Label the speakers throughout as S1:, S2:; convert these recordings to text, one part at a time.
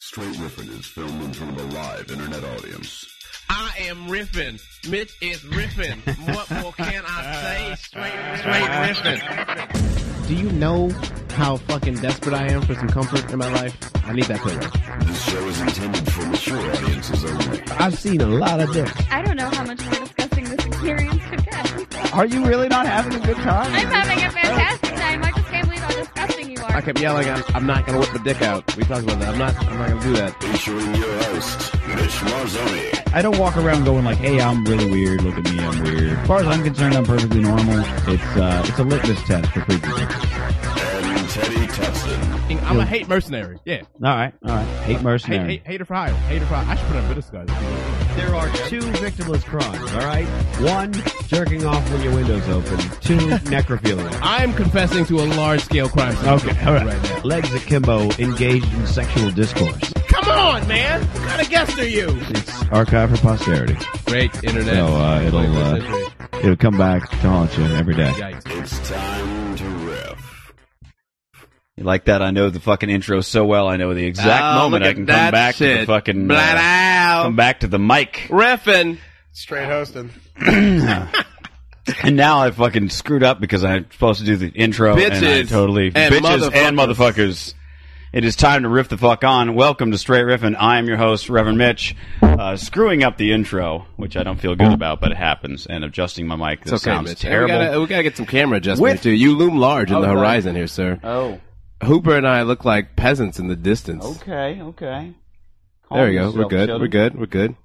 S1: Straight Riffin is filmed in front of a live internet audience.
S2: I am riffing. Mitch is riffing. what more can I say? Straight, straight riffing.
S3: Do you know how fucking desperate I am for some comfort in my life? I need that pillow.
S1: This show is intended for mature audiences only.
S3: I've seen a lot of dick.
S4: I don't know how much more disgusting this experience could get.
S5: Are you really not having a good
S4: I'm
S5: time?
S4: having a fantastic time. I just can't believe how disgusting you are.
S3: I kept yelling, I'm, I'm not gonna whip my dick out. We talked about that. I'm not, I'm not gonna do that.
S1: Featuring your host, Mitch Marzoni.
S5: I don't walk around going like, "Hey, I'm really weird. Look at me, I'm weird." As far as I'm concerned, I'm perfectly normal. It's uh, it's a litmus test for freakiness.
S1: And Teddy Tutson.
S2: I'm a hate mercenary. Yeah.
S5: All right, all right. Hate mercenary.
S2: Hate, hate, hater for hire. Hater for hire. I should put on a bit of disguise.
S6: There are two victimless crimes, all right? One, jerking off when your window's open. Two, necrophilia.
S2: I am confessing to a large scale crime.
S6: Okay, all right. Legs akimbo, engaged in sexual discourse.
S2: Come on, man. What kind of guest are you?
S5: It's archive for posterity.
S2: Great internet.
S5: So, uh, it'll, uh, It'll come back to haunt you every day.
S2: Yikes.
S1: It's time to riff.
S7: You like that? I know the fucking intro so well. I know the exact
S5: Ah,
S2: Oh,
S7: moment
S2: look
S7: I
S2: at
S7: can
S2: that
S7: come back to the
S2: shit.
S7: fucking uh,
S2: Blat out.
S7: come back to the mic.
S2: Riffin.
S8: Straight hosting.
S7: And now I fucking screwed up because I'm supposed to do the intro and I
S2: Bitches
S7: totally
S2: and
S7: bitches and motherfuckers. It is time to riff the fuck on. Welcome to Straight Riffin. I am your host, Reverend Mitch. Uh, screwing up the intro, which I don't feel good about, but it happens. And adjusting my mic, this sounds terrible.
S2: We gotta, we gotta get some camera adjustment
S7: With-
S2: too. You loom large in the
S7: Okay.
S2: horizon here, sir.
S7: oh,
S2: Hooper and I look like peasants in the distance.
S7: okay, okay.
S2: There we go. We're good. We're good. We're good.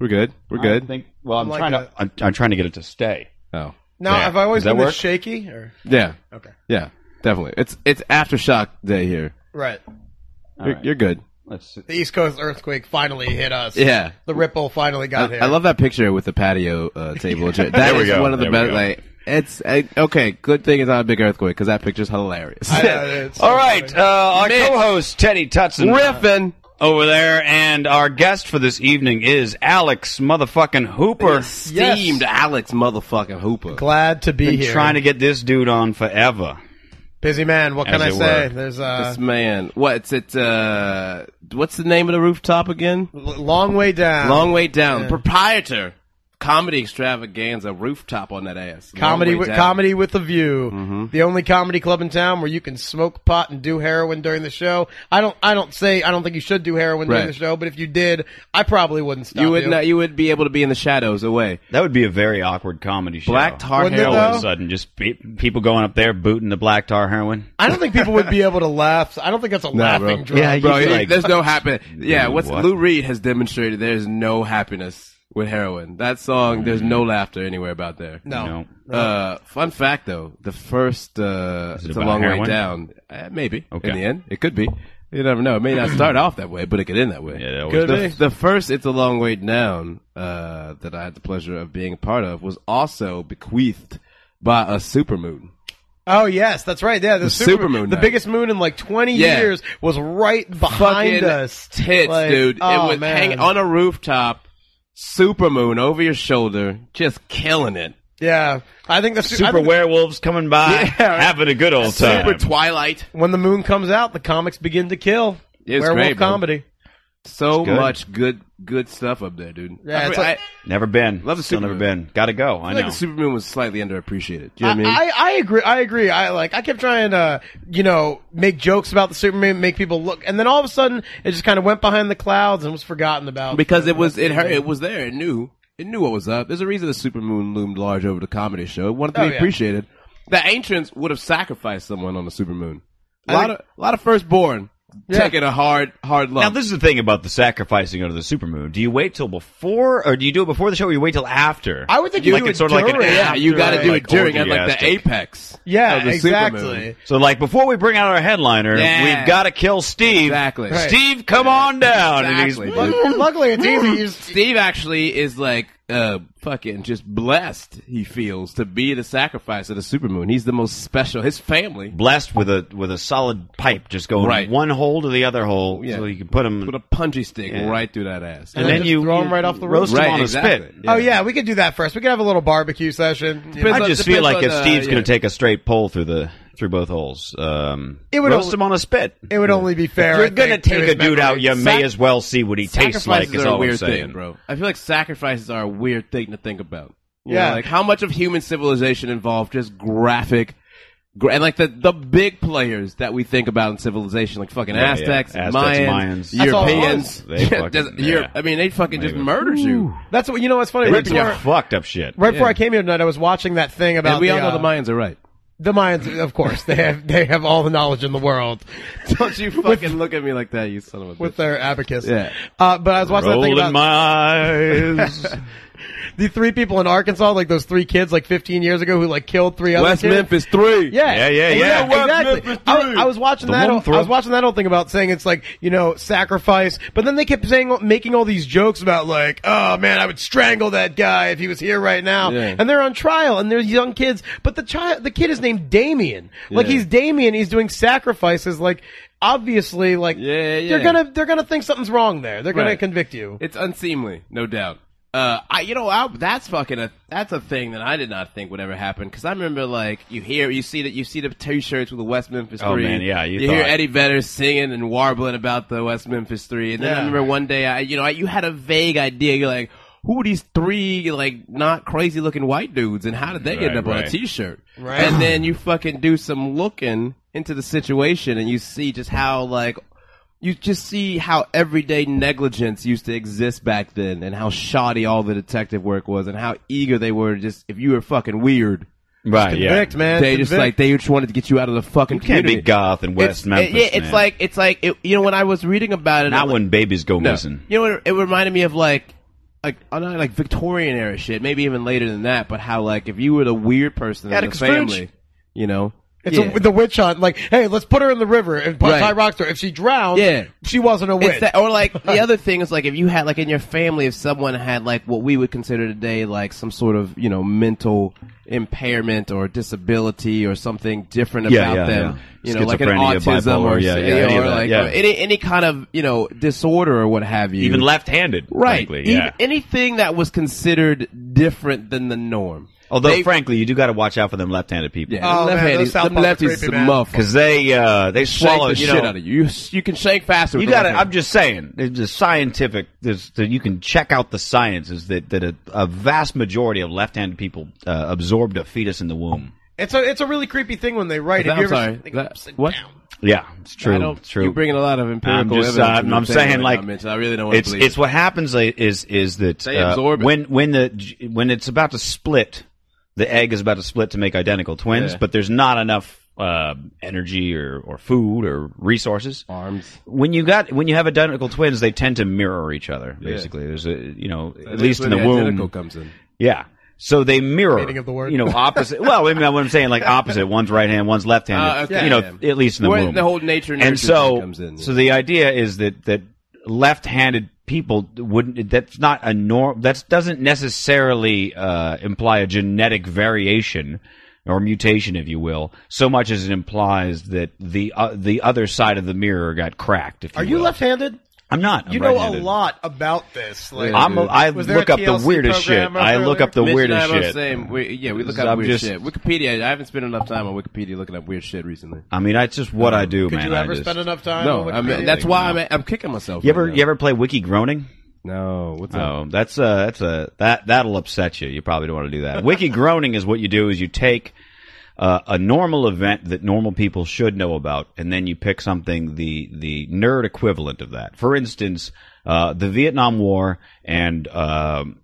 S2: We're good. We're good.
S7: well, I'm,
S8: I'm like
S7: trying
S8: a-
S7: to. I'm, I'm trying to get it to stay.
S2: oh,
S8: Now,
S7: Yeah.
S8: have I always
S7: Does that
S8: been this
S7: work?
S8: shaky? Or
S2: yeah.
S8: Okay.
S2: Yeah. Definitely. It's it's aftershock day here.
S8: right,
S7: All
S2: You're,
S7: right.
S2: you're good.
S7: Let's.
S8: the East Coast earthquake finally hit us.
S2: Yeah.
S8: the ripple finally got
S2: I,
S8: here.
S2: I love that picture with the patio uh, table. and chair. That
S7: There we
S2: is
S7: go.
S2: one of the
S7: There we
S2: best.
S7: go.
S2: Like, it's I, okay. Good thing it's not a big earthquake because that picture's hilarious.
S8: I know, it's-
S7: All right, uh, our
S2: Mitch.
S7: co-host Teddy Tutson
S2: Riffin.
S7: over there, and our guest for this evening is Alex motherfucking Hooper.
S8: Yes.
S2: Steamed Alex motherfucking Hooper.
S8: Glad to be
S7: Been
S8: here.
S7: trying to get this dude on forever.
S8: Busy man. What
S7: As
S8: can I
S7: it
S8: say?
S7: were.
S8: There's uh,
S2: this man. What's it? Uh, what's the name of the rooftop again?
S8: l- long way down.
S2: Long way down. Proprietor. Comedy extravaganza rooftop on that ass. Long
S8: comedy
S2: Way
S8: with
S2: Down.
S8: comedy with a view. The only comedy club in town where you can smoke pot and do heroin during the show. I don't. I don't say. I don't think you should do heroin during
S2: Right.
S8: the show. But if you did, I probably wouldn't stop you.
S2: You would not. You would be able to be in the shadows away.
S7: That would be a very awkward comedy show.
S2: Black tar
S8: Wouldn't it,
S7: all of a
S2: heroin.
S8: though?
S7: sudden, just pe- people going up there booting the black tar heroin.
S8: I don't think people would be able to laugh. I don't think that's a laughing drug.
S7: Yeah, you
S2: bro.
S7: feel
S2: it-
S7: like-
S2: there's no happiness. Yeah,
S7: Dude,
S2: what's
S7: what?
S2: Lou Reed has demonstrated? There's no happiness with heroin. That song. There's no laughter anywhere about there.
S8: No.
S7: Mm. No.
S2: Uh, fun fact though, the first uh,
S7: Is it
S2: it's a
S7: about
S2: long way
S7: heroin?
S2: down. Uh, maybe
S7: Okay.
S2: in the end, it could be. You never know. It may not start off that way, but it could end that way.
S7: Yeah, that always
S2: the,
S7: Could
S8: does.
S2: the first "It's a Long Way Down" uh, that I had the pleasure of being a part of was also bequeathed by a supermoon.
S8: Oh yes, that's right. Yeah, the,
S2: The
S8: super,
S2: supermoon
S8: the
S2: night.
S8: biggest moon in like twenty
S2: Yeah.
S8: years, was right behind
S2: Fucking
S8: us.
S2: tits,
S8: Like,
S2: dude.
S8: oh,
S2: it was
S8: man.
S2: hanging on a rooftop, supermoon over your shoulder, just killing it.
S8: Yeah, I think the su- I
S7: Super
S8: think
S7: werewolves coming by, having a good old time.
S2: Super Twilight.
S8: when the moon comes out, the comics begin to kill.
S2: It's
S8: Werewolf
S2: great, man.
S8: comedy.
S2: So
S7: good.
S2: much good good stuff up there, dude.
S8: Yeah, it's
S2: I,
S8: like-
S7: never been.
S2: Love the
S7: Still
S2: Super
S7: never
S2: Bowl.
S7: been. Got to go.
S2: I
S7: I
S2: feel
S7: know.
S2: like the Supermoon was slightly underappreciated. Do you know what I mean?
S8: I, I, I agree. I agree. I like. I kept trying to, you know, make jokes about the Superman, make people look, and then all of a sudden, it just kind of went behind the clouds and was forgotten about.
S2: because it was it hurt, it was there. It knew it knew what was up. There's a reason the supermoon loomed large over the comedy show. It wanted to
S8: Oh,
S2: be
S8: yeah.
S2: appreciated. The ancients would have sacrificed someone on the supermoon. A
S8: I
S2: lot
S8: think-
S2: of a lot of firstborn taking a hard hard
S7: Now,
S2: lump.
S7: this is the thing about the sacrificing under the supermoon. Do you wait till before, or do you do it before the show, or you wait till after?
S8: I would think you
S7: like
S8: do
S7: it's
S8: it
S7: sort of like an
S8: during.
S2: yeah, you got to
S8: like,
S2: do it during at like the
S7: orgiastic.
S2: apex.
S8: yeah,
S2: of the
S8: exactly.
S2: supermoon.
S7: So, like before we bring out our headliner,
S2: Yeah.
S7: we've got to kill Steve.
S2: Exactly. Right.
S7: Steve, come on down.
S2: Exactly,
S7: And he's,
S2: dude.
S8: Luckily, luckily it's easy. You just-
S2: Steve actually is like uh fucking just blessed. He feels to be the sacrifice of the supermoon. He's the most special. His family
S7: blessed with a with a solid pipe, just going
S2: Right.
S7: one hole to the other hole,
S2: Yeah.
S7: so you can put him.
S2: put a punchy stick
S7: Yeah.
S2: right through that ass.
S8: And then just throw him right off the
S7: roast
S2: Right,
S7: him on
S2: exactly.
S7: a spit.
S2: Yeah.
S8: Oh yeah, we could do that first. We could have a little barbecue session. you know.
S2: Depends
S7: I
S2: on-
S7: just
S2: depends
S7: feel like
S2: on,
S7: if
S2: uh,
S7: Steve's
S2: yeah.
S7: going to take a straight pole through the through both holes. Um,
S8: It would
S7: roast
S8: only-
S7: him on a spit.
S8: It would only be fair. I
S7: You're
S8: think,
S7: gonna
S8: to
S7: take
S8: his
S7: a dude
S8: memory.
S7: out. You may
S2: Sac-
S7: as well see what he tastes like.
S2: Sacrifices
S7: Is
S2: are
S7: all
S2: a weird
S7: I'm saying,
S2: thing, bro. I feel like sacrifices are a weird thing to think about. You
S8: Yeah.
S2: know, like how much of human civilization involved just graphic, gra- and like the the big players that we think about in civilization, like fucking
S7: Yeah, yeah.
S2: Aztecs,
S7: Aztecs, Mayans.
S2: Mayans,
S7: That's
S8: all it
S2: Europeans.
S7: was. They
S2: Yeah,
S7: fucking-
S2: just- Europe-
S7: yeah.
S2: I mean, they fucking just murdered you.
S8: That's what you know. What's funny.
S7: They
S8: Right
S7: did some
S8: before,
S7: fucked up shit.
S8: right before I came here tonight, I was watching that thing about
S2: And we all know the
S8: uh,
S2: Mayans are right.
S8: The Mayans, of course, they have they have all the knowledge in the world
S2: Don't you fucking look at me like that, you son of a bitch.
S8: with their abacus.
S2: Yeah.
S8: Uh, but I was watching that thing about
S7: Rolling my eyes.
S8: the three people in Arkansas, like those three kids, like 15 years ago, who like killed three other
S2: West
S8: kids.
S2: Memphis three.
S7: Yeah, yeah,
S8: Yeah,
S7: yeah.
S8: Exactly.
S7: Memphis
S8: I,
S7: three.
S8: I was watching
S7: The
S8: that.
S7: one
S8: Whole,
S7: throw-
S8: I was watching that whole thing about saying it's like you know sacrifice, but then they kept saying making all these jokes about like, oh man, I would strangle that guy if he was here right now.
S2: Yeah.
S8: And they're on trial, and they're young kids. But the child, the kid is named Damien. Like
S2: Yeah.
S8: he's Damien. He's doing sacrifices. Like obviously, like
S2: Yeah, yeah.
S8: they're gonna they're gonna think something's wrong there. They're gonna
S2: Right.
S8: convict you.
S2: It's unseemly, no doubt. Uh, I, you know, I, that's fucking a, that's a thing that I did not think would ever happen. Cause I remember like, you hear, you see that, you see the t-shirts with the West Memphis
S7: Oh,
S2: Three.
S7: man, yeah, you
S2: You, hear
S7: thought-
S2: Eddie Vedder singing and warbling about the West Memphis Three. And then I
S8: Yeah.
S2: remember one day I, you know, I, you had a vague idea. You're like, who are these three, like, not crazy looking white dudes and how did they
S7: Right,
S2: end up on
S7: right.
S2: a t-shirt?
S8: Right.
S2: And then you fucking do some looking into the situation and you see just how like, you just see how everyday negligence used to exist back then and how shoddy all the detective work was and how eager they were to just if you were fucking weird
S7: right. Yeah.
S8: Convict, man.
S2: they just
S8: Convict.
S2: like they just wanted to get you out of the fucking
S7: You can't be
S2: community.
S7: goth in West
S2: it's,
S7: Memphis.
S2: yeah, it's
S7: man.
S2: like it's like it, you know when I was reading about it
S7: not
S2: I'm like,
S7: when babies go
S2: no.
S7: missing.
S2: You know what it reminded me of like like I don't know, like Victorian era shit, maybe even later than that, but how like if you were the weird person in
S8: Attica
S2: the
S8: Scrooge.
S2: family, you know.
S8: It's
S2: Yeah.
S8: a, the witch hunt. Like, hey, let's put her in the river and put
S2: Right.
S8: tie rocks to her. If she drowned,
S2: Yeah.
S8: she wasn't a witch.
S2: It's that, or like the other thing is like if you had like in your family if someone had like what we would consider today like some sort of you know mental impairment or disability or something different
S7: Yeah,
S2: about
S7: yeah,
S2: them
S7: yeah.
S2: you know like an
S7: Schizophrenia,
S2: autism or,
S7: bipolar, yeah, yeah,
S2: you know,
S7: any of
S2: or
S7: that,
S2: like
S7: yeah.
S2: any any kind of you know disorder or what have you
S7: Even left-handed,
S2: right
S7: frankly,
S2: Even-
S7: yeah.
S2: anything that was considered different than the norm
S7: Although,
S2: They-
S7: frankly, you do got to watch out for them left-handed people.
S2: yeah
S8: Oh, man,
S2: left
S8: those South
S2: them
S8: Park are
S2: lefties
S8: creepy,
S2: some
S8: man.
S2: motherfuckers
S7: because Uh, they uh, they
S2: shake
S7: swallow
S2: the
S7: you
S2: shit
S7: know,
S2: out of you. you you can shake faster with
S7: You
S2: the
S7: got to.
S2: left hand.
S7: I'm just saying. There's the scientific. There's that you can check out the science is that that a, a vast majority of left-handed people uh, absorbed a fetus in the womb.
S8: It's a it's a really creepy thing when they write.
S2: I'm
S8: Have you ever-
S2: sorry.
S8: they
S2: That-
S8: sit
S2: what?
S8: down.
S7: Yeah, it's true.
S2: I don't,
S7: it's true.
S2: You're bringing a lot of empirical
S7: I'm just,
S2: evidence.
S7: uh,
S2: to the
S7: I'm
S2: table
S7: saying,
S2: right
S7: like,
S2: now, Mitch. I really don't want
S7: It's
S2: to believe
S7: it's what happens i- is is that
S2: They
S7: uh,
S2: absorb it.
S7: when when the when it's about to split, the egg is about to split to make identical twins,
S2: Yeah.
S7: but there's not enough uh, energy or, or food or resources.
S2: arms.
S7: when you got when you have identical twins, they tend to mirror each other. Basically, there's a you know at least in the,
S2: identical
S7: womb,
S2: comes in.
S7: yeah. So they mirror,
S8: Meaning of the word.
S7: you know, opposite. well, I mean, what I'm saying, like opposite. One's right hand, one's left hand.
S2: Uh, okay,
S7: you know,
S2: yeah.
S7: at least in the
S2: Where
S7: womb.
S2: the whole nature
S7: and
S2: nurture
S7: so,
S2: thing comes in.
S7: so the idea is that that left-handed people wouldn't. That's not a norm. That doesn't necessarily uh, imply a genetic variation or mutation, if you will, so much as it implies that the uh, the other side of the mirror got cracked. If you
S8: Are you
S7: will.
S8: left-handed?
S7: I'm not. I'm
S8: You know a
S7: right-handed.
S8: lot about this. Like,
S7: I'm a, I
S8: Was there a
S7: look up the
S8: TLC
S7: weirdest shit.
S8: program
S7: I look
S8: earlier?
S7: up the
S2: Mitch and I
S7: weirdest
S2: are both
S7: shit.
S2: Same. We, yeah, we look
S7: I'm
S2: up weird
S7: just-
S2: shit. Wikipedia. I haven't spent enough time on Wikipedia looking up weird shit recently.
S7: I mean, that's just what I do,
S8: Uh, could
S7: man.
S8: you ever
S7: I just,
S8: spend enough time?
S2: No,
S8: on
S2: I mean,
S8: Wikipedia?
S2: that's why I'm, I'm kicking myself.
S7: You ever
S2: right now.
S7: you ever play Wiki Groaning?
S2: Oh, No, what's up?
S7: Oh, that's uh that's a that that'll upset you. You probably don't want to do that. Wiki groaning is what you do is you take uh, a normal event that normal people should know about, and then you pick something the the nerd equivalent of that. For instance, uh, the Vietnam War and um,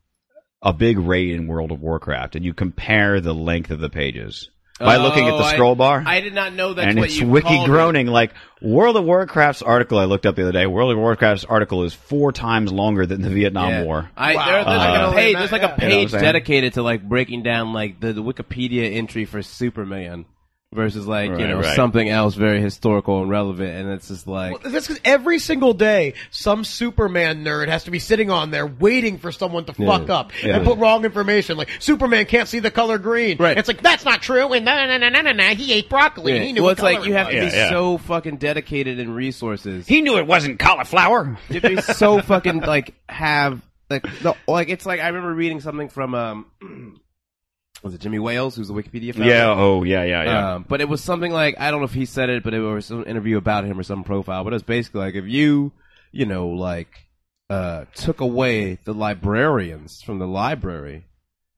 S7: a big raid in World of Warcraft, and you compare the length of the pages by looking at
S2: Oh,
S7: the
S2: I-
S7: scroll bar
S2: I did not know that's
S7: and
S2: what
S7: it's
S2: you
S7: wiki
S2: called it.
S7: groaning like World of Warcraft's article I looked up the other day. World of Warcraft's article is four times longer than the Vietnam
S2: Yeah.
S7: War.
S2: I,
S8: Wow.
S2: there- there's,
S7: Uh,
S2: like a page, there's like
S8: You know
S2: a
S8: what
S7: I'm
S2: page
S7: saying?
S2: dedicated to like breaking down like the, the Wikipedia entry for Superman versus like
S7: Right,
S2: you know
S7: right.
S2: something else very historical and relevant, and it's just like
S8: Well, That's 'cause every single day, some Superman nerd has to be sitting on there waiting for someone to fuck up
S7: Yeah.
S8: and put wrong information. Like Superman can't see the color green.
S2: Right.
S8: It's like that's not true. And na na na na na na. He ate broccoli.
S2: Yeah.
S8: He knew
S2: well,
S8: what
S2: it's like
S8: color
S2: you
S8: it
S2: have to
S8: was.
S2: be
S7: Yeah, yeah.
S2: so fucking dedicated in resources.
S7: He knew it wasn't cauliflower.
S2: You have to be so fucking like have like the like it's like I remember reading something from um was it Jimmy Wales who's the Wikipedia founder?
S7: Yeah. Oh, yeah, yeah, yeah.
S2: Um, but it was something like I don't know if he said it, but it was some interview about him or some profile. But it was basically like if you, you know, like uh, took away the librarians from the library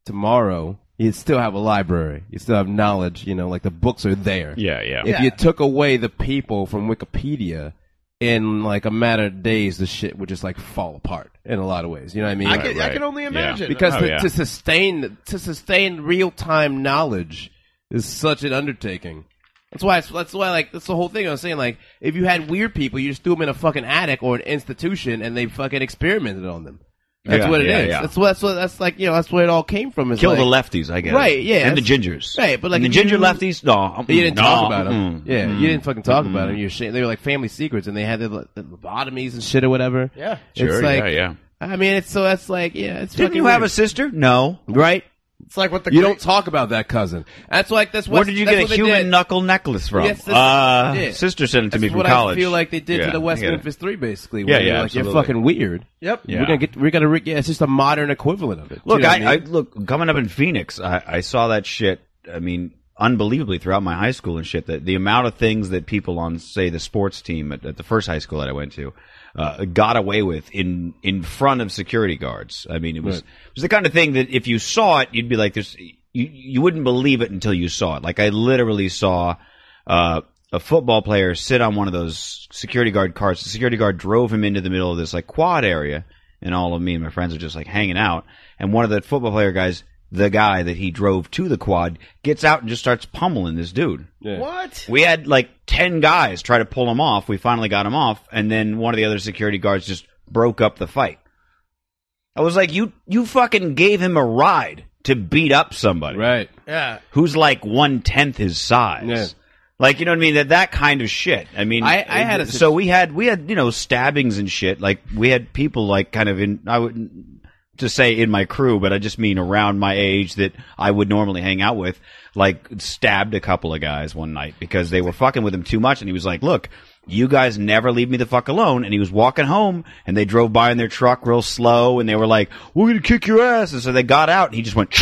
S2: tomorrow, you'd still have a library. You still have knowledge. You know, like the books are there.
S7: yeah, yeah.
S2: If you took away the people from Wikipedia. In like a matter of days, the shit would just like fall apart in a lot of ways. You know what I mean?
S8: I
S2: Like,
S8: can, I
S7: right.
S8: can only
S7: Yeah.
S8: imagine
S2: because
S7: Oh,
S2: to,
S7: yeah.
S2: to sustain to sustain real time knowledge is such an undertaking. That's why. It's, that's why. Like that's the whole thing. I was saying. Like if you had weird people, you just threw them in a fucking attic or an institution, and they fucking experimented on them. That's
S7: Yeah,
S2: what it is.
S7: yeah, yeah.
S2: That's what. That's what. That's like you know. That's where it all came from. Is
S7: Kill
S2: like,
S7: the lefties, I guess.
S2: Right, yeah,
S7: And the
S2: that's-
S7: gingers.
S2: right, but like
S7: And the
S2: if you-
S7: ginger lefties, no. mm,
S2: You didn't
S7: no, mm.
S2: talk about them.
S7: mm-mm.
S2: Yeah, you didn't fucking talk about
S7: Mm-hmm.
S2: them. You're ashamed. They were like family secrets, and they had their, like, the lobotomies and shit or whatever.
S8: Yeah.
S7: Sure,
S2: it's like,
S7: yeah, yeah.
S2: I mean, it's so that's like, yeah, it's
S7: Didn't
S2: fucking
S7: you have a
S2: weird.
S7: sister? No.
S2: right?
S8: it's like what the
S2: You don't talk about that cousin. That's like that's what.
S7: Where did you
S2: that's
S7: get
S2: what
S7: a
S2: they
S7: human
S2: did.
S7: knuckle necklace from?
S2: Yes, this-
S7: uh,
S2: yeah.
S7: Sister sent it to
S2: That's
S7: me from
S2: what
S7: college.
S2: I feel like they did
S7: Yeah,
S2: to the West
S7: I get it.
S2: Memphis Three, basically.
S7: Yeah,
S2: where
S7: yeah,
S2: you're like, you're
S7: absolutely.
S2: fucking weird.
S8: Yep.
S7: Yeah.
S2: We're gonna get. We're gonna. Re- yeah, it's just a modern equivalent of it.
S7: Look,
S2: You know what
S7: I, I
S2: mean?
S7: look coming up in Phoenix. I, I saw that shit. I mean, unbelievably throughout my high school and shit. That the amount of things that people on, say, the sports team at, at the first high school that I went to, uh, got away with in in front of security guards. I mean, it was it was the kind of thing that if you saw it, you'd be like, "There's," you you wouldn't believe it until you saw it. Like I literally saw. Uh, a football player sit on one of those security guard cars. The security guard drove him into the middle of this like quad area, and all of me and my friends are just like hanging out. And one of the football player guys, the guy that he drove to the quad, gets out and just starts pummeling this dude.
S8: What?
S7: We had like 10 guys try to pull him off. We finally got him off. And then one of the other security guards just broke up the fight. I was like, you, you fucking gave him a ride to beat up somebody
S2: right.
S8: Yeah.
S7: who's like one tenth his size.
S2: Yeah.
S7: Like you know what I mean? That that kind of shit. I mean,
S2: I- I had a-
S7: so we had we had you know stabbings and shit. Like we had people like kind of in I would to say in my crew, but I just mean around my age that I would normally hang out with. Like stabbed a couple of guys one night because they were fucking with him too much, and he was like, "Look." You guys never leave me the fuck alone. And he was walking home and they drove by in their truck real slow and they were like, we're going to kick your ass. And so they got out and he just went,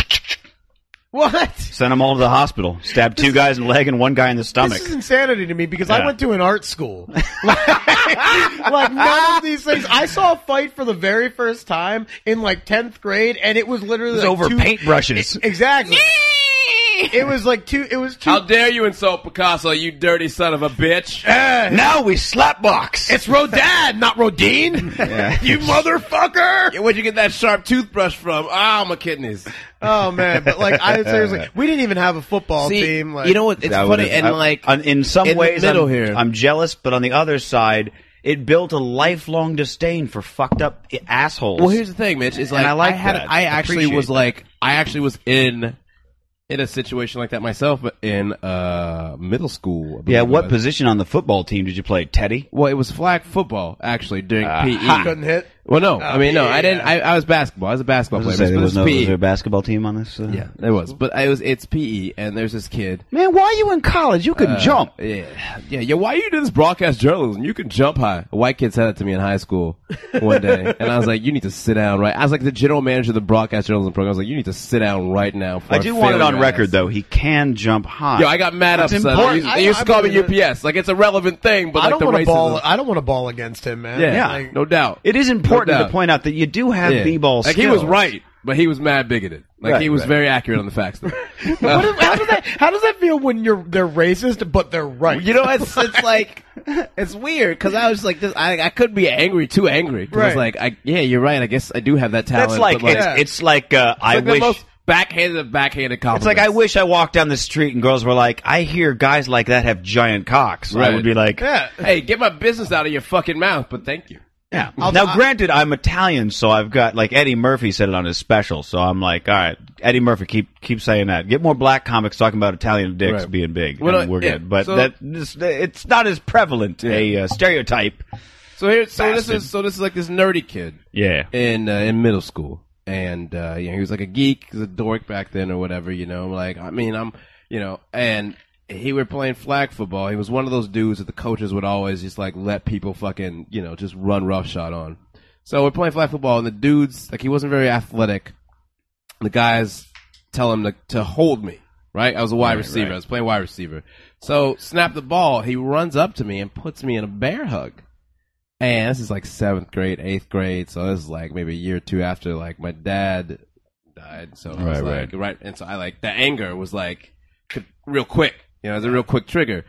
S8: What?
S7: Sent them all to the hospital. Stabbed two guys in the leg and one guy in the stomach.
S8: This is insanity to me because I
S7: Yeah.
S8: went to an art school. like none of these things. I saw a fight for the very first time in like tenth grade, and it was literally
S7: It's
S8: like
S7: over
S8: two-
S7: paintbrushes.
S8: Exactly. it was like two. It was two.
S2: How dare you insult Picasso, you dirty son of a bitch?
S7: now we slap box.
S8: it's Rodad, not Rodin. you motherfucker.
S2: Where'd you get that sharp toothbrush from? Ah, my kidneys.
S8: Oh man, but like I seriously, we didn't even have a football
S2: See,
S8: team. Like
S2: you know what? It's
S7: I
S2: funny
S7: would've-
S2: and
S7: I-
S2: like
S7: on- in some
S2: in the
S7: ways,
S2: middle
S7: I'm,
S2: here.
S7: I'm jealous, but on the other side, it built a lifelong disdain for fucked up i- assholes.
S2: Well, here's the thing, Mitch. Is like,
S7: I
S2: I,
S7: like
S2: had
S7: that.
S2: I actually
S7: Appreciate
S2: was
S7: that.
S2: like I actually was in in a situation like that myself but in uh middle school. I believe
S7: yeah,
S2: it
S7: what
S2: was.
S7: position on the football team did you play, Teddy?
S2: Well, it was flag football actually during
S7: Ah.
S2: PE.
S8: couldn't hit.
S2: Well, no, I mean no,
S7: E,
S2: I didn't. I, I was basketball. I was a basketball player. but it was PE.
S7: a basketball team on this? Uh,
S2: yeah, there was, but I was. It's PE, and there's this kid.
S7: Man, why are you in college? You
S2: Uh,
S7: could jump.
S2: Yeah, yeah, yeah. Why you do this broadcast journalism? You can jump high. A white kid said that to me in high school one day, and I was like, "You need to sit down right." I was like the general manager of the broadcast journalism program. I was like, "You need to sit down right now." before
S7: I do want
S2: fail
S7: it on
S2: your
S7: record,
S2: ass."
S7: though. He can jump high.
S2: Yo, I got mad
S7: That's
S2: up, son.
S7: important.
S2: They used-
S8: I-
S2: They used
S8: I
S2: to call me
S8: believe it.
S2: UPS. Like it's a relevant thing, but like
S8: I don't
S2: the
S8: want to
S2: racism.
S8: ball. I don't want to ball against him, man.
S2: yeah,
S8: Like,
S2: no doubt.
S7: It is important
S2: No
S7: to
S2: doubt.
S7: point out that you do have
S2: Yeah.
S7: b-ball
S2: Like
S7: skills.
S2: he was right, but he was mad bigoted. Like
S7: Right,
S2: he was
S7: right.
S2: very accurate on the facts. though.
S8: What is- how does that? How does that feel when you're they're racist, but they're right?
S2: You know, it's it's like it's weird because I was like this. I I could be angry, too angry. 'cause I was
S8: Right.
S2: like, I, yeah, you're right. I guess I do have that talent.
S7: That's like,
S2: but, like,
S7: it's, it's like uh, I
S2: like
S7: wish.
S2: the most backhanded of backhanded
S7: it's
S2: compliments.
S7: like I wish I walked down the street and girls were like, I hear guys like that have giant cocks. I
S2: Right.
S7: would be like, yeah.
S8: yeah.
S2: Hey, get my business out of your fucking mouth, but thank you.
S7: Now, granted, I'm Italian, so I've got like Eddie Murphy said it on his special, so I'm like, all right, Eddie Murphy, keep keep saying that. Get more black comics talking about Italian dicks
S2: Right.
S7: being big,
S2: Well,
S7: and
S2: uh,
S7: we're
S2: yeah,
S7: good. But
S2: so-
S7: that this, it's not as prevalent a uh, stereotype.
S2: So here, so this
S7: Bastard.
S2: is so this is like this nerdy kid
S7: Yeah,
S2: in uh, in middle school, and uh, you know he was like a geek, he was a dork back then or whatever. You know, like I mean, I'm you know, and he were playing flag football. He was one of those dudes that the coaches would always just like let people fucking you know just run roughshod on. So we're playing flag football, and the dudes like he wasn't very athletic. The guys tell him to, to hold me. Right, I was a wide receiver. I was playing wide receiver. So snap the ball. He runs up to me and puts me in a bear hug. And this is like seventh grade, eighth grade. So this is like maybe a year or two after like my dad died. So I was
S7: Right,
S2: like, right. And so I like the anger was like c- real quick. You know, it was a real quick trigger.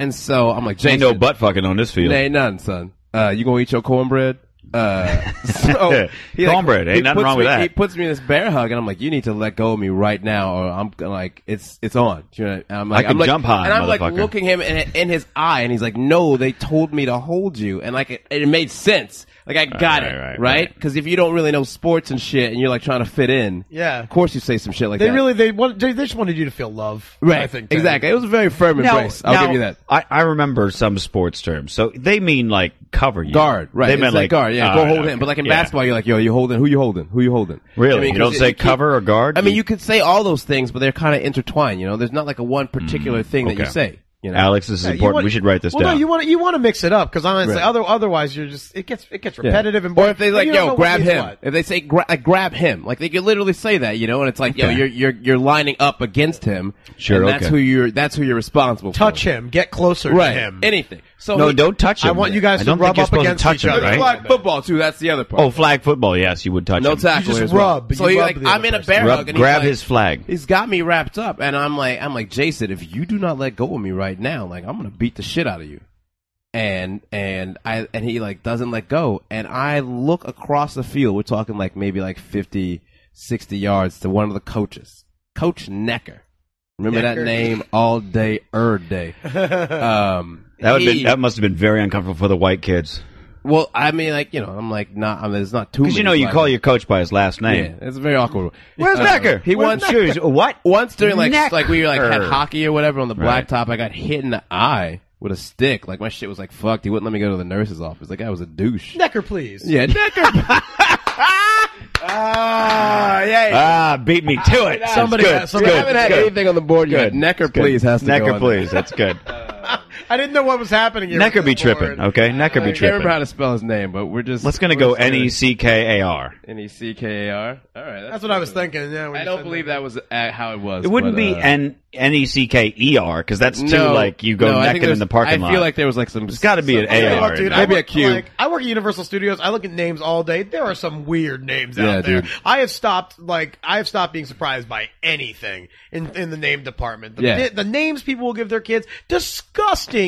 S2: And so I'm like, Jason,
S7: Ain't no butt fucking on this field.
S2: Ain't none, son. Uh, you gonna eat your cornbread? Uh, so he, like,
S7: Cornbread, ain't
S2: he
S7: nothing
S2: puts
S7: wrong with
S2: me-
S7: that.
S2: He puts me in this bear hug, and I'm like, "You need to let go of me right now, or I'm gonna, like, it's it's on." You know, and I'm like,
S7: I can
S2: am like,
S7: jump high,
S2: and I'm like
S7: motherfucker.
S2: looking him in, in his eye, and he's like, "No, they told me to hold you," and like it, it made sense. Like I got
S7: right,
S2: it,
S7: right,
S2: right? Because if you don't really know sports and shit, and you're like trying to fit in,
S8: Yeah.
S2: of course you say some shit like
S8: They
S2: that.
S8: really they want they they just wanted you to feel love.
S2: right?
S8: I think that.
S2: exactly. It was a very firm
S7: Now-
S2: embrace. I'll
S7: now,
S2: give you that.
S7: I, I remember some sports terms. So they mean like cover you.
S2: Guard, right?
S7: They
S2: it's
S7: meant
S2: like,
S7: like
S2: guard. Yeah,
S7: all
S2: go
S7: right,
S2: hold
S7: okay,
S2: him. But like in
S7: yeah.
S2: basketball, you're like, yo, you holding? Who you holding? Who you holding?
S7: Really? You
S2: 'cause
S7: don't
S2: it-
S7: say
S2: keep-
S7: cover or guard?
S2: I mean,
S7: You-
S2: you could say all those things, but they're kind of intertwined. You know, there's not like a one particular thing that you
S7: Mm, okay.
S2: say. You know,
S7: Alex, this is
S8: Yeah, you
S7: important.
S8: want-
S7: we should write this
S8: well,
S7: down.
S8: No, you want to you want to mix it up because honestly,
S2: Right.
S8: other, otherwise you're just it gets it gets repetitive and
S2: or if they
S8: and
S2: like,
S8: you don't know
S2: yo,
S8: what
S2: grab
S8: means
S2: him.
S8: what.
S2: If they say, gra- like, grab him, like they could literally say that, you know, and it's like, yo, you're you're you're lining up against him.
S7: Sure,
S2: and that's
S7: okay.
S2: who you're. That's who you're responsible.
S8: touch
S2: for.
S8: him, get closer
S2: right?
S8: to him.
S2: Anything. So
S7: no,
S2: he-
S7: don't touch him.
S8: I want you guys
S7: I
S8: to
S7: don't
S8: rub
S7: think you're
S8: up
S7: supposed to
S8: against
S7: touch
S8: each
S7: him,
S8: other.
S7: right?
S2: Flag football too. That's the other part.
S7: Oh, flag football. Yes, you would touch
S2: no
S7: him.
S2: tackle.
S8: You just
S2: as well.
S8: rub.
S2: So
S8: You
S2: he
S8: rub
S2: like,
S8: the
S2: I'm
S8: other
S2: in a
S8: person.
S2: bear
S7: Rub-
S2: hug. And he's
S7: grab
S2: like-
S7: his flag.
S2: He's got me wrapped up, and I'm like, I'm like Jason. If you do not let go of me right now, like I'm gonna beat the shit out of you. And and I and he like doesn't let go, and I look across the field. We're talking like maybe like 50, 60 yards to one of the coaches, Coach Necker. Remember that
S8: Necker.
S2: name all day, er day. Um,
S7: That, would
S2: he-
S7: have been, that must have been very uncomfortable for the white kids.
S2: well, I mean, like you know, I'm like not. I mean, it's not too.
S7: Because you
S2: many
S7: know, you
S2: black-
S7: call your coach by his last
S2: Yeah,
S7: name.
S2: it's very awkward.
S7: Where's
S2: Uh,
S7: Becker?
S2: He
S7: Where's
S2: wants
S7: Becker? What?
S2: once during like
S7: Necker.
S2: like we like had hockey or whatever on the
S7: Right.
S2: blacktop, I got hit in the eye with a stick. Like my shit was like fucked. He wouldn't let me go to the nurse's office. That guy was a douche.
S8: Necker, please.
S2: Yeah, Necker. ah, yeah.
S7: Ah, beat me to it.
S8: Somebody-
S7: That's good.
S8: somebody-
S7: Good.
S2: I haven't had
S7: Good.
S2: anything on the board yet.
S7: Good.
S2: Necker,
S7: Good.
S2: please has to go
S7: Necker,
S2: on there.
S7: please. That's good.
S8: I didn't know what was happening. Here
S7: Necker
S8: with
S7: be
S8: the board.
S7: tripping. Okay, Necker
S2: I
S7: be
S2: can't remember how
S7: tripping.
S2: to spell his name, but we're just
S7: Let's gonna
S2: we're
S7: go
S2: just gonna-
S7: N E C K A R.
S2: N e c k a r. All right,
S8: That's what I was thinking. Yeah, when
S2: I
S8: you
S2: don't
S8: said
S2: believe that was uh, how it was.
S7: It wouldn't
S2: but,
S7: be
S2: uh,
S7: N N E C K E R because that's too
S2: no,
S7: like you go
S2: no, I think
S7: necking in
S2: there's-
S7: the parking lot.
S2: I feel like there was like some.
S7: There's got to be an
S8: I'll tell you
S7: AR.
S8: what,
S7: in
S8: dude,
S7: it.
S8: I
S2: Maybe
S8: work,
S2: a Q.
S8: Like, I work at Universal Studios. I look at names all day. There are some weird names
S2: Yeah,
S8: out there.
S2: dude.
S8: I have stopped like I have stopped being surprised by anything in in the name department. The,
S2: Yeah.
S8: the names people will give their kids disgustingly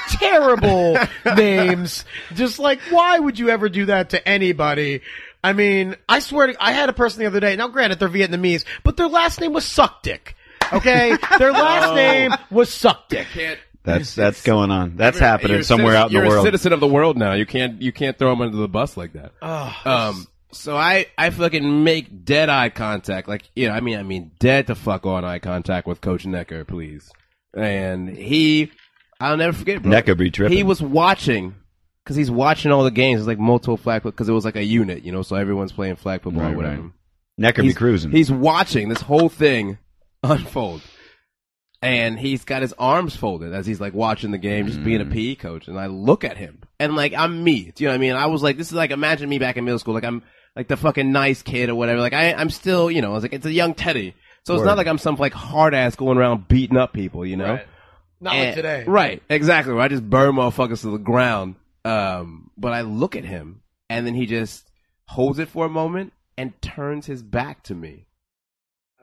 S8: terrible names. Just like why would you ever do that to anybody? I mean, I swear to, I had a person the other day. Now, granted, they're Vietnamese, but their last name was Suckdick. Okay, their
S2: Oh.
S8: last name was Suckdick.
S2: Can't-
S7: That's that's going on. That's
S2: You're
S7: happening
S2: a
S7: somewhere
S2: citizen-
S7: out in the
S2: you're a
S7: world.
S2: citizen of the world now. You can't you can't throw him under the bus like that. um, so I I fucking make dead eye contact. Like you know, I mean, I mean, dead to fuck on eye contact with Coach Necker, please. And he, I'll never forget. it, Bro.
S7: Necker be tripping.
S2: He was watching because he's watching all the games. It's like multiple flag because it was like a unit, you know. So everyone's playing flag football
S7: Right,
S2: or whatever.
S7: right. Necker be
S2: He's-
S7: cruising.
S2: He's watching this whole thing unfold. And he's got his arms folded as he's like watching the game, just being a PE coach. And I look at him and like, I'm me. Do you know what I mean? I was like, this is like, imagine me back in middle school. Like I'm like the fucking nice kid or whatever. Like I, I'm still, you know, I was like, it's a young Teddy. So it's not like I'm some like hard ass going around beating up people, you know?
S8: Not
S2: And-
S8: like today.
S2: Right, exactly. Where I just burn motherfuckers to the ground. Um, but I look at him, and then he just holds it for a moment and turns his back to me.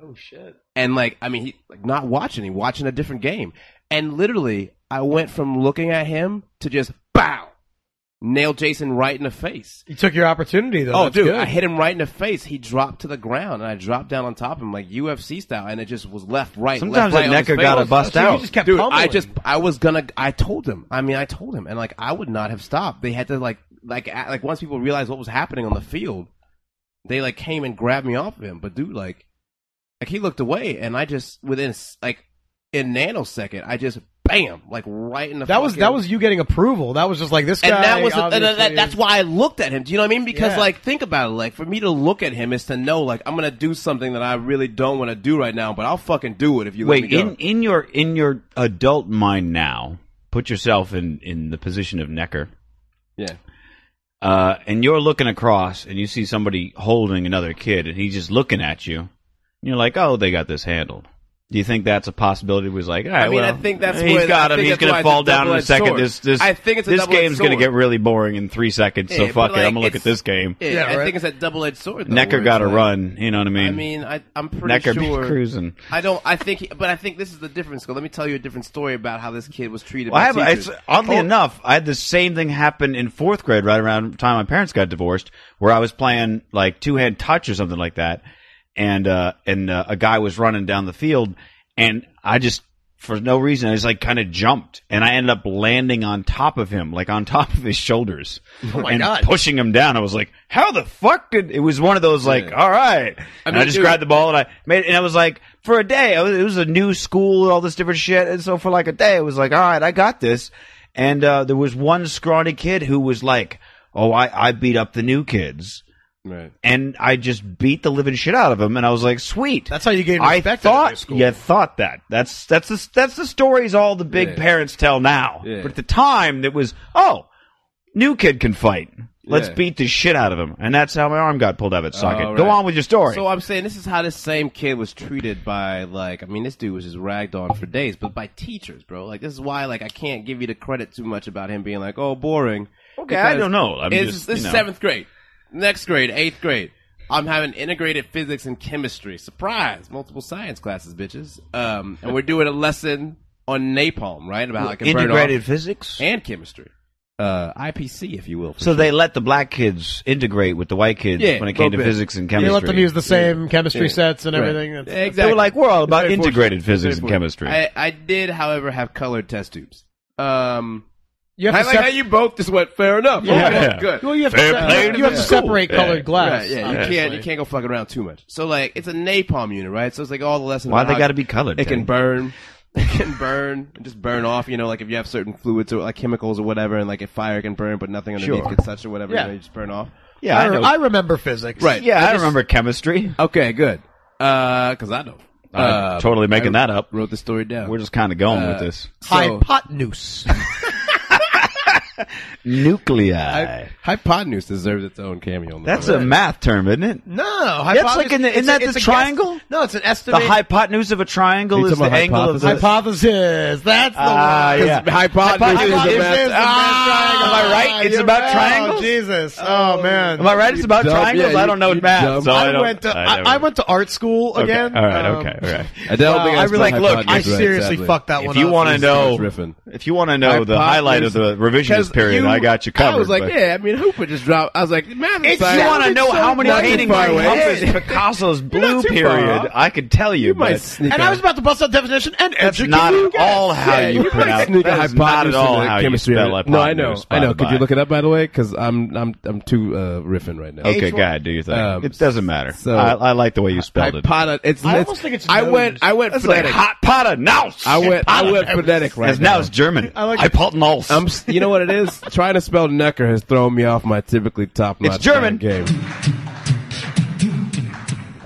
S8: Oh shit.
S2: And like, I mean, he like not watching, he watching a different game. And literally, I went from looking at him to just bow, nail Jason right in the face.
S8: You took your opportunity though.
S2: Oh,
S8: Oh, That's
S2: dude,
S8: good.
S2: I hit him right in the face. He dropped to the ground, and I dropped down on top of him like UFC style, and it just was left, right.
S7: Sometimes
S2: left, right
S7: that
S2: on his
S7: Necker
S2: face.
S7: gotta bust
S8: Oh, So you
S7: out.
S8: just kept
S2: Dude,
S8: pummeling.
S2: I just I was gonna I told him. I mean, I told him, and like I would not have stopped. They had to like like a- like once people realized what was happening on the field, they like came and grabbed me off of him. But dude, like like he looked away, and I just within s- like in nanosecond, I just bam like right in the
S8: that was
S2: fucking-
S8: that was you getting approval. That was just like this guy.
S2: and that was and
S8: obviously
S2: that, that's
S8: is-
S2: why I looked at him. Do you know what I mean? Because
S8: Yeah.
S2: like think about it. Like for me to look at him is to know like I'm gonna do something that I really don't want to do right now, but I'll fucking do it if you let
S7: Wait,
S2: me go.
S7: in in your in your adult mind now, put yourself in in the position of Necker.
S2: yeah.
S7: Uh, and you're looking across and you see somebody holding another kid and he's just looking at you. And you're like, oh, they got this handled. Do you think that's a possibility? Was like, all right,
S2: I mean,
S7: well,
S2: I think that's
S7: he's
S2: what- I
S7: got him.
S2: think
S7: He's
S2: that's why
S7: gonna
S2: it's a
S7: fall down in a
S2: double-edged
S7: second.
S2: sword.
S7: This this
S2: I think it's a
S7: this
S2: double-edged
S7: game's gonna
S2: sword.
S7: get really boring in three seconds.
S2: Yeah,
S7: so
S2: but,
S7: fuck it,
S2: like,
S7: I'm gonna look at
S2: it's-
S7: this game.
S2: Yeah,
S8: Yeah,
S2: I
S8: right.
S2: think it's that double edged sword. Though, where
S7: Necker
S2: it's
S7: got to
S2: like-
S7: run. You know what I mean?
S2: I mean, I, I'm pretty
S7: Necker be
S2: sure.
S7: cruising.
S2: I don't. I think, he, but I think this is the difference. Let me tell you a different story about how this kid was treated.
S7: Well, I
S2: by
S7: have,
S2: teachers.
S7: it's, oddly enough, I had the same thing happen in fourth grade, right around the time my parents got divorced, where I was playing like two hand touch or something like that, and uh, and uh, a guy was running down the field, and I just for no reason I just like kind of jumped, and I ended up landing on top of him, like on top of his shoulders, and
S8: God.
S7: pushing him down. I was like, how the fuck did? It was one of those like, all right, I, and
S2: mean,
S7: I just
S2: dude-
S7: grabbed the ball and I made, and I was like, for a day, I was, it was a new school and all this different shit, and so for like a day, it was like, all right, I got this. And uh, there was one scrawny kid who was like, oh, I, I beat up the new kids.
S2: Right.
S7: And I just beat the living shit out of him, and I was like, "Sweet."
S8: That's how you gain
S7: I
S8: respect out of your
S7: thought
S8: school.
S7: you thought that. That's that's the that's the stories all the big
S2: Yeah.
S7: parents tell now.
S2: Yeah.
S7: But at the time, it was oh, new kid can fight. Let's
S2: Yeah.
S7: beat the shit out of him, and that's how my arm got pulled out of its socket.
S2: Oh,
S7: Go
S2: right.
S7: on with your story.
S2: So I'm saying this is how this same kid was treated by like I mean this dude was just ragged on for days, but by teachers, bro. Like this is why like I can't give you the credit too much about him being like oh boring.
S7: Okay, I
S2: Because
S7: don't know. I'm
S2: it's
S7: just,
S2: this
S7: you
S2: is
S7: know.
S2: seventh grade, next grade, eighth grade. I'm having integrated physics and chemistry. Surprise! Multiple science classes, bitches. Um, and we're doing a lesson on napalm, right? About how it can burn off-
S7: integrated physics.
S2: and chemistry, uh, IPC, if you will.
S7: so they let the black kids integrate with the white kids
S2: Yeah,
S7: when it came to
S2: little bit.
S7: physics and
S8: You
S7: chemistry.
S8: let them use the same chemistry
S2: Yeah.
S8: sets and
S2: Right.
S8: everything. That's, that's-
S2: exactly.
S7: They were like, we're all about
S2: very
S7: integrated
S2: fortunate.
S7: physics
S2: Very
S7: and
S2: fortunate.
S7: chemistry.
S2: I, I did, however, have colored test tubes. Um,
S8: You
S2: I
S8: have to
S2: like how
S8: sep-
S2: you both just went fair enough.
S7: Yeah.
S2: Okay, good.
S8: well, you have to,
S7: Fair
S8: se-
S7: play to
S8: you have
S7: the
S8: to
S7: school.
S8: separate
S7: Yeah.
S8: colored glass.
S2: Right, yeah, you
S8: obviously.
S2: can't you can't go fuck around too much. So like it's a napalm unit, right? So it's like all the lessons.
S7: Why
S2: about
S7: they
S2: how
S7: gotta be colored,
S2: It can
S7: Teddy?
S2: burn. It can burn and just burn off. You know, like if you have certain fluids or like chemicals or whatever, and like if fire can burn, but nothing underneath
S7: Sure.
S2: can touch or whatever,
S8: Yeah.
S2: you, know, you just burn off.
S7: yeah,
S8: I,
S7: I know.
S8: I remember physics.
S2: Right.
S7: yeah, I, remember chemistry.
S2: Okay, good. Because I know.
S7: I'm totally making that up.
S2: Wrote the story down.
S7: We're just kind of going with
S2: uh, Uh,
S7: this.
S2: so,
S8: Hypotenuse.
S7: Nuclei.
S2: I, hypotenuse deserves its own cameo. On the
S7: That's
S2: show.
S7: a math term, isn't it?
S8: No,
S7: That's
S8: hypotenuse.
S7: like an-
S8: it's
S7: isn't that
S8: a-
S7: the
S8: it's a
S7: triangle?
S8: guess. No, it's an
S7: The
S8: estimate.
S7: hypotenuse of a triangle
S2: You
S7: is the
S2: talking about
S7: angle of the
S8: hypothesis. That's the
S7: Ah,
S8: one.
S7: yeah.
S2: hypotenuse is a
S7: Hypotenuse
S2: math-
S7: is the Ah, am I right? It's
S8: You're
S7: about
S8: right.
S7: triangles?
S8: Oh, Jesus. Oh, man.
S7: Am I right? It's about
S2: dumb.
S7: triangles.
S2: Yeah,
S7: I
S2: you-
S7: don't know
S2: you
S7: math,
S2: dumb.
S7: so I,
S8: I
S7: don't.
S8: went to I,
S7: don't-
S8: I went to art school
S7: Okay,
S8: again.
S7: All right.
S8: Um,
S7: okay. All right.
S2: I don't
S8: Wow,
S2: think
S8: I
S2: I,
S8: really-
S2: spelled
S7: look,
S2: hypotenuse
S8: I
S2: right,
S8: seriously
S2: sadly.
S8: fucked that
S7: If
S8: one
S7: you
S8: up.
S7: want to
S2: Jesus
S7: know,
S2: Christ, riffing.
S7: if you want to know the
S2: Hypotenuse-
S7: highlight of the revisionist
S2: 'Cause
S7: period,
S2: you-
S7: I got you covered.
S2: I was like,
S7: but-
S2: yeah, I mean, Hooper just dropped. I was like, man,
S7: If you want to know how many painting by Compass Picasso's blue
S2: too far
S7: period,
S2: off.
S7: I could tell you.
S2: might
S7: but
S2: sneak
S8: And I was about to bust out definition and
S7: That's
S8: educate
S7: not
S8: you
S7: at all
S8: guys.
S7: how
S2: Yeah,
S7: you
S2: might
S7: pronounce.
S2: sneak a
S7: That is not at
S2: hypotenuse
S7: all
S2: into the
S7: how you
S2: chemistry
S7: spell
S2: of it. No, I know,
S7: hypotenuse,
S2: I know.
S7: by
S2: Could
S7: the
S2: you
S7: by.
S2: look it up by the way? Because I'm I'm I'm too uh, riffing right now.
S7: Okay, go ahead. Do your thing.
S2: Um,
S7: it doesn't matter.
S2: so-
S7: I, I like the way you spelled it.
S2: Hypotenuse. It's,
S8: I
S2: it's-
S8: almost think it's
S2: I
S8: nose.
S2: went. I went
S7: It's like
S2: phonetic.
S7: hot potter now.
S2: I went. I went phonetic right
S7: Because now it's German. I
S8: like-
S7: like hypotenuse.
S2: I'm. s- You know what it is? Trying to spell Necker has thrown me off my typically top notch
S7: It's German.
S2: game.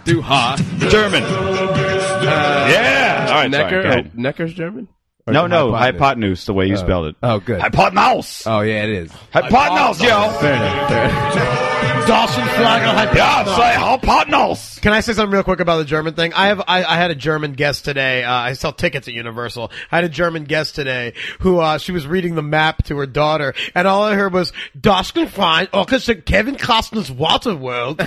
S7: do hot German. yeah. All right.
S2: Uh, Necker.
S7: sorry, go
S2: or-
S7: ahead.
S2: Necker's German. Or
S7: no, no.
S2: hypotenuse?
S7: Hypotenuse. The way you spelled it.
S2: Oh, good.
S7: Hypotenuse.
S2: Oh yeah, it is.
S7: Hypotenuse, yo.
S2: Fair enough. Fair enough.
S8: Dawson Flagel had
S7: Yeah, say hypotenuse.
S8: Can I say something real quick about the German thing? I have I, I had a German guest today. Uh, I sell tickets at Universal. I had a German guest today who uh, she was reading the map to her daughter, and all I heard was "Das Gefein, Orchestra Kevin Costner's Waterworld."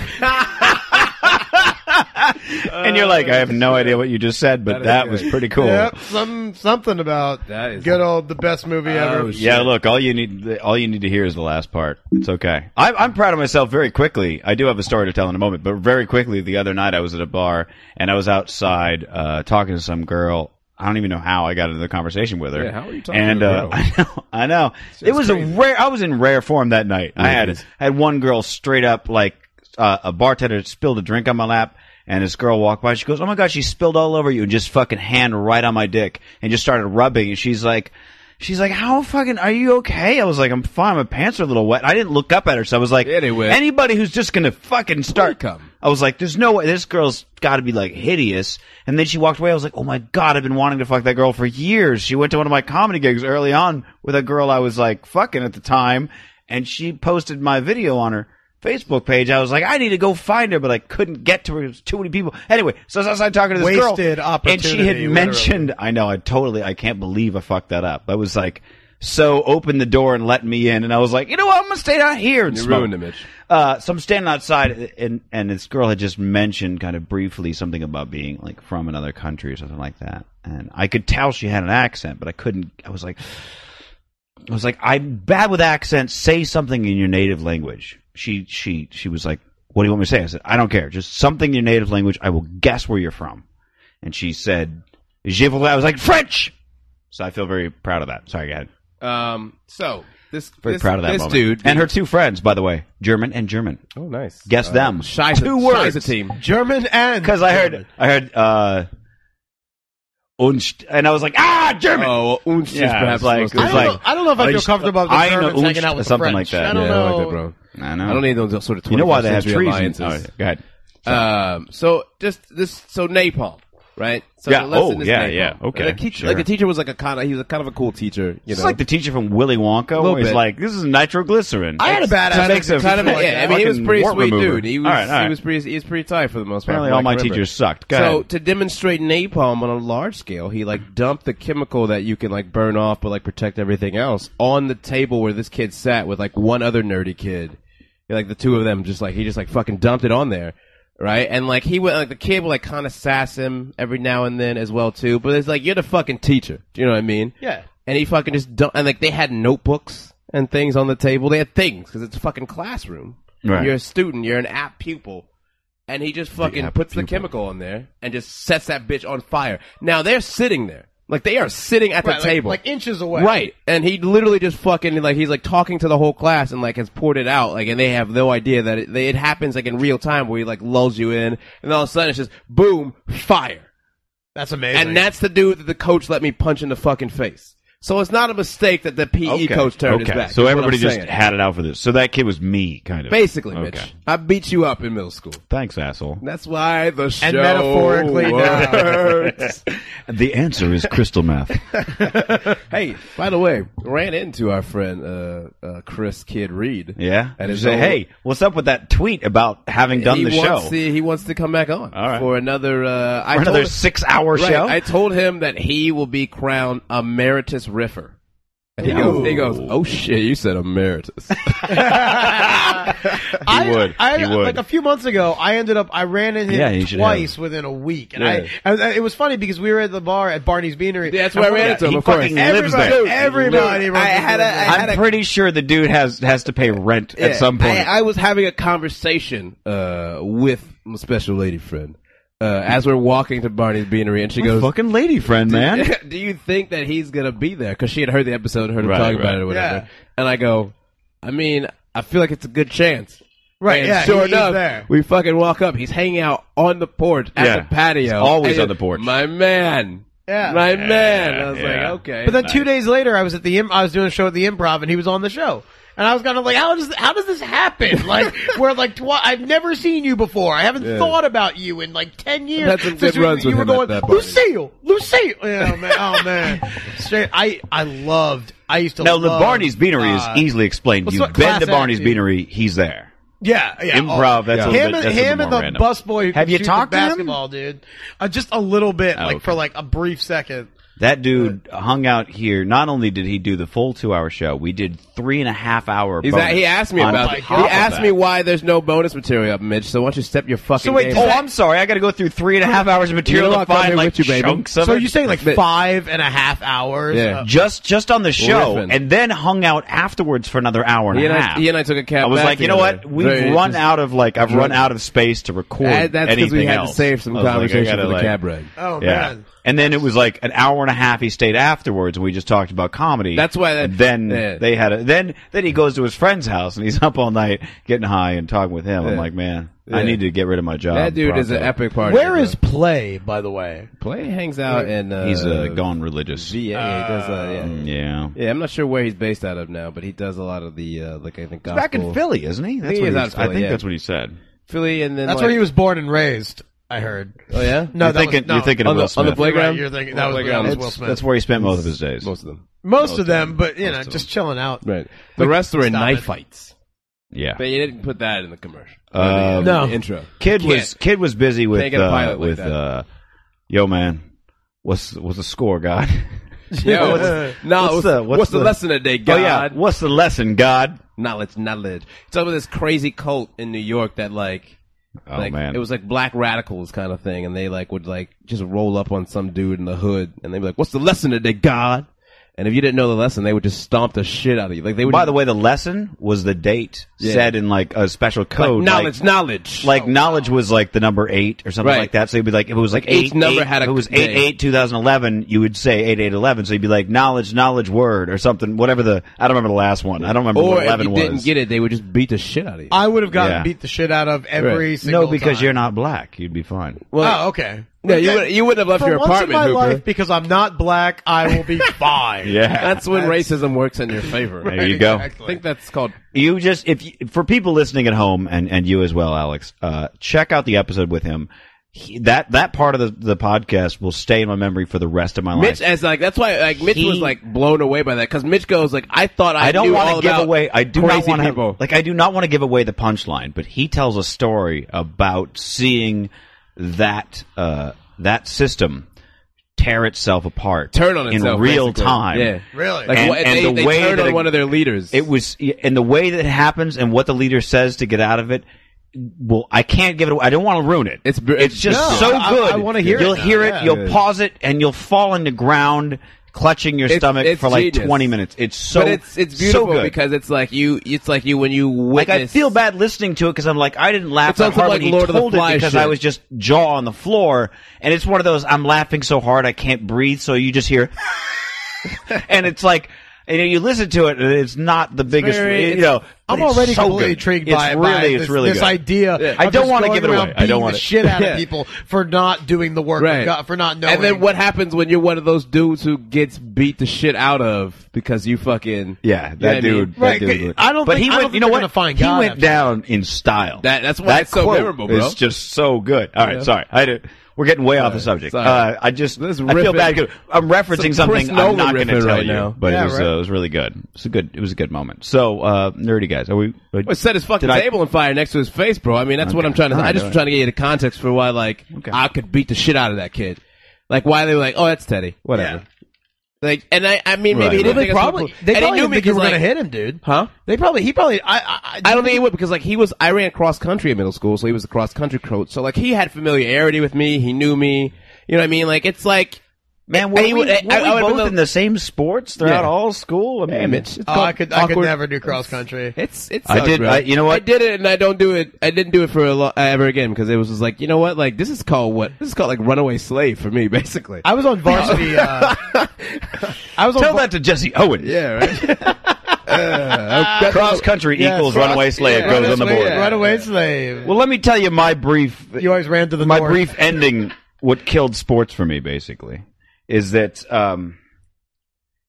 S7: and you're like, I have no idea what you just said, but that,
S2: that
S7: was
S2: is good.
S7: pretty cool.
S8: yep, some something about
S2: That is- Oh,
S8: good old the best movie ever.
S7: Yeah, look, all you need, all you need to hear is the last part. It's okay. I'm, I'm proud of myself. Very quickly, I do have a story to tell in a moment, but very quickly, the other night I was at a bar and I was outside uh, talking to some girl. I don't even know how I got into the conversation with her.
S2: Yeah, how are you talking
S7: And
S2: to a
S7: uh,
S2: girl?
S7: I know, I know. It was a rare. I was in rare form that night. I had had one girl straight up like uh, a bartender spilled a drink on my lap. And this girl walked by. She goes, "Oh my god, she spilled all over you!" And just fucking hand right on my dick, and just started rubbing. And she's like, "She's like, how fucking are you okay?" I was like, "I'm fine. My pants are a little wet." I didn't look up at her, so I was like,
S2: Anyway.
S7: anybody who's just gonna fucking start
S2: Welcome.
S7: I was like, "There's no way this girl's got to be like hideous." And then she walked away. I was like, "Oh my god, I've been wanting to fuck that girl for years." She went to one of my comedy gigs early on with a girl I was like fucking at the time, and she posted my video on her Facebook page. I was like, I need to go find her, but I couldn't get to her. There's too many people. Anyway, so I was outside talking to this girl,
S8: Wasted
S7: and she had
S8: opportunity,
S7: mentioned. I know. I totally. I can't believe I fucked that up. I was like. So open the door and let me in, and I was like, you know what, I'm gonna stay down here and
S2: You
S7: smoke.
S2: ruined it, Mitch.
S7: Uh, so I'm standing outside, and and this girl had just mentioned kind of briefly something about being like from another country or something like that, and I could tell she had an accent, but I couldn't. I was like, I was like, I'm bad with accents. Say something in your native language. She she she was like, What do you want me to say? I said, I don't care. Just something in your native language. I will guess where you're from. And she said, Je voulais. I was like, French. So I feel very proud of that. Sorry, go ahead.
S2: Um, so this
S7: Very
S2: this,
S7: proud of that
S2: this
S7: moment.
S2: dude
S7: and her two friends, by the way, German and German.
S2: Oh, nice.
S7: Guess them.
S2: Shiza,
S7: Two words.
S2: Shiza team.
S8: German and
S7: Because I heard I heard uh, Unst, and I was like, Ah, German.
S2: Oh, Unch
S7: Yeah,
S2: is perhaps
S7: it's like-
S2: supposed to-
S8: I
S7: it's
S8: don't,
S7: like-
S8: know, I don't know if I feel
S7: Einst-
S8: comfortable with the
S7: Ein-
S8: Germans hanging out with the
S7: something like
S8: French.
S7: that.
S8: I don't
S2: yeah, I
S8: know.
S2: like that, bro.
S7: I know.
S2: I don't need those sort of.
S7: you know why they have
S2: 21st century
S7: trees? in-
S2: Alliances.
S7: All right, go ahead.
S2: Um, so just this, so napalm, right? So
S7: Yeah,
S2: the lesson
S7: oh,
S2: is
S7: yeah,
S2: napalm.
S7: yeah, okay,
S2: Like, teach,
S7: sure.
S2: like the teacher was like a kind of, he was a kind of a cool teacher, you
S7: It's
S2: know.
S7: like the teacher from Willy Wonka.
S2: Little
S7: Where he's
S2: bit.
S7: like, "This is nitroglycerin."
S8: I had a badass
S7: That makes a
S2: kind of,
S7: like
S2: yeah,
S7: a
S2: I mean, he was
S7: fucking
S2: pretty
S7: wart
S2: sweet
S7: remover.
S2: dude. He was,
S7: All right, all
S2: he
S7: right.
S2: was pretty, he was pretty tight for the most part.
S7: Apparently,
S2: from what
S7: all
S2: I
S7: my
S2: can remember.
S7: teachers sucked. Go
S2: so
S7: ahead.
S2: to demonstrate napalm on a large scale, he like dumped the chemical that you can like burn off but like protect everything else on the table where this kid sat with like one other nerdy kid. Like the two of them just like he just like fucking dumped it on there. Right? And like he went like the kid would like kinda sass him every now and then as well too. But it's like you're the fucking teacher. Do you know what I mean?
S8: Yeah.
S2: And he fucking just dumped and like they had notebooks and things on the table. They had things because it's a fucking classroom.
S7: Right.
S2: You're a student, you're an apt pupil and he just fucking
S7: app
S2: puts the
S7: pupil.
S2: chemical on there and just sets that bitch on fire. Now they're sitting there, like they are sitting at
S8: Right,
S2: the
S8: like-
S2: table,
S8: like inches away.
S2: right? And he literally just fucking like he's like talking to the whole class and like has poured it out, like and they have no idea that it, they, it happens like in real time where he like lulls you in, and all of a sudden it's just boom, fire,
S8: That's amazing.
S2: and that's the dude that the coach let me punch in the fucking face. So it's not a mistake that the PE
S7: Okay.
S2: E coach turned
S7: okay.
S2: his back. is
S7: So
S2: what I'm
S7: everybody just
S2: saying.
S7: had it out for this. So that kid was me, kind of.
S2: basically,
S7: Okay.
S2: Mitch, I beat you up in middle school.
S7: Thanks, asshole.
S2: That's why the show
S8: metaphorically, no.
S2: works.
S7: The answer is crystal meth.
S2: hey, by the way, ran into our friend uh, uh, Chris Kid Reed.
S7: Yeah.
S2: At
S7: And you
S2: his
S7: say,
S2: old-
S7: hey, what's up with that tweet about having done
S2: he
S7: the
S2: wants
S7: show
S2: To, he wants to come back on
S7: All right.
S2: for another. Uh, I
S7: for
S2: told
S7: another
S2: him-
S7: six-hour
S2: right,
S7: show?
S2: I told him that he will be crowned emeritus riffer. And he
S7: Ooh.
S2: goes, he goes, oh shit, you said emeritus.
S8: I,
S7: would.
S8: I,
S7: He would.
S8: Like a few months ago, I ended up. I ran into him
S7: Yeah, you should
S8: twice within a week, and I- I, was- It was funny because we were at the bar at Barney's Beanery.
S2: Yeah, that's where I ran into him,
S7: He
S2: of course.
S7: fucking lives
S8: Everybody-
S7: there.
S8: everybody
S2: I had a, I
S7: I'm
S2: had a
S7: pretty sure the dude has has to pay rent at
S2: Yeah,
S7: some point.
S2: I, I was having a conversation uh, with my special lady friend uh, as we're walking to Barney's Beanery, and she goes,
S7: fucking lady friend, man.
S2: do you think that he's gonna be there? Because she had heard the episode, heard him
S7: Right,
S2: talking about
S7: right.
S2: it or whatever.
S8: Yeah.
S2: And I go, I mean, I feel like it's a good chance.
S8: Right,
S2: And
S8: yeah,
S2: sure
S8: he's
S2: enough,
S8: there.
S2: we fucking walk up. He's hanging out on the porch at
S7: Yeah.
S2: the patio.
S7: He's always
S2: And
S7: on the porch.
S2: My man.
S8: Yeah.
S2: My man. I was
S7: yeah.
S2: like, okay.
S8: But then two days later, I was at the Im- I was doing a show at the Improv, and he was on the show. And I was kind of like, how does how does this happen? Like, where like twi- I've never seen you before. I haven't thought about you in like ten years.
S2: I've had some
S8: Since
S2: good runs
S8: you,
S2: with
S8: you
S2: him
S8: were
S2: at
S8: going,
S2: that point.
S8: Lucille, Lucille. Yeah, Oh man, oh man. Straight, I I loved. I used to
S7: Now, the
S8: love,
S7: Barney's Beanery
S8: uh,
S7: is easily explained.
S8: what's
S7: You've
S8: that
S7: been
S8: class
S7: to
S8: act,
S7: Barney's
S8: dude?
S7: Beanery, he's there.
S8: Yeah, yeah.
S7: Improv, that's a little
S8: him
S7: bit-
S8: and,
S7: that's a
S8: him
S7: little
S8: and
S7: more
S8: the
S7: random.
S8: busboy who
S7: Have
S8: can
S7: you
S8: shoot
S7: talked to
S8: the
S7: him?
S8: basketball, dude. Uh, just a little bit, like
S7: okay.
S8: for like a brief second.
S7: That dude hung out here. Not only did he do the full two hour show, we did three and a half hour.
S2: He's
S7: bonus
S2: at- he asked me
S7: on
S2: about
S7: top
S2: it.
S7: of
S2: He asked
S7: that.
S2: me why there's no bonus material up, Mitch. So why don't you step your fucking
S8: So wait,
S2: game
S8: does
S2: up?
S7: Oh,
S8: that-
S7: I'm sorry. I got to go through three and a half hours of material
S2: know
S7: to
S2: I'll come
S7: find
S2: in
S7: like
S2: with you, baby.
S7: chunks of
S8: So
S7: it.
S8: you're saying like
S2: But-
S8: five and a half hours?
S2: Yeah.
S8: of-
S7: just just on the show,
S2: Riffing.
S7: and then hung out afterwards for another hour and
S2: He
S7: a
S2: and,
S7: half.
S2: I, he and I took a cab.
S7: I was
S2: back
S7: like, you know
S2: together.
S7: what? We've
S2: Very-
S7: run
S2: just-
S7: out of like I've run
S2: drunk.
S7: out of space to record.
S2: That- that's because
S7: anything
S2: we had
S7: else.
S2: to save some
S7: I was like, I
S2: conversation
S7: gotta,
S2: for the
S7: like- um,
S2: cab ride.
S8: oh
S7: yeah.
S8: man.
S7: And then it was like an hour and a half he stayed afterwards, and we just talked about comedy.
S2: That's why that-
S7: And then
S2: yeah.
S7: they had a then then he goes to his friend's house and he's up all night getting high and talking with him. I'm
S2: Yeah.
S7: like, man,
S2: Yeah.
S7: I need to get rid of my job.
S2: That dude is an
S7: pronto.
S2: epic party.
S8: Where is Play, by the way?
S2: Play hangs out in? Uh,
S7: He's uh, gone religious. Mm,
S2: VA. He does, uh, yeah.
S7: yeah.
S2: yeah, I'm not sure where he's based out of now, but he does a lot of the uh, like I think gospel.
S7: Back in Philly, isn't he? That's
S2: He
S7: what
S2: is
S7: he-
S2: out of
S7: I
S2: Philly,
S7: think
S2: yeah.
S7: that's what he said.
S2: Philly, and then
S8: That's
S2: like,
S8: where he was born and raised. I heard.
S2: Oh yeah,
S8: No,
S7: you're
S8: that was-
S7: thinking,
S8: no.
S7: you're thinking
S2: on
S7: of Will
S2: the on
S7: Smith.
S2: the playground.
S8: Right, you're thinking- that
S2: On the
S8: was-
S2: playground.
S8: that was
S2: It's-
S8: Will Smith.
S7: That's where he spent most of his days.
S2: Most of them,
S8: Most of them, but you know,
S7: Most of
S8: just chilling out.
S2: right? The rest were in
S8: Stop
S2: knife
S8: it.
S2: fights.
S7: Yeah.
S2: But you didn't put that in the commercial.
S7: Um,
S2: In the
S8: No.
S2: intro.
S7: Kid
S2: You can't.
S7: was kid was busy with
S2: Can't get a
S7: uh,
S2: pilot like
S7: with
S2: that.
S7: uh, yo man. What's what's the score, God?
S2: Yo,
S7: what's-
S2: no,
S7: what's
S2: what's,
S7: the-
S2: the,
S7: what's the-
S2: lesson today, God?
S7: Oh yeah, what's the lesson, God?
S2: Knowledge, knowledge. It's over this crazy cult in New York that like,
S7: Oh
S2: like
S7: man,
S2: it was like black radicals kind of thing, and they like would like just roll up on some dude in the hood, and they'd be like, "What's the lesson today, God?" And if you didn't know the lesson, they would just stomp the shit out of you. Like they would.
S7: By the way, the lesson was the date
S2: Yeah.
S7: said in like a special
S2: like,
S7: code.
S2: knowledge,
S7: like,
S2: knowledge.
S7: like knowledge was like the number eight or something
S2: Oh. Right.
S7: like that. So you'd be like, if it was like
S2: Each
S7: eight,
S2: number
S7: eight-
S2: had a
S7: if it was
S2: day.
S7: eight eight two thousand eleven, you would say eight eight eleven. So you'd be like knowledge, knowledge word or something. Whatever the I don't remember the last one. I don't remember
S2: or
S7: what
S2: if
S7: eleven
S2: you
S7: was.
S2: didn't get it, they would just beat the shit out of you.
S8: I would have gotten
S7: Yeah.
S8: beat the shit out of every single
S7: no, because
S8: time.
S7: you're not black. You'd be fine.
S8: Oh, okay.
S2: No, you would, you wouldn't have left
S8: For
S2: your
S8: once in
S2: apartment,
S8: my
S2: Hooper.
S8: life, because I'm not black, I will be fine.
S7: Yeah,
S2: That's when racism works in your favor.
S7: there you go.
S2: I think that's called
S7: you just if you, for people listening at home and and you as well alex uh check out the episode with him he, that that part of the, the podcast will stay in my memory for the rest of my
S2: Mitch
S7: life
S2: as like that's why like Mitch
S7: He-
S2: was like blown away by that because Mitch goes like I thought I,
S7: I don't
S2: knew
S7: want
S2: all
S7: to give
S2: about
S7: away. I do not
S2: crazy
S7: want to
S2: people.
S7: like. I do not want to give away the punchline. But he tells a story about seeing that uh, that system tear itself apart,
S2: turn on
S7: in
S2: itself
S7: real
S2: basically.
S7: time.
S2: Yeah,
S8: Really?
S2: Like
S7: And-
S2: what,
S7: and
S2: they,
S7: the
S2: they
S7: way
S2: turned
S7: that
S2: on
S7: it-
S2: one of their leaders.
S7: It was, and the way that it happens and what the leader says to get out of it. Well, I can't give it. away. I don't want to ruin it.
S2: It's br-
S7: it's just
S2: No,
S7: so
S8: I-
S7: good.
S8: I wanna hear it
S7: You'll
S8: now,
S7: hear it.
S8: yeah.
S7: You'll pause it, and you'll fall on the ground, clutching your
S2: It's-
S7: stomach
S2: it's
S7: for like
S2: genius.
S7: twenty minutes. It's so
S2: but it's it's
S7: so
S2: beautiful
S7: good.
S2: because it's like you it's like you when you
S7: like
S2: witness
S7: I feel bad listening to it because I'm like I didn't laugh
S2: It's
S7: that
S2: also
S7: hard
S2: like
S7: when he
S2: Lord of the
S7: told it
S2: Flies
S7: because
S2: shit.
S7: I was just jaw on the floor, and it's one of those I'm laughing so hard I can't breathe, so you just hear, and it's like. And you listen to it, and it's not the biggest.
S2: very-
S7: you know, but
S8: I'm
S7: it's
S8: already
S7: so
S8: completely
S7: good.
S8: intrigued
S7: It's
S8: by it,
S7: really,
S8: by
S7: it's
S8: this,
S7: really
S8: this
S7: good.
S8: idea.
S7: Yeah. I
S8: of
S7: don't
S8: just
S7: wanna
S8: going
S7: give it away.
S8: around
S7: I don't
S8: beating
S7: want
S8: the
S7: it.
S8: shit out
S2: Yeah.
S8: of people for not doing the work
S2: Right.
S8: of God, for not knowing.
S2: And then what happens when you're one of those dudes who gets beat the shit out of because you fucking
S7: Yeah,
S2: You know
S7: that
S2: what I mean?
S7: dude. that
S8: Right,
S7: dude-
S8: 'cause I don't
S7: But
S8: think-
S7: he
S8: I
S7: went.
S8: don't think
S7: you know
S8: they're
S7: what?
S8: gonna find
S7: he
S8: God
S7: went
S8: after
S7: down in style.
S2: That- that's why it's so
S7: quote
S2: memorable, bro.
S7: It's just so good. All right, sorry. I had to, we're getting way off the subject.
S2: sorry.
S7: Uh, I just
S2: This
S7: I feel
S2: riffing-
S7: bad. 'cause I'm referencing
S2: some Chris
S7: something I'm
S2: Nolan
S7: not going to
S2: riffing
S7: tell
S2: right
S7: you,
S2: now.
S7: but
S8: Yeah,
S7: it was
S8: right.
S7: uh, it was really good. It's a good it was a good moment. So uh, nerdy guys, are we? uh, are-
S2: Well, set his fucking
S7: did I-
S2: table on fire next to his face, bro. I mean, that's what
S7: Okay.
S2: I'm trying to.
S7: All right,
S2: I just
S7: all right.
S2: was trying to get you the context for why, like,
S7: Okay.
S2: I could beat the shit out of that kid. Like, why they were like, oh, that's Teddy, whatever. Like, and I, I mean, maybe
S7: Right.
S2: he
S8: Well,
S2: didn't
S8: they
S2: think I was
S8: probably
S2: cool.
S8: they
S2: and
S8: probably
S2: he knew
S8: didn't
S2: me
S8: think you were
S2: because,
S8: gonna
S2: like,
S8: hit him, dude.
S2: Huh?
S8: They probably he probably I I,
S2: I don't think he would because like he was I ran cross country in middle school, so he was a cross country coach. So like he had familiarity with me, he knew me. You know what I mean? Like it's like
S7: man, were
S2: I-
S7: we, were
S2: I-
S7: we
S2: I- I would've
S7: both
S2: been
S7: in the same sports throughout
S2: Yeah.
S7: all school? I mean,
S2: damn it's, it's
S8: Oh,
S2: called
S8: I could I could
S2: awkward-
S8: never do cross country.
S2: It's it's.
S7: I did- I- you know what?
S2: I did it, and I don't do it. I didn't do it for a lo- ever again because it was just like you know what? Like this is called what? This is called like runaway slave for me, basically.
S8: I was on varsity. Uh, I was on
S7: tell
S8: va-
S7: that to Jesse Owen.
S2: yeah, right.
S7: Cross country
S8: Yes,
S7: equals
S8: cross-
S7: runaway slave
S8: yeah,
S7: goes on the
S8: runaway-
S7: board.
S8: Runaway slave.
S7: Well, let me tell you my brief
S8: You always ran to the
S7: my
S8: north.
S7: brief ending what killed sports for me basically is that um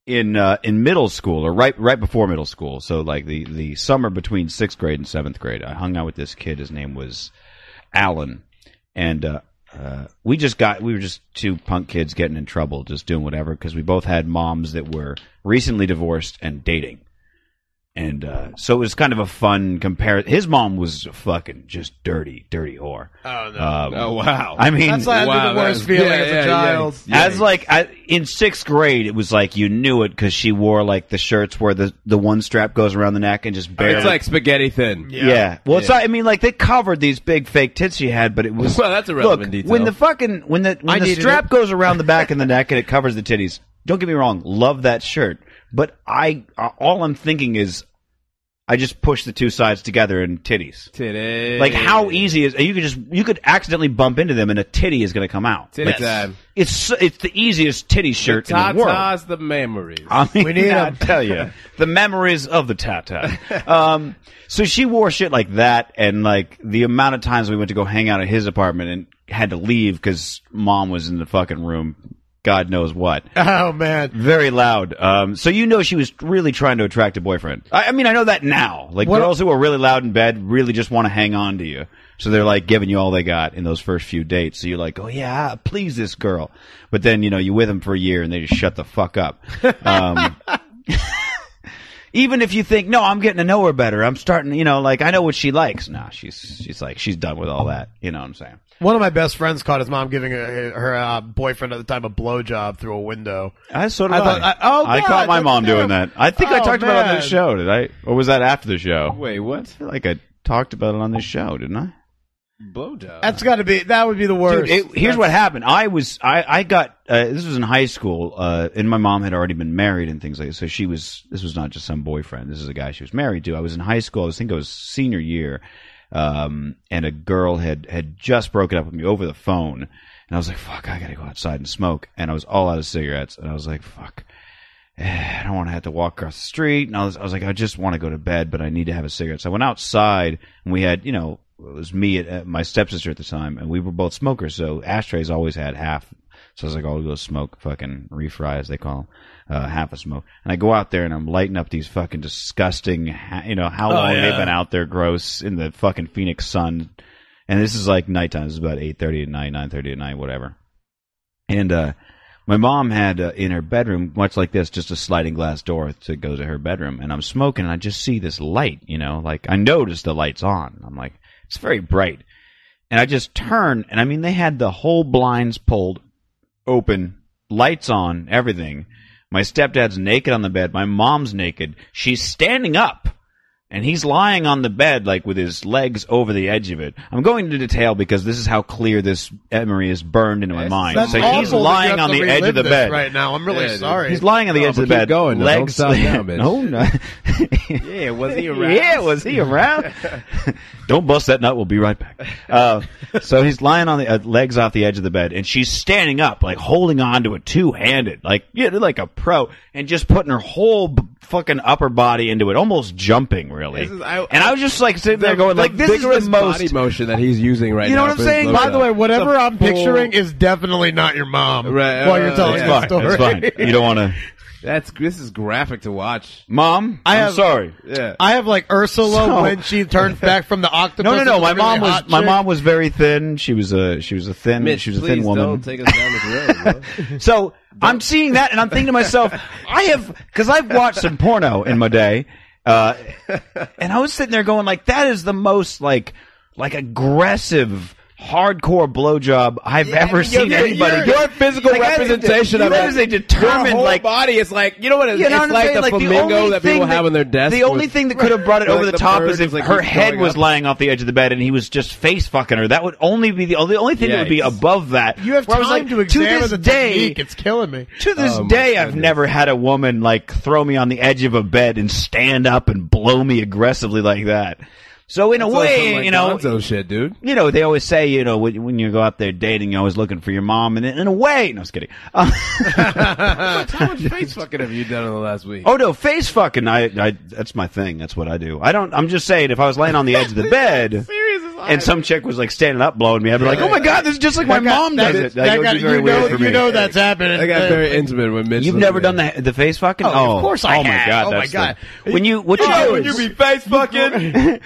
S7: in uh, in middle school or right right before middle school so like the the summer between 6th grade and 7th grade I hung out with this kid his name was Alan and uh uh, we just got we were just two punk kids getting in trouble just doing whatever because we both had moms that were recently divorced and dating and uh, so it was kind of a fun compare his mom was fucking just dirty dirty whore
S8: Oh no.
S7: um,
S2: Oh, wow.
S7: I mean,
S8: That's like
S2: Wow,
S8: the
S2: that
S8: worst
S2: was-
S8: feeling
S2: yeah,
S8: as a
S2: yeah,
S8: child.
S2: yikes.
S7: as like I, in sixth grade, it was like you knew it because she wore like the shirts where the the one strap goes around the neck and just barely.
S2: it's like spaghetti thin.
S7: yeah. Well, it's not. I mean, like they covered these big fake tits she had, but it was.
S2: Well, that's a relevant
S7: look,
S2: detail.
S7: When the fucking when the when
S8: I
S7: the
S8: needed
S7: strap
S8: it.
S7: goes around the back and the neck and it covers the titties. Don't get me wrong, love that shirt, but I uh, all I'm thinking is, I just push the two sides together and titties.
S2: Titty.
S7: Like how easy is you could just you could accidentally bump into them and a titty is going to come out.
S2: Titty
S7: Like,
S2: time.
S7: It's so- it's the easiest titty
S2: The
S7: shirt in the world.
S2: tatas, the memories.
S7: I mean,
S8: We need
S7: I
S8: 'em.
S7: tell you the memories of the tata. Um, so she wore shit like that, and like the amount of times we went to go hang out at his apartment and had to leave because mom was in the fucking room, God knows what
S8: Oh man.
S7: very loud. Um, so you know she was really trying to attract a boyfriend. I, I mean, I know that now. Like
S8: What-
S7: girls who are really loud in bed really just want to hang on to you, so they're like giving you all they got in those first few dates. So you're like, oh yeah, I please this girl. But then you know you with them for a year and they just shut the fuck up. Um, Even if you think, no, I'm getting to know her better. I'm starting, you know, like I know what she likes. Nah, she's she's like she's done with all that. You know what I'm saying?
S8: One of my best friends caught his mom giving her, her uh, boyfriend at the time a blowjob through a window.
S7: I sort
S8: I
S7: of.
S8: thought- I- oh,
S7: I
S8: God,
S7: caught my
S8: that's
S7: mom doing that.
S8: terrible.
S7: I think I
S8: Oh,
S7: talked about it on this
S8: man.
S7: show. Did I? Or was that after the show?
S2: Wait, what?
S7: I feel like I talked about it on this show, didn't I?
S2: Blowjob.
S8: That's got to be that would be the worst.
S7: Dude, it, here's what happened. I was I I got uh, this was in high school, uh, and my mom had already been married and things like that. So she was this was not just some boyfriend. This is a guy she was married to. I was in high school. I was I think it was senior year, um, and a girl had had just broken up with me over the phone, and I was like, "Fuck, I gotta go outside and smoke." And I was all out of cigarettes, and I was like, "Fuck." I don't want to have to walk across the street. And I was, I was like, I just want to go to bed, but I need to have a cigarette. So I went outside, and we had, you know, it was me and uh, my stepsister at the time, and we were both smokers. So ashtrays always had half. So I was like, I'll go smoke fucking refry, as they call 'em, uh, half a smoke. And I go out there and I'm lighting up these fucking disgusting, ha- you know, how long they've been out there, gross, in the fucking Phoenix sun. And this is like nighttime. This is about eight thirty at night, nine thirty at night, whatever. And uh, my mom had uh, in her bedroom, much like this, just a sliding glass door to go to her bedroom. And I'm smoking, and I just see this light, you know, like I notice the light's on. I'm like, it's very bright. And I just turn, and I mean, they had the whole blinds pulled open, lights on, everything. My stepdad's naked on the bed. My mom's naked. She's standing up and he's lying on the bed like with his legs over the edge of it. I'm going into detail because this is how clear this memory is burned into my mind.
S8: That's
S7: so
S8: awful
S7: he's
S8: that you have
S7: lying
S8: to
S7: on the
S8: relive
S7: edge of the
S8: this
S7: bed.
S8: right now. I'm really
S2: Yeah, dude.
S8: sorry.
S7: He's lying on the
S2: No,
S7: edge of the
S2: Oh, but keep
S7: bed.
S2: going. Don't
S7: Legs.
S2: stop now, bitch.
S7: No, no.
S2: yeah, was he
S7: Yeah, was he around? Don't bust that nut. We'll be right back. Uh, so he's lying on the uh, legs off the edge of the bed, and she's standing up, like holding on to it two handed, like yeah, like a pro, and just putting her whole b- fucking upper body into it, almost jumping, really.
S2: This is- I-
S7: and I was just like sitting there going, like this is the
S2: body
S7: most.
S2: motion that he's using right now.
S7: You know what I'm
S2: for his
S7: saying?
S8: By the
S2: blowjob.
S8: way, whatever
S7: It's a
S8: I'm picturing is definitely not your mom.
S2: Right,
S8: While
S2: uh,
S8: you're telling
S7: It's fine.
S8: that story.
S7: It's fine. You don't want to,
S2: that's this is graphic to watch.
S7: mom.
S8: I
S7: I'm
S8: have-
S7: sorry.
S2: Yeah,
S8: I have like Ursula
S7: So-
S8: when she turns back from the octopus.
S7: No, no, no.
S8: with
S7: My
S8: the really
S7: mom was
S8: hot
S7: my
S8: chick.
S7: mom was very thin. She was a she was a thin
S2: Mitch,
S7: she was a
S2: please
S7: thin woman.
S2: don't take us down this road. bro.
S7: So I'm seeing that, and I'm thinking to myself, I have because I've watched some porno in my day, uh, and I was sitting there going like, that is the most like like aggressive. Hardcore blowjob I've ever seen
S2: your-
S7: anybody.
S2: your-
S7: get.
S2: your physical
S7: Like, that is a-
S2: representation of
S7: that
S2: it.
S7: is a determined
S2: Your whole
S7: like
S2: body is like you know what it is?
S7: you know
S2: it's
S7: what I'm
S2: like
S7: saying?
S2: the flamingo
S7: only
S2: that
S7: thing
S2: people have on their desk.
S7: The only
S2: with-
S7: thing that could have brought it
S2: Like
S7: over the,
S2: the
S7: top
S2: bird
S7: is if
S2: just, like,
S7: her
S2: keeps
S7: head
S2: going
S7: was
S2: up.
S7: lying off the edge of the bed and he was just face fucking her. That would only be the, the only thing that would be
S2: Yikes.
S7: above that.
S8: You have
S7: Where I
S8: time
S7: was like,
S8: to examine
S7: this
S8: the
S7: day,
S8: technique. It's killing me.
S7: To this
S2: Oh, my
S7: day, I've
S2: goodness.
S7: never had a woman like throw me on the edge of a bed and stand up and blow me aggressively like that. So in a
S2: It's like
S7: way,
S2: some, like,
S7: you know,
S2: Gonzo shit, dude.
S7: you know, they always say, you know, when, when you go out there dating, you're always looking for your mom. And in in a way, no, I was kidding. Uh,
S2: How much face fucking have you done in the last week?
S7: Oh no, face fucking! I, I that's my thing. That's what I do. I don't. I'm just saying, if I was laying on the edge of the bed, and some chick was like standing up blowing me, I'd be like, "Oh my god, this is just like my mom does it." Like,
S8: That
S7: it would
S8: got-
S7: be very
S8: you
S7: weird
S8: know,
S7: for
S8: you
S7: me.
S8: know that's happening.
S2: I got very intimate with Mitch.
S7: You've
S2: looked
S7: never
S2: at
S7: done
S2: me.
S7: the the face fucking. Oh,
S8: of course I
S7: oh my
S8: have.
S7: god,
S8: Oh, my
S7: that's
S8: God.
S7: the- when you what you
S2: Oh,
S7: do
S2: when you
S7: is-
S2: be face fucking.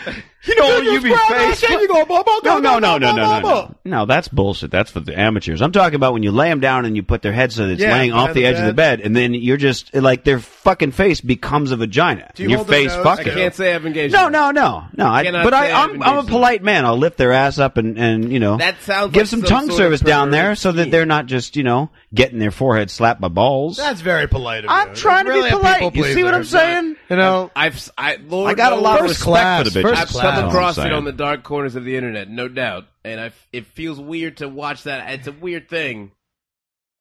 S7: you know when you be face.
S8: You go, blah, blah,
S7: No,
S8: blah,
S7: no, no, no,
S8: blah, blah,
S7: no, no,
S8: blah, blah.
S7: no. No, that's bullshit. That's for the amateurs. I'm talking about when you lay them down and you put their head so that it's
S8: Yeah,
S7: laying off
S8: behind
S7: the
S8: the
S7: edge of the bed, and then you're just like their fucking face becomes a vagina.
S8: you
S7: your
S8: hold their
S7: face
S8: nose?
S2: I
S7: fucking.
S2: can't say I've engaged.
S7: No,
S2: you.
S7: no, no, no. I,
S2: Cannot
S7: but I,
S2: say I've
S7: I'm, I'm a
S2: engaged
S7: polite man. I'll lift their ass up and, and you know
S2: That sounds
S7: give
S2: like
S7: some
S2: some
S7: tongue
S2: sort of
S7: service down there
S2: perverted
S7: so that
S2: scheme.
S7: they're not just you know getting their forehead slapped by balls.
S8: That's very polite. Of
S7: I'm
S8: you.
S7: trying to be
S8: Really a
S7: polite.
S8: people
S7: You see what I'm
S8: pleaser.
S7: saying?
S8: You know,
S2: I've s- I, Lord
S7: I got a
S2: knows,
S7: lot of
S2: I've
S7: respect for the
S8: class,
S7: bitches.
S8: first
S2: I've
S8: class. That's
S2: come
S8: what
S2: across
S7: I'm
S2: it
S7: saying.
S2: on the dark corners of the internet, no doubt, and I f- it feels weird to watch that. It's a weird thing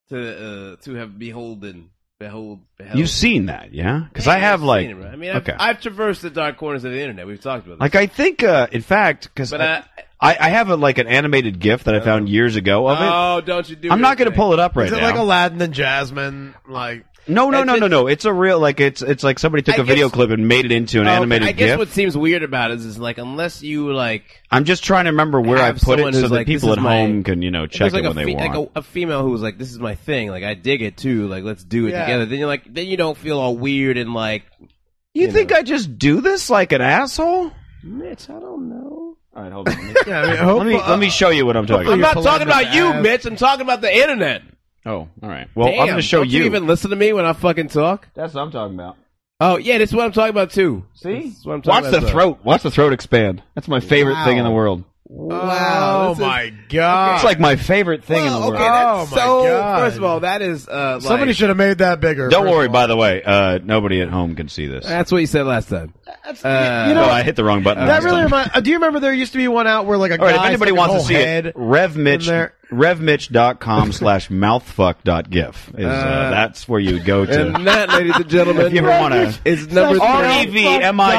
S2: to uh, to have beholden, behold, beheld.
S7: You've seen that, yeah? Because
S2: Yeah,
S7: I have
S2: I've
S7: like,
S2: seen it, right? I mean, I've,
S7: okay,
S2: I've traversed the dark corners of the internet. We've talked about this.
S7: like I think uh, in fact because
S2: But
S7: I,
S2: I-
S7: I, I have a, like an animated GIF that I found years ago of it.
S2: oh, don't you do?
S7: I'm not going to pull it up right
S8: is
S7: now.
S8: it like Aladdin and Jasmine? Like,
S7: no, no,
S2: It's-
S7: no, no,
S2: it's-
S7: no. It's a real like it's it's like somebody took
S2: I
S7: a video
S2: guess-
S7: clip and made it into an animated
S2: Oh, I guess
S7: GIF.
S2: what seems weird about it is, is like unless you like
S7: I'm just trying to remember where I
S2: have
S7: put
S2: someone
S7: it so
S2: who's
S7: that
S2: like,
S7: people
S2: this
S7: at
S2: is my-
S7: home can, you know, check
S2: there's like
S7: it
S2: a
S7: when they
S2: fe-
S7: want.
S2: Like a, a female who was like, "This is my thing. Like I dig it too. Like let's do it
S8: Yeah.
S2: together." Then you're like, then you don't feel all weird and like,
S7: you,
S2: you
S7: think
S2: know.
S7: I just do this like an asshole?
S2: Mitch, I don't know.
S7: All right, hold on.
S8: yeah, I mean,
S7: let me let me show you what I'm talking
S2: I'm not
S7: about.
S8: You're
S2: talking
S8: pulling
S2: about
S8: his
S2: you,
S8: ass.
S2: Mitch. I'm talking about the internet.
S7: Oh, all right. Well, I'm
S2: Damn,
S7: going to show
S2: don't you.
S7: you.
S2: even listen to me when I fucking talk.
S7: That's what I'm talking about.
S2: Oh yeah, that's what I'm talking about too. See, that's what I'm talking
S7: Watch
S2: about,
S7: the
S2: so.
S7: throat. Watch the throat expand. That's my favorite thing in the world.
S2: Wow.
S8: Oh
S2: this is-
S8: my god!
S7: It's like my favorite thing in the
S2: Wow,
S7: world.
S2: okay, that's
S8: Oh my
S2: so.
S8: God.
S2: First of all, that is uh, like,
S8: Somebody should have made that bigger.
S7: Don't
S8: first
S7: worry.
S8: of all.
S7: By the way, uh, nobody at home can see this.
S2: That's what you said last time. Uh,
S8: you know,
S7: oh, I hit the wrong button.
S8: that
S7: last
S8: really
S7: time.
S8: reminds. Uh, do you remember there used to be one out where like a
S7: All right, if
S8: guy's
S7: anybody
S8: fucking
S7: wants to
S8: whole
S7: see
S8: head,
S7: it, revmitch
S8: there.
S7: revmitch.com slash mouthfuck.gif. Is, uh,
S2: Uh,
S7: that's where you go to.
S2: And that, ladies and gentlemen,
S7: If you ever wanna-
S2: is number
S7: E
S2: three.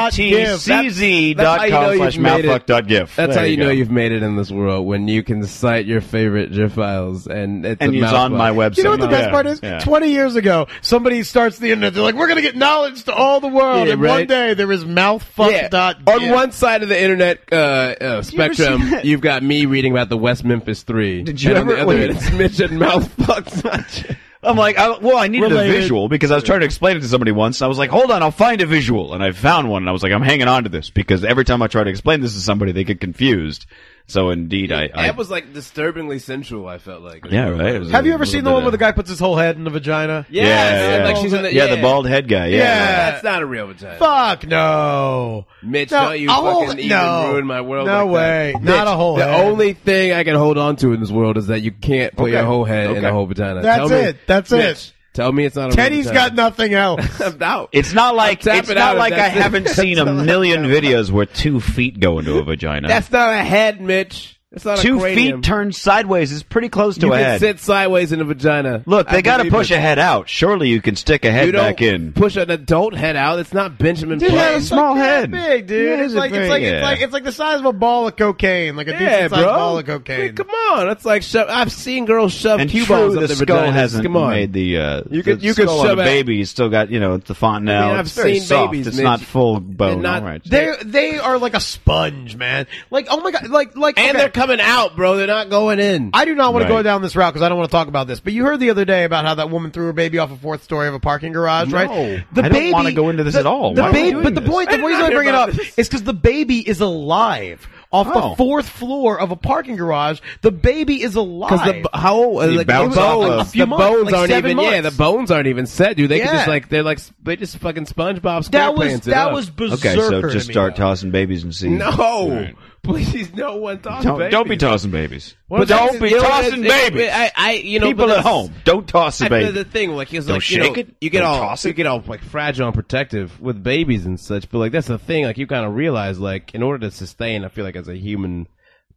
S2: E
S7: R-E-V-M-I-T-C-Z
S2: That's how
S7: dot
S2: you know
S7: com
S2: you've
S7: slash
S2: made it.
S7: mouthfuck.gif.
S2: That's
S7: There
S2: how you know
S7: go.
S2: you've made it in this world when you can cite your favorite GIF files, and it's
S7: And
S2: a
S7: it's on
S2: mouthful.
S7: my website.
S8: You know what the best
S7: Yeah,
S8: part is?
S7: yeah.
S8: Twenty years ago, somebody starts the internet. They're like, "We're gonna get knowledge to all the world,"
S2: Yeah,
S8: and
S2: right?
S8: one day there is mouthfuck
S2: Yeah.
S8: dot.
S2: On
S8: gif.
S2: one side of the internet uh, uh, spectrum, you have got me reading about the West Memphis Three. Did
S7: you
S2: and
S7: ever-
S2: On the other
S7: wait.
S2: end, it's Mitch and mouthfuck.
S7: I'm like, I, well, I needed a
S5: Related.
S7: visual because I was trying to explain it to somebody once. And I was like, hold on, I'll find a visual. And I found one. And I was like, I'm hanging on to this because every time I try to explain this to somebody, they get confused. So indeed, I. I
S2: That was like disturbingly sensual. I felt like.
S7: yeah, right. It was
S8: Have
S7: a
S8: you ever
S7: little
S8: seen the
S7: bit
S8: one where
S7: of-
S8: the guy puts his whole head in the vagina?
S2: Yeah,
S7: Yeah, yeah.
S2: like she's in the,
S7: yeah, the bald head guy. Yeah.
S8: Yeah.
S2: That's not a real vagina.
S8: Fuck no,
S2: Mitch,
S8: No,
S2: don't you
S8: a whole-
S2: fucking
S8: no.
S2: even ruin my world. like
S8: No
S2: that.
S8: way.
S2: Mitch,
S8: Not a whole
S2: The
S8: head.
S2: only thing I can hold on to in this world is that you can't put your whole head in a whole vagina.
S8: That's
S2: tell me,
S8: it. That's
S2: Mitch,
S8: it.
S2: Tell me it's not a
S8: Teddy's
S2: real
S8: got
S2: vagina.
S8: nothing else.
S2: I'm out.
S7: It's not like
S2: I'll tap
S7: it's
S2: it out
S7: not
S2: if
S7: like I
S2: that's it.
S7: haven't seen a million videos where two feet go into a vagina.
S2: That's not a head, Mitch. It's not a
S7: two
S2: cranium.
S7: feet turned sideways is pretty close to
S2: You
S7: a
S2: can
S7: head.
S2: sit sideways in a vagina.
S7: Look,
S2: I
S7: they got to
S2: believe
S7: push
S2: it.
S7: a head out. Surely you can stick a
S2: You
S7: head
S2: don't
S7: back in.
S2: push an adult head out. It's not Benjamin
S8: Dude,
S2: Button.
S8: yeah, it's
S7: Small
S8: like that
S7: head.
S8: big dude.
S7: Yeah, it
S8: it's
S7: is a
S8: like
S7: big-
S8: it's like
S7: yeah.
S8: it's like it's like the size of a ball of cocaine, like a
S2: Yeah,
S8: decent sized
S2: bro.
S8: ball of
S2: I mean,
S8: cocaine.
S2: come on, that's like shove. I've seen girls shove
S7: And
S2: cue
S7: true,
S2: balls up
S7: the
S2: their
S7: skull
S2: vaginas.
S7: hasn't
S2: come on,
S7: made the uh,
S2: You could-
S7: the
S2: you could
S7: skull on
S2: shove
S7: a
S2: out-
S7: baby. He's still got you know it's the fontanelle.
S2: I mean, I've
S7: it's very
S2: seen
S7: soft.
S2: babies,
S7: It's
S2: Mitch.
S7: not full bone.
S2: not-
S7: All right.
S8: They they are like a sponge, man. Like oh my god, like like
S2: and
S8: okay.
S2: they're coming out, bro. They're not going in.
S8: I do not want
S7: Right.
S8: to go down this route because I don't want to talk about this. But you heard the other day about how that woman threw her baby off a fourth story of a parking garage, right? The
S7: I don't
S8: baby-
S7: wanna go into this
S8: the-
S7: at all.
S8: The
S7: Why are we
S8: baby,
S7: doing
S8: but the
S7: this?
S8: point,
S2: I
S8: the
S2: did
S8: reason
S2: not
S8: I
S2: hear
S8: bring it
S2: about
S8: up
S2: this.
S8: is because the baby is alive off
S7: Oh.
S8: the fourth floor of a parking garage. The baby is alive.
S2: Because the b- how old?
S7: They
S2: like,
S7: bounce
S2: the
S7: off
S2: bones,
S7: of- A
S8: few
S2: the
S8: months,
S2: bones
S8: like
S2: aren't
S8: seven
S2: even. Yeah, the
S8: months.
S2: bones aren't even set, dude. They could just
S8: Yeah.
S2: like they're like s- they just fucking SpongeBob SquarePants.
S8: that was
S2: it
S8: that
S2: up.
S8: was berserker.
S7: Okay, so just
S8: to me,
S7: start
S8: though.
S7: tossing babies and see.
S2: no. Please, no one toss
S7: Don't,
S2: babies.
S7: don't be tossing babies.
S2: But
S7: don't
S2: that's-
S7: be
S2: you know,
S7: tossing
S2: it's- it's-
S7: babies.
S2: I, I, you know,
S7: People
S2: but
S7: at
S2: that's-
S7: home, don't toss a
S2: I, but
S7: baby.
S2: the thing, like, it's
S7: Don't
S2: like you
S7: shake
S2: know,
S7: it.
S2: you get
S7: Don't
S2: all,
S7: toss
S2: you
S7: it.
S2: get all like fragile and protective with babies and such. But like, that's the thing. Like, you kind of realize, like, in order to sustain, I feel like as a human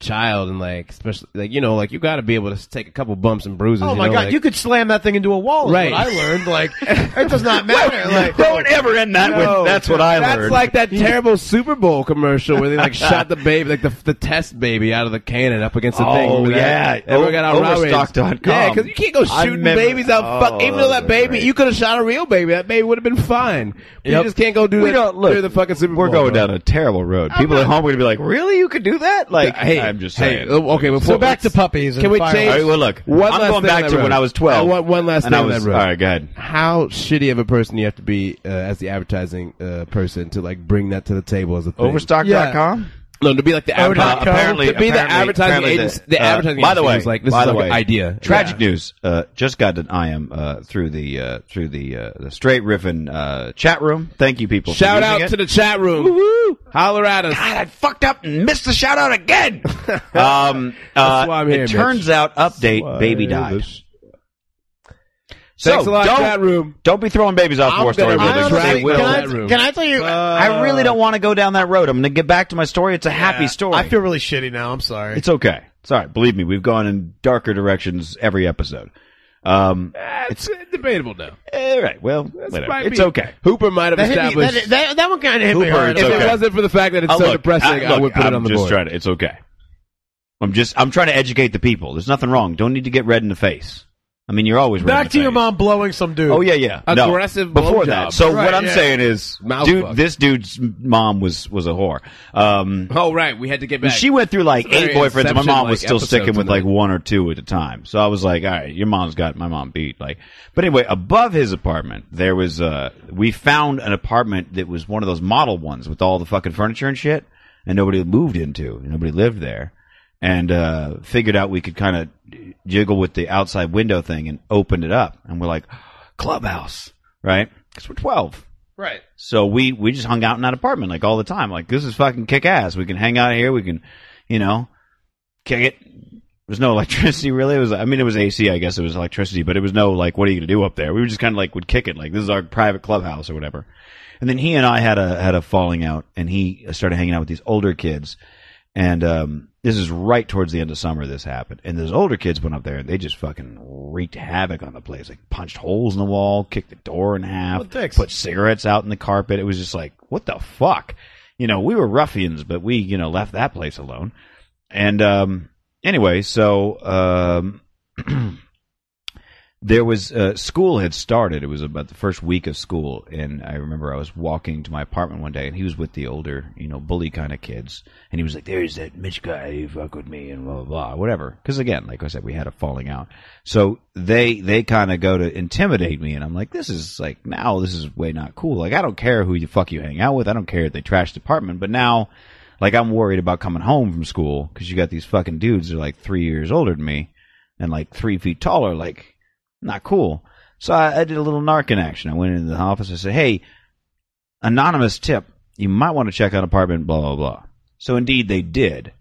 S2: child and like, especially like you know, like you got to be able to s- take a couple bumps and bruises.
S8: Oh my
S2: know,
S8: god,
S2: like-
S8: you could slam that thing into a wall.
S2: Right.
S8: Is what I learned. Like it does not matter. like
S7: Don't ever end that
S2: No.
S7: with. That's what I
S2: That's
S7: learned.
S2: like that terrible Super Bowl commercial where they like shot the baby, like the, the test baby out of the cannon up against the
S7: Oh,
S2: thing. Remember
S7: yeah.
S2: that? everyone got our rah-rahs.
S7: Overstock.com.
S2: Yeah, because you can't go
S7: I
S2: shooting
S7: remember-
S2: babies out.
S7: Oh,
S2: fuck, even though that
S7: that's
S2: baby,
S7: right.
S2: you could have shot a real baby. That baby would have been fine. But You
S7: Yep.
S2: just can't go do
S7: We
S2: that
S7: don't- look,
S2: through the fucking Super
S7: We're
S2: Bowl.
S7: going down a terrible road. People at home are going to be like, "Really, you could do that?" Like,
S2: Hey,
S7: I'm just
S2: hey, oh,
S7: saying.
S2: okay, before
S8: So back to puppies.
S2: Can
S8: and
S2: we
S8: fireworks.
S2: change?
S7: All right, well, look,
S2: One
S7: I'm
S2: last
S7: going
S2: thing on
S7: back
S2: that
S7: to
S2: road.
S7: when I was 12.
S2: I want one last
S7: and
S2: thing
S7: I
S2: on
S7: was,
S2: that road.
S7: All right, go ahead.
S2: how shitty of a person you have to be uh, as the advertising uh, person to like bring that to the table as a thing.
S7: Overstock.com.
S2: No, to be like the advertising.
S7: Uh, apparently,
S2: to be the
S7: apparently-
S2: advertising
S7: apparently
S2: agency. The,
S7: uh,
S2: advertising
S7: by the
S2: agency
S7: way,
S2: was like this
S7: by
S2: is
S7: the
S2: like
S7: way,
S2: an idea.
S7: Tragic news. Uh, just got an IM uh, through the uh, through the uh, the straight riffin uh, chat room. Thank you, people.
S2: Yeah. Shout
S7: for
S2: out
S7: using
S2: to
S7: it.
S2: the chat room. Holler at us.
S7: God, I fucked up and missed the shout out again. um, uh,
S2: why I'm here,
S7: it
S2: Mitch.
S7: turns out, update, baby died. So
S2: Thanks a lot,
S7: don't,
S2: chat room.
S7: Don't be throwing babies off
S2: I'm
S7: four story
S2: gonna
S7: buildings.
S2: run
S7: They
S2: a
S7: will.
S2: chat
S7: I,
S2: room.
S8: Can I tell you?
S7: really don't want to go down that road. I'm going to get back to my story. It's a happy story.
S8: I feel really shitty now. I'm sorry.
S7: It's okay. It's all right. Believe me, we've gone in darker directions every episode. Um,
S2: It's debatable now.
S7: all right. Well, whatever.
S2: might
S7: it's
S2: be-
S7: okay.
S2: Hooper might have
S8: That, hit me,
S2: established.
S8: that, that, that one kind of hit me
S7: Hooper,
S8: hard.
S7: it's
S2: if
S7: okay.
S2: it wasn't for the fact that it's
S7: Uh,
S2: so
S7: look,
S2: depressing, I,
S7: look,
S2: would put
S7: I'm
S2: it on the
S7: just
S2: board.
S7: Trying to, it's okay. I'm just. I'm trying to educate the people. There's nothing wrong. Don't need to get red in the face. I mean, you're always red in
S8: Back
S7: the
S8: to your
S7: face.
S8: mom blowing some dude.
S7: Oh yeah, yeah. No.
S2: Aggressive
S7: before
S2: blowjob.
S7: that. So
S8: Right,
S7: what I'm
S8: yeah.
S7: saying is,
S2: Mouth
S7: dude,
S2: fuck.
S7: this dude's mom was was a whore. Um,
S2: Oh right, we had to get back.
S7: She went through like
S2: It's a
S7: eight
S2: very
S7: boyfriends. and My mom
S2: Inception-like
S7: was still
S2: episode
S7: sticking with like
S2: tonight.
S7: one or two at a time. So I was like, all right, your mom's got my mom beat. Like, but anyway, above his apartment, there was uh, we found an apartment that was one of those model ones with all the fucking furniture and shit, and nobody moved into, and nobody lived there, and uh, figured out we could kind of jiggle with the outside window thing and opened it up, and we're like, clubhouse, right? Because we're twelve.
S8: Right.
S7: So we we just hung out in that apartment like all the time. Like this is fucking kick ass. We can hang out here. We can, you know, kick it. There's no electricity really. It was I mean it was AC. I guess it was electricity, but it was no like what are you gonna do up there? We were just kind of like would kick it. Like this is our private clubhouse or whatever. And then he and I had a had a falling out, and he started hanging out with these older kids. And um, this is right towards the end of summer. This happened, and those older kids went up there, and they just fucking wreaked havoc on the place. Like punched holes in the wall, kicked the door in half, put cigarettes out in the carpet. It was just like, what the fuck? You know, we were ruffians, but we you know left that place alone. And um, anyway, so um, there was uh, school had started. It was about the first week of school, and I remember I was walking to my apartment one day, and he was with the older, you know, bully kind of kids, and he was like, "There's that Mitch guy, he fuck with me, and blah blah blah, whatever." Because again, like I said, we had a falling out, so they they kind of go to intimidate me, and I'm like, "This is like now, this is way not cool. Like I don't care who the fuck you hang out with, I don't care if they trash the apartment, but now." Like I'm worried about coming home from school because you got these fucking dudes that are like three years older than me, and like three feet taller. Like not cool. So I, I did a little narcan action. I went into the office. I said, "Hey, anonymous tip. You might want to check out apartment blah blah blah." So indeed, they did.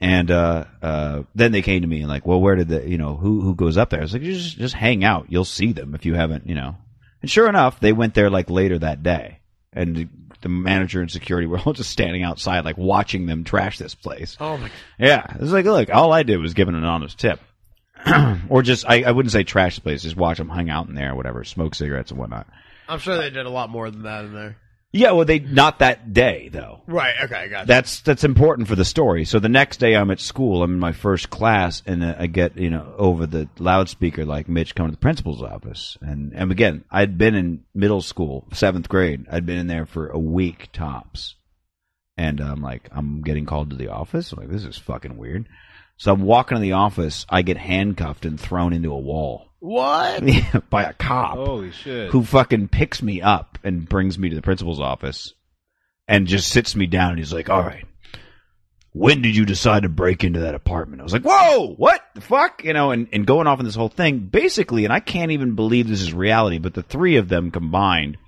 S7: And uh, uh, then they came to me and like, "Well, where did the you know who who goes up there?" I was like, "Just just hang out. You'll see them if you haven't you know." And sure enough, they went there like later that day, and the, the manager and security were all just standing outside like watching them trash this place.
S8: Oh my.
S7: Yeah, it was like, look, all I did was give an anonymous tip, or just I, I wouldn't say trash the place, just watch them hang out in there, whatever, smoke cigarettes and whatnot.
S8: I'm sure they did a lot more than that in there.
S7: Yeah, well, they not that day though.
S8: Right. Okay. I got
S7: That's that's important for the story. So the next day, I'm at school. I'm in my first class, and uh, I get you know over the loudspeaker like Mitch coming to the principal's office, and and again, I'd been in middle school, seventh grade. I'd been in there for a week tops, and I'm like, I'm getting called to the office. I'm like, this is fucking weird. So I'm walking to the office. I get handcuffed and thrown into a wall
S8: What?
S7: by a cop
S2: Holy shit!
S7: who fucking picks me up and brings me to the principal's office and just sits me down and he's like, All right, when did you decide to break into that apartment? I was like, Whoa, what the fuck? You know, and, and going off on this whole thing, basically, and I can't even believe this is reality, but the three of them combined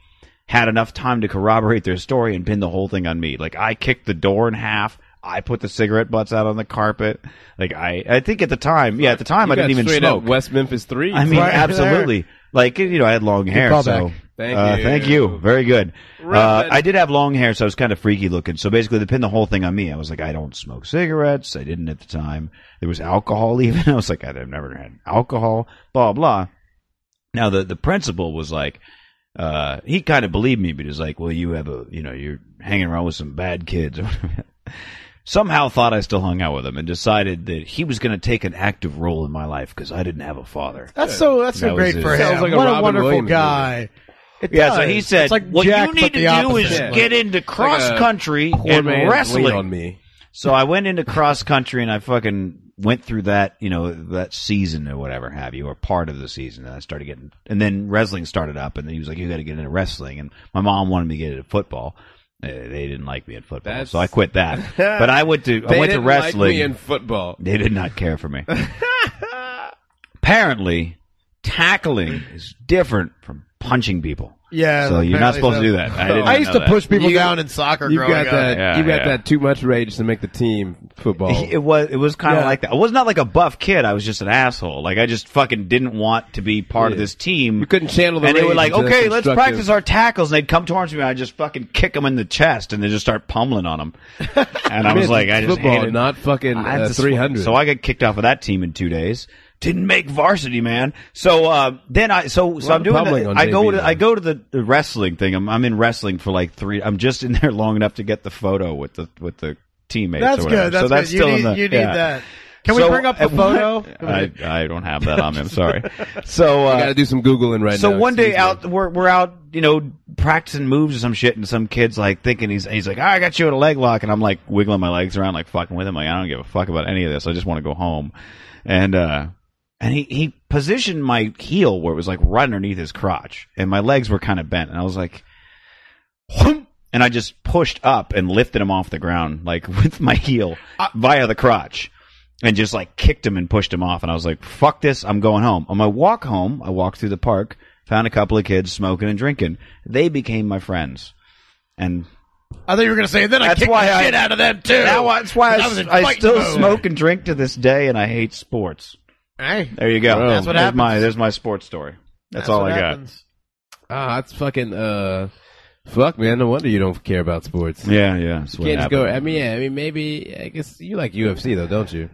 S7: had enough time to corroborate their story and pin the whole thing on me. Like I kicked the door in half. I put the cigarette butts out on the carpet. Like I, I think at the time, yeah, at the time I
S2: You got
S7: didn't even
S2: straight
S7: smoke.
S2: Up West Memphis Three.
S7: I mean,
S2: Right.
S7: absolutely. Like you know, I had long hair, so
S2: Thank
S7: uh,
S2: you.
S7: thank you, very good. Uh,
S2: Riffin'.
S7: I did have long hair, so I was kind of freaky looking. So basically, they pinned the whole thing on me. I was like, I don't smoke cigarettes. I didn't at the time. There was alcohol, even. I was like, I've never had alcohol. Blah blah. Now the the principal was like, uh, he kind of believed me, but he's like, well, you have a, you know, you're hanging around with some bad kids. Somehow thought I still hung out with him and decided that he was going to take an active role in my life because I didn't have a father.
S8: That's so. That's so
S7: That
S8: great
S7: was
S8: for
S7: it.
S8: him.
S2: Sounds like a
S8: what a
S2: Robin
S8: wonderful
S2: Williams
S8: guy. It
S7: Yeah, so
S8: does.
S7: he said,
S8: It's like
S7: "What
S8: Jack,
S7: you
S8: but
S7: need to
S8: the
S7: do
S8: opposite.
S7: is
S2: Yeah.
S7: get into cross
S2: a
S7: country
S2: Poor
S7: and
S2: man's lean on
S7: wrestling."
S2: me.
S7: So I went into cross country and I fucking went through that, you know, that season or whatever have you, or part of the season. And I started getting, and then wrestling started up, and he was like, "You got to get into wrestling." And my mom wanted me to get into football. Uh, They didn't like me at football,
S2: That's-
S7: so I quit that. But I went to I
S2: They
S7: went to
S2: didn't like
S7: wrestling.
S2: me in football.
S7: They did not care for me. Apparently, tackling is different from punching people.
S8: Yeah,
S7: So you're not
S8: apparently
S7: supposed
S8: so.
S7: to do that. I, didn't
S8: I used
S7: know
S8: to
S7: that.
S8: push people
S2: You-
S8: down in soccer
S2: You
S8: growing
S2: got
S8: up.
S2: that.
S7: Yeah,
S2: you got
S7: yeah.
S2: that too much rage to make the team football.
S7: It was it was kind of
S2: Yeah.
S7: like that. I was not like a buff kid. I was just an asshole. Like I just fucking didn't want to be part of
S2: Yeah.
S7: this team.
S2: You couldn't channel the
S7: and they were
S2: rage
S7: like,
S2: into
S7: okay, let's
S2: constructive-
S7: practice our tackles. And they'd come towards me, and I'd just fucking kick them in the chest, and they just start pummeling on them. And I was
S2: It's
S7: like, I just
S2: football,
S7: hated
S2: not fucking
S7: I
S2: uh,
S7: just-
S2: three hundred.
S7: So I got kicked off of that team in two days. Didn't make varsity, man. So uh, then I so so
S2: lot
S7: I'm
S2: of
S7: doing.
S2: bubbling
S7: the-
S2: on
S7: I go
S2: JV
S7: to I go to the, the wrestling thing. I'm I'm in wrestling for like three. I'm just in there long enough to get the photo with the with the teammates. or
S8: That's
S7: whatever.
S8: good. That's
S7: so that's
S8: good.
S7: still
S8: you
S7: in
S8: need,
S7: the,
S8: you need
S7: yeah.
S8: that. Can
S7: So
S8: we bring up the
S7: at
S8: photo?
S7: one- I, I don't have that on me. I'm sorry. So uh,
S2: got to do some googling right
S7: so
S2: now.
S7: one day
S2: excuse me.
S7: out, we're we're out, you know, practicing moves or some shit, and some kid's like thinking he's he's like, "Ah, I got you at a leg lock, and I'm like wiggling my legs around, like fucking with him, like I don't give a fuck about any of this. I just want to go home, and uh, and he he positioned my heel where it was like right underneath his crotch, and my legs were kind of bent, and I was like, "Whoomp," and I just pushed up and lifted him off the ground like with my heel via the crotch and just like kicked him and pushed him off. And I was like, fuck this, I'm going home. On my walk home, I walked through the park found a couple of kids smoking and drinking. They became my friends. And
S8: I thought you were gonna say then I
S7: That's
S8: kicked the
S7: why I-
S8: shit out of them too.
S7: now I- that's why I,
S8: I was in
S7: I
S8: fight
S7: still
S8: mode.
S7: smoke and drink to this day, and I hate sports.
S8: Hey,
S7: There you go.
S8: That's what
S7: there's
S8: happens.
S7: My, there's my sports story. That's, all I
S8: what
S7: got.
S8: happens.
S2: Ah, that's fucking uh, fuck, man. No wonder you don't care about sports.
S7: Yeah, yeah. that's what
S2: Can't just
S7: happened.
S2: go. I mean, yeah. I mean, maybe. I guess you like UFC though, don't you?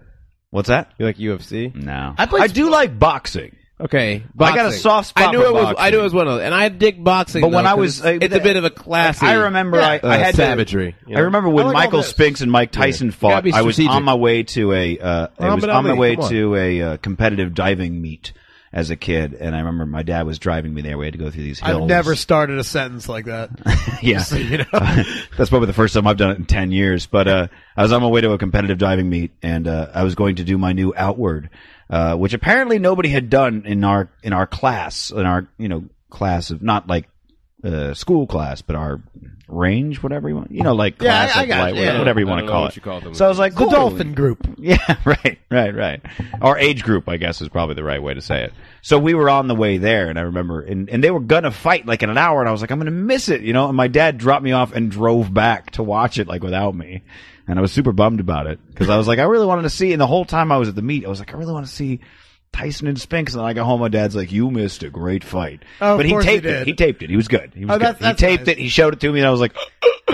S7: What's that?
S2: You like UFC?
S7: No.
S8: I played
S7: do like boxing.
S2: Okay,
S7: I got a
S2: boxing.
S7: soft spot
S2: I knew
S7: for
S2: it was. I
S7: boxing.
S2: knew it was one of those, and I dig boxing.
S7: But when
S2: though,
S7: I
S2: 'cause
S7: was-
S2: it's,
S7: I-
S2: it's a bit of a classic.
S7: I remember I, I
S2: uh,
S7: had to-
S2: savagery. you
S7: I
S2: know?
S7: remember when
S8: I like all
S7: Michael
S8: this.
S7: Spinks and Mike Tyson
S2: Gotta
S7: fought.
S2: be
S7: I was
S2: strategic.
S7: on my way to a uh, I was
S2: Muhammad
S7: on my
S2: Ali,
S7: way
S2: come on.
S7: to a uh, competitive diving meet as a kid, and I remember my dad was driving me there. We had to go through these hills.
S8: I've never started a sentence like that.
S7: yeah. Uh,
S8: you know.
S7: That's probably the first time I've done it in 10 years. But uh, I was on my way to a competitive diving meet, and uh, I was going to do my new outward, uh, which apparently nobody had done in our in our class, in our you know class of not like uh, school class, but our range, whatever you want, you know, like
S8: Yeah, I-
S7: class,
S8: I
S7: like
S8: got
S7: light,
S8: it, yeah.
S7: whatever you
S2: I
S7: want
S2: don't know
S7: to call
S2: Uh, what
S7: it.
S2: you call them.
S7: so I was like,
S8: The
S7: cool.
S8: Dolphin Group.
S7: Yeah, right, right, right. Our age group, I guess, is probably the right way to say it. So we were on the way there, and I remember, and, and they were gonna fight like in an hour, and I was like, I'm gonna miss it, you know. And my dad dropped me off and drove back to watch it like without me, and I was super bummed about it because I was like, I really wanted to see. And the whole time I was at the meet, I was like, I really want to see. Tyson and Spinks, and then I got home. My dad's like, "You missed a great fight,"
S8: Oh, of
S7: but he
S8: course he
S7: taped it.
S8: did.
S7: He taped it. He was good. He was
S8: Oh, that's-
S7: good.
S8: that's
S7: he taped
S8: nice.
S7: it. He showed it to me, and I was like,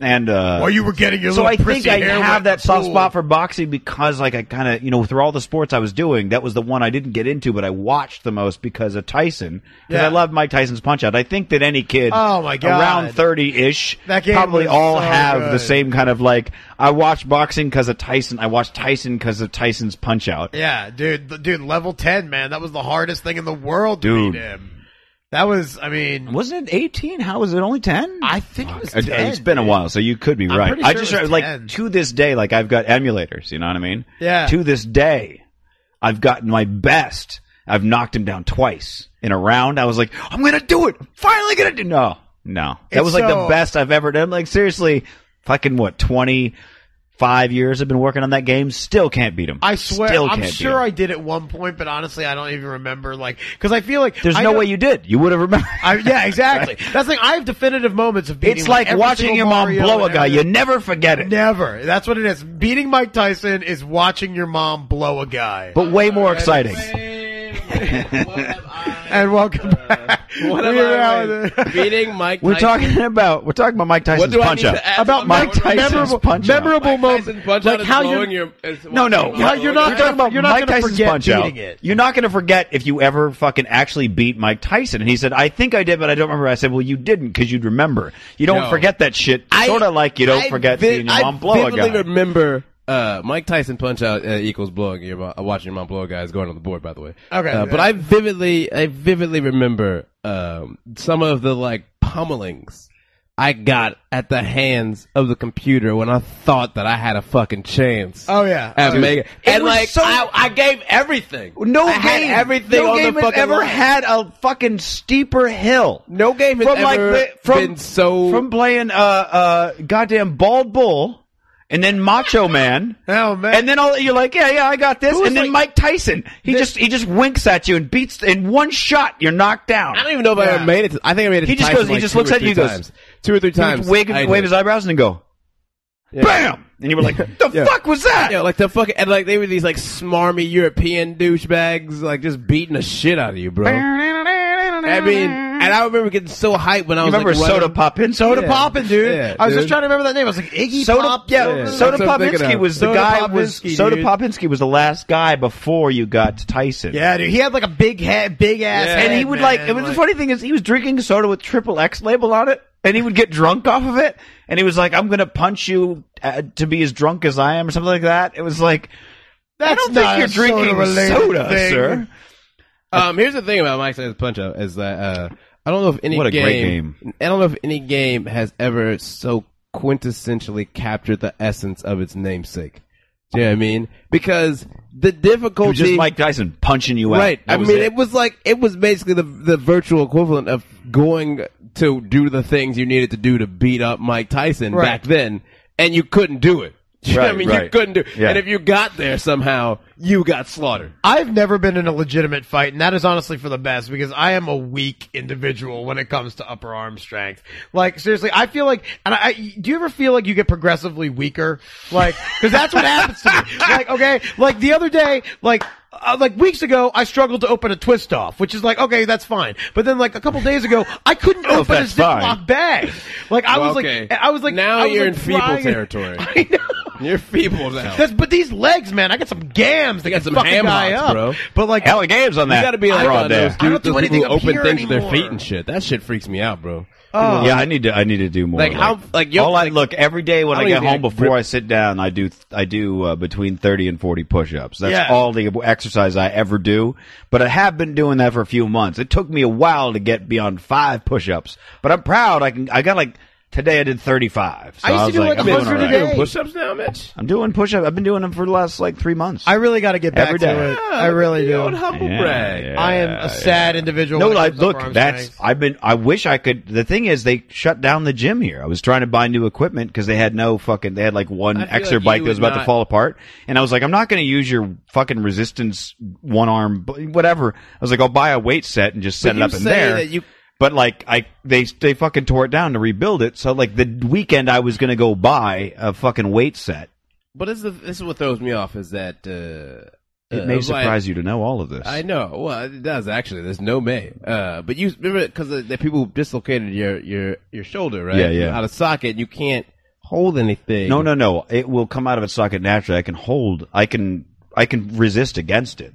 S7: "And uh,
S8: While you were getting your
S7: so
S8: little
S7: I think
S8: prissy
S7: I
S8: hair wet in
S7: have that
S8: the
S7: soft
S8: pool.
S7: spot for boxing because, like, I kind of, you know, through all the sports I was doing, that was the one I didn't get into, but I watched the most because of Tyson. Because
S8: Yeah.
S7: I loved Mike Tyson's Punch Out. I think that any kid,
S8: Oh, my God.
S7: around thirty ish,
S8: That game
S7: probably
S8: was
S7: all
S8: so
S7: have the
S8: good.
S7: same kind of like. I watched boxing because of Tyson. I watched Tyson because of Tyson's Punch Out.
S8: Yeah, dude, th- dude, level ten, man. That was the hardest thing in the world to
S7: Dude.
S8: beat him. That was, I mean,
S7: Wasn't it eighteen? How was it only ten?
S8: I think it was
S7: Uh,
S8: 10.
S7: it's been a
S8: dude.
S7: while, so you could be
S8: I'm
S7: right.
S8: pretty
S7: I
S8: sure
S7: just
S8: it was
S7: like
S8: 10.
S7: to this day, like I've got emulators. You know what I mean?
S8: Yeah.
S7: To this day, I've gotten my best. I've knocked him down twice in a round. I was like, I'm gonna do it. I'm finally gonna do. No, no. That
S8: It's uh,
S7: was like the
S8: so-
S7: best I've ever done. Like seriously, fucking what twenty five years I've been working on that game. Still can't beat him.
S8: I swear,
S7: Still
S8: I'm
S7: can't beat
S8: sure
S7: him.
S8: I did at one point, but honestly, I don't even remember. Like, because I feel like
S7: There's
S8: I
S7: no
S8: know-
S7: way you did. You would have remembered.
S8: I, yeah, exactly. That's like I have definitive moments of beating.
S7: it's like
S8: every
S7: watching
S8: single
S7: your mom
S8: Mario
S7: blow a
S8: and
S7: guy. You
S8: everything.
S7: never forget it.
S8: never. That's what it is. Beating Mike Tyson is watching your mom blow a guy.
S7: But way more exciting.
S8: and welcome back.
S2: Uh, What
S8: We are
S2: am
S8: now in
S2: I
S8: the-
S2: beating Mike?
S7: We're
S2: Tyson?
S7: talking about we're talking about Mike Tyson's
S2: do I need
S7: punch out.
S2: to add
S7: About
S2: to
S7: Mike
S2: that?
S7: Tyson's
S8: memorable,
S7: punch out.
S8: memorable
S2: Mike
S8: moment.
S2: Tyson punch
S8: like
S2: out is
S8: how
S2: blowing
S8: you
S2: your is
S7: No, no.
S2: watching
S8: Yeah,
S2: your
S8: you're
S2: mom
S8: not
S2: blow a guy.
S7: We're talking
S8: gonna-
S7: about
S8: you're not
S7: Mike
S8: gonna
S7: Tyson's
S8: forget
S7: punch out.
S8: beating it.
S7: You're not going to forget if you ever fucking actually beat Mike Tyson. And he said, "I think I did, but I don't remember." I said, "Well, you didn't because you'd remember. You don't
S2: No.
S7: forget that shit.
S2: I-
S7: Sort of like you don't
S2: I
S7: forget
S2: vi-
S7: seeing your mom blow
S2: I
S7: a guy."
S2: vividly remember uh, Mike Tyson punch out uh, equals blowing your mom, uh, watching your mom blow a guy is going on the board, by the way.
S8: Okay.
S2: Uh, but I vividly, I vividly remember um, some of the like pummelings I got at the hands of the computer when I thought that I had a fucking chance.
S8: Oh, yeah.
S2: at
S8: Oh,
S2: making,
S7: It
S2: and
S7: was
S2: like
S7: so-
S2: I, I gave everything.
S7: no
S2: I
S7: game,
S2: had everything
S7: no
S2: on
S7: game
S2: the
S7: has
S2: fucking
S7: ever
S2: line.
S7: had a fucking steeper hill.
S2: No game has
S7: from like
S2: ever
S7: the- from
S2: been so
S7: from playing uh uh goddamn bald bull and then Macho Man.
S8: Oh, man.
S7: And then all you're like, yeah, yeah, I got this.
S2: Who's
S7: and then
S2: like-
S7: Mike Tyson, he just he just winks at you and beats in one shot. You're knocked down.
S2: I don't even know if I ever made it. To, I think I made it.
S7: He
S2: to
S7: just
S2: Tyson
S7: goes- he
S2: like
S7: just
S2: two
S7: looks
S2: or
S7: at you,
S2: three
S7: goes,
S2: times. two or three
S7: He would
S2: times.
S7: wave,
S2: I
S7: wave
S2: did.
S7: his eyebrows and go, bam. And you were like, the
S2: Yeah.
S7: fuck was that?
S2: Yeah, like the fucking and like they were these like smarmy European douchebags, like just beating the shit out of you, bro. I mean, and I remember getting so hyped when I
S7: you
S2: was
S7: remember
S2: like,
S7: Soda
S2: running-
S7: Poppin?
S8: Soda
S2: Yeah.
S8: Poppin', dude.
S2: Yeah,
S8: I was
S2: dude.
S8: just trying to remember that name. I was like Iggy
S7: Soda,
S8: Pop.
S7: yeah,
S2: yeah.
S7: Soda
S2: That's what I'm thinking
S7: Popinski
S2: of.
S7: was the
S8: Soda
S7: guy. Was
S8: Popinski,
S7: Soda
S8: dude.
S7: Popinski was the last guy before you got to Tyson?
S8: Yeah, dude. He had like a big head, big ass,
S2: Yeah.
S8: head,
S7: and he would
S8: man.
S7: like. It was the funny thing is he was drinking soda with triple X label on it, and he would get drunk off of it, and he was like, "I'm gonna punch you uh, to be as drunk as I am," or something like that. It was like, I
S8: That's
S7: don't
S8: not
S7: think you're
S8: a
S7: drinking
S8: soda-related
S7: soda,
S8: thing.
S7: sir.
S2: Um, here's the thing about Mike Tyson's Punch Out is that uh, I don't know if any
S7: What a
S2: game,
S7: great
S2: I don't know if any game has ever so quintessentially captured the essence of its namesake. Do you know what I mean? Because the
S7: It
S2: difficulty
S7: was just Mike Tyson punching you out.
S2: Right.
S7: That
S2: I
S7: was
S2: mean, it. was like it was basically the the virtual equivalent of going to do the things you needed to do to beat up Mike Tyson
S8: Right.
S2: back then, and you couldn't do it. You know what I
S7: Right,
S2: mean, you
S7: right.
S2: couldn't do.
S7: Yeah.
S2: And if you got there somehow, you got slaughtered.
S8: I've never been in a legitimate fight, and that is honestly for the best because I am a weak individual when it comes to upper arm strength. Like seriously, I feel like, and I, I do you ever feel like you get progressively weaker? Like, because that's what happens to me. Like, okay, like the other day, like. Uh, like weeks ago, I struggled to open a twist off, which is like okay, that's fine. But then, like a couple days ago, I couldn't open a
S7: that's fine.
S8: Ziploc bag. Like I
S2: Oh, Well,
S8: was
S2: okay.
S8: like, I was like,
S2: Now
S8: I was,
S2: you're
S8: like,
S2: in feeble
S8: trying-
S2: territory.
S8: I know.
S2: You're feeble now.
S8: That's, Oh. but these legs, man, I got some gams. They
S2: You
S8: got
S2: got
S8: some
S2: some
S8: fucking
S2: ham
S8: guy
S2: hocks,
S8: up,
S2: bro.
S8: But like,
S7: Hella games on that.
S2: You gotta be like
S7: raw
S2: one of
S7: day.
S2: those dudes,
S8: don't do
S2: those
S8: anything
S2: people
S8: up
S2: who
S8: here
S2: open things with their
S8: anymore.
S2: feet and shit. That shit freaks me out, bro.
S8: Oh.
S7: yeah, I need to. I need to do more.
S2: Like, how- like, yo,
S7: all I
S2: like-
S7: look every day when
S2: I
S7: I,
S2: don't
S7: get
S2: even
S7: home
S2: think I
S7: before
S2: rip-
S7: I sit down, I do. I do uh, between thirty and forty push-ups. That's
S8: Yeah.
S7: all the exercise I ever do. But I have been doing that for a few months. It took me a while to get beyond five push-ups, but I'm proud. I can. I got like today. I did thirty-five. So
S8: I used to
S7: was
S8: do, like,
S7: I'm
S8: a
S7: doing
S8: hundred
S7: all
S8: a
S7: right.
S8: day. Hey.
S2: push-ups now, Mitch.
S7: I'm doing push-ups. I've been doing them for the last like three months.
S8: I really got to get back
S7: Every
S8: to
S7: day.
S8: it. I really
S2: The old
S8: do.
S2: humble
S7: Yeah,
S2: brag.
S7: yeah,
S8: I am a sad individual.
S7: No,
S8: when it
S7: like,
S8: comes to
S7: look,
S8: firearms
S7: that's
S8: strength.
S7: I've been. I wish I could. The thing is, they shut down the gym here. I was trying to buy new equipment because they had no fucking. They had like one
S2: I feel
S7: extra
S2: like
S7: bike
S2: you
S7: that was
S2: would
S7: about
S2: not-
S7: to fall apart, and I was like, I'm not going to use your fucking resistance one arm, b- whatever. I was like, I'll buy a weight set and just set
S2: But
S7: it
S2: you
S7: up in
S2: say
S7: there.
S2: that you-
S7: but like I, they they fucking tore it down to rebuild it. So like the weekend, I was gonna go buy a fucking weight set.
S2: But this is, the, this is what throws me off is that uh,
S7: It
S2: uh,
S7: may
S2: like-
S7: surprise you to know all of this.
S2: I know. Well, it does actually. There's no may. Uh, but you remember because the, the people dislocated your your your shoulder, right?
S7: Yeah, yeah.
S2: Out of socket, and you can't hold anything.
S7: No, no, no. It will come out of its socket naturally. I can hold. I can. I can resist against it.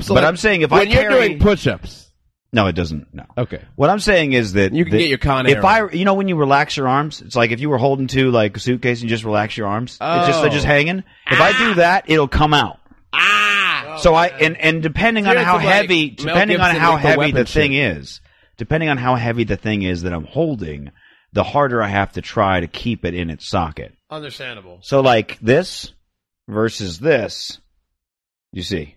S2: So,
S7: but
S2: like,
S7: I'm saying if
S2: when
S7: I
S2: you're
S7: carry-
S2: doing push-ups,
S7: No, it doesn't. No.
S2: Okay.
S7: What I'm saying is that
S2: You can
S7: that
S2: get your Con Air
S7: If I, you know, when you relax your arms, it's like if you were holding to like a suitcase and just relax your arms, it's just they're
S2: Oh. Ah.
S7: just hanging. If I do that, it'll come out. Ah. So I and and depending on
S2: You're
S7: how
S2: into, like,
S7: heavy,
S2: Mel
S7: depending on
S2: Gibson
S7: how
S2: lethal
S7: heavy
S2: weapon
S7: the thing is, depending on how heavy the thing is that I'm holding, the harder I have to try to keep it in its socket.
S8: understandable.
S7: So like this versus this, you see,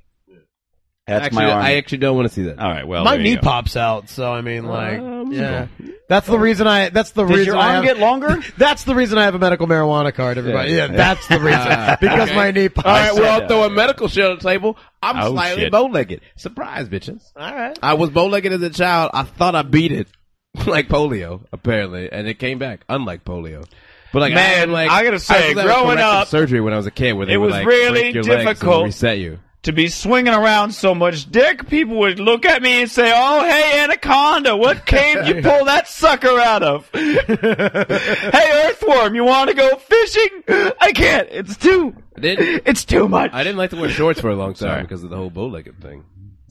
S7: that's
S2: actually,
S7: my arm.
S2: I actually don't want to see that.
S7: All right, well,
S8: My
S7: Oh, there you
S8: knee
S7: go.
S8: pops out, so I mean, like, yeah, that's the reason I. That's the
S7: Does
S8: reason
S7: your
S8: I
S7: arm
S8: have,
S7: get longer?
S8: That's the reason I have a medical marijuana card, everybody.
S7: Yeah.
S8: Yeah, that's the reason because my knee pops.
S2: All right,
S8: out.
S2: well, I'll throw a medical shit on the table. I'm
S7: Oh,
S2: slightly
S7: shit.
S2: bow-legged. Surprise, bitches.
S8: all right.
S2: I was bow-legged as a child. I thought I beat it, like polio, apparently, and it came back, unlike polio. But like,
S7: Man,
S2: I'm like
S7: I gotta say,
S2: was having
S7: growing
S2: corrective
S7: up,
S2: surgery when I was a kid, where they
S7: it
S2: would,
S7: was
S2: like,
S7: really
S2: break your legs and
S7: difficult.
S2: reset you.
S7: to be swinging around so much dick, people would look at me and say, "Oh, hey, anaconda, what cave you pull that sucker out of? hey, earthworm, you want to go fishing? I can't. It's too.
S2: I didn't,
S7: It's too much.
S2: I didn't like to wear shorts for a long time
S7: Sorry.
S2: because of the whole bow-legged thing.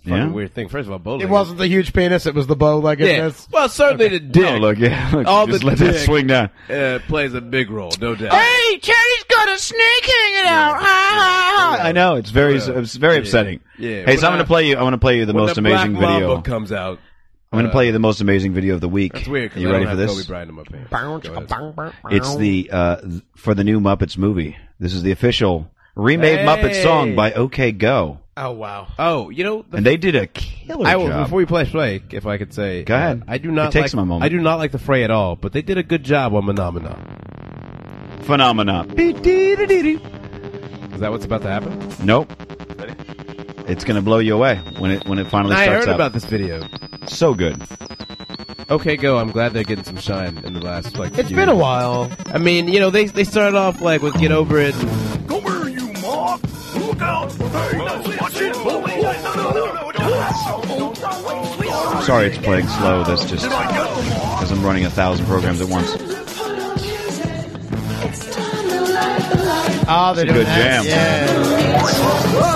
S7: Yeah?
S2: Fucking weird thing. First of all, bow-legged.
S8: It wasn't the huge penis; it was the bow
S2: Yeah.
S8: leggedness.
S2: Well, certainly the dick
S7: No, look, yeah, look,
S2: All
S7: just
S2: the
S7: let that
S2: dick.
S7: swing down.
S2: uh, plays a big role, no doubt.
S7: Hey, Jerry's got a snake hanging out. I know it's very, it's very upsetting.
S2: Yeah.
S7: Hey, so
S2: When
S7: I'm gonna
S2: I-
S7: play you. I'm gonna play you the
S2: When
S7: most
S2: the
S7: amazing
S2: Black
S7: video.
S2: Mamba comes out.
S7: I'm gonna play you the most amazing video of the week.
S2: It's weird. 'cause I
S7: you ready
S2: don't
S7: for
S2: have
S7: this?
S2: Kobe Bryant in my pants. Go ahead.
S7: It's the uh, th- for the new Muppets movie. This is the official remade Muppet song by OK Go,
S8: Oh wow.
S2: Oh, you know, the
S7: and they did a killer
S2: I will,
S7: job.
S2: before we play play, if I could say,
S7: Go ahead.
S2: I do not
S7: It takes
S2: like,
S7: him a moment.
S2: I do not like the fray at all, but they did a good job on Menomina.
S7: Phenomena.
S2: Is that what's about to happen?
S7: Nope. It's gonna blow you away when it when it finally
S2: I
S7: starts
S2: heard
S7: up.
S2: about this video.
S7: so good.
S2: Okay, go. I'm glad they're getting some shine in the last like.
S8: It's
S2: few-
S8: been a while.
S2: I mean, you know, they they started off like with get over it.
S7: Sorry, it's playing slow. That's just because I'm running a thousand programs at once.
S8: Oh, they're
S7: It's a
S8: doing
S7: good
S8: that.
S7: jam.
S8: Yeah.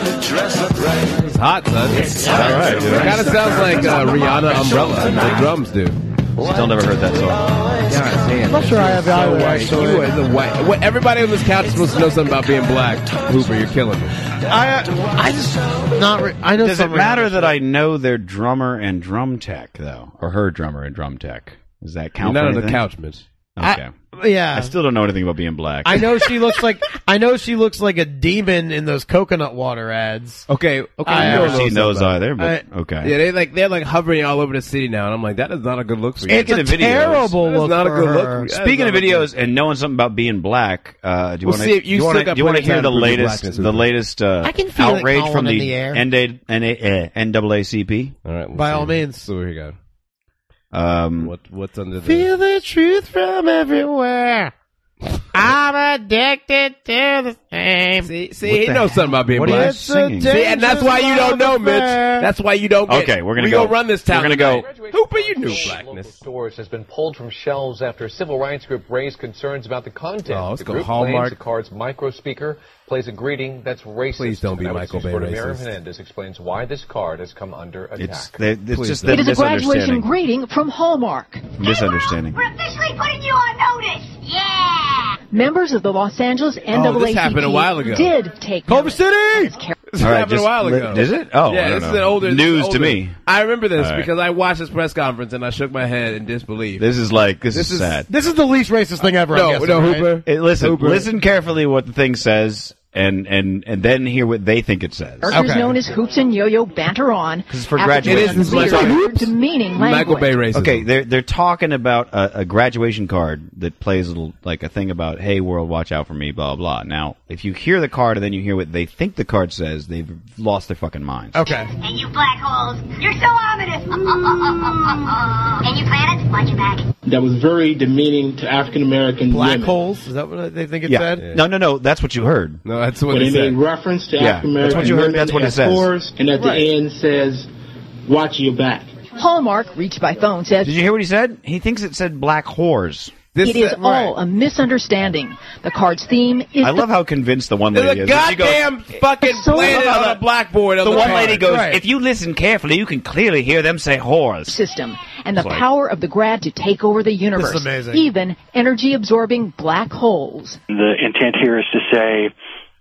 S2: It's hot, son. It
S7: All right, dude.
S2: kind of sounds like uh, Rihanna Umbrella. The drums do.
S7: Still never heard that song.
S8: I'm not sure I have either.
S2: You
S8: actually.
S2: are the white. What, everybody on this couch is supposed to know something about being black. Hooper, you're killing me.
S8: I I just not. Re- I know.
S7: Does it
S8: some
S7: matter
S8: Rihanna
S7: that I know their drummer and drum tech though, or her drummer and drum tech? Does that
S2: You're
S7: count?
S2: not
S7: for
S2: on the
S7: anything?
S2: couch, Mitch.
S7: Okay.
S8: Yeah.
S7: I still don't know anything about being black.
S8: I know she looks like I know she looks like a demon in those coconut water ads.
S2: Okay, okay.
S8: I
S7: I've
S8: know
S7: never seen those either, but
S8: I-
S7: okay.
S2: Yeah, they like they're like hovering all over the city now, and I'm like, that is not a good look for you.
S7: Speaking
S8: It's a
S7: of videos-
S8: terrible
S2: That is
S8: look
S2: not a
S8: for
S2: good look.
S8: her.
S2: Yeah,
S7: Speaking
S2: that was
S7: of videos and knowing something about being black, uh, do you
S2: Well,
S7: want
S2: see,
S7: to
S2: if you
S7: you
S2: still
S7: want
S2: got
S7: to
S2: plenty of
S7: hear
S2: time
S7: the
S2: to prove
S7: latest
S2: blackness,
S7: the
S2: isn't it?
S7: latest uh,
S8: I can feel it
S7: outrage
S8: calling
S7: from
S8: in
S7: the,
S8: the air.
S7: NA NA NAACP?
S2: all right, we'll
S8: By
S2: see.
S8: all means.
S2: So here we go.
S7: Um,
S2: What what's under the
S8: Feel the truth from everywhere. I'm addicted to the same.
S2: See, see, he knows something about being
S7: What
S2: black.
S7: is singing?
S2: See, and that's why you don't know, Mitch. That's why you don't. Get,
S7: Okay, we're gonna
S2: we
S7: go-
S2: run this town.
S7: we're gonna go-
S2: tonight. Hooper, you knew blackness.
S9: stores has been pulled from shelves after a civil rights group raised concerns about the content.
S2: Oh, let's
S9: the
S2: go
S9: group
S2: Hallmark.
S9: claims the card's micro speaker plays a greeting that's racist.
S2: Please don't be
S9: That was
S2: Michael Bay
S9: reporter Mary
S2: racist.
S9: Hernandez explains why this card has come under attack.
S7: it's they, it's just
S2: don't.
S7: the
S10: It is a graduation
S7: misunderstanding.
S10: greeting from Hallmark.
S7: Misunderstanding.
S4: officially putting you on notice. Yeah.
S10: Members of the Los Angeles NAACP
S2: Oh, this happened a while ago.
S10: did take
S2: Culver
S10: notice.
S2: City. This
S7: All right,
S2: happened
S7: just
S2: a while
S7: li-
S2: ago.
S7: is it? Oh,
S2: yeah,
S7: I don't
S2: this is
S7: know.
S2: an older this is
S7: News to
S2: older.
S7: me.
S2: I remember this
S7: All right.
S2: because I watched this press conference and I shook my head in disbelief.
S7: This is like this,
S2: This
S7: is
S2: is-
S7: sad.
S8: This is the least racist thing ever.
S2: no,
S8: I'm guessing,
S2: no,
S8: right?
S2: Hooper.
S7: Hey, listen,
S2: Hooper.
S7: listen carefully what the thing says, and and and then hear what they think it says.
S10: Partners
S8: Okay.
S10: known as Hoops and Yo-Yo banter on.
S7: This is for
S10: after
S7: graduation.
S10: they
S2: It is
S10: leered
S2: Michael-
S10: with demeaning language.
S2: Michael Bay racism.
S7: Okay, they're they're talking about a, a graduation card that plays a little, like a thing about hey world watch out for me blah blah. Now if you hear the card and then you hear what they think the card says, they've lost their fucking minds.
S8: Okay.
S4: And you black holes, you're so ominous. Can you plan it? Watch your back.
S11: that was very demeaning to African American
S8: Black
S11: women.
S8: holes. Is that what they think it
S7: Yeah.
S8: said?
S7: No no no, that's what you heard.
S2: No, that's what
S11: When
S2: they
S11: it made
S2: said.
S11: reference to
S7: Yeah,
S11: African
S7: that's
S11: American
S7: what you heard,
S11: women
S7: that's what it
S11: as
S7: says.
S11: whores, and at
S8: Right.
S11: the end says, "Watch your back."
S10: Hallmark, reached by phone, said,
S7: Did you hear what he said? He thinks it said black whores.
S2: This
S10: It is
S2: said-
S10: all a misunderstanding. The card's theme is
S7: I love how convinced the one
S2: There's
S7: lady
S2: a
S7: is. She goes-
S2: goddamn fucking
S10: so-
S2: planet
S7: Look how
S2: on
S7: the-
S2: a blackboard. of
S7: the one
S2: card.
S7: lady goes,
S8: Right.
S7: if you listen carefully, you can clearly hear them say whores.
S10: system and the
S7: It's like-
S10: power of the grad to take over the universe.
S8: amazing.
S10: Even energy absorbing black holes.
S11: The intent here is to say,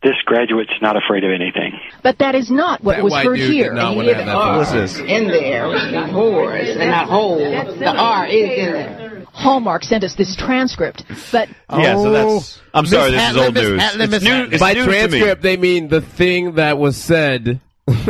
S11: this graduate's not afraid of anything.
S10: But that is not what
S2: That
S10: was
S2: white
S10: heard
S2: dude did
S10: here.
S2: not
S10: And
S2: wanna
S10: it
S2: have
S10: is
S2: that
S10: R
S7: What's this?
S10: in there, not whores and not holes. The R is in there. Hallmark sent us this transcript, but
S7: Yeah, so that's. I'm sorry,
S8: Miss
S7: this is
S8: Hatley,
S7: old
S8: Miss
S7: news.
S8: Hatley, Miss
S7: it's new,
S8: Hatley.
S7: it's
S2: By
S7: new
S2: transcript, they mean the thing that was said,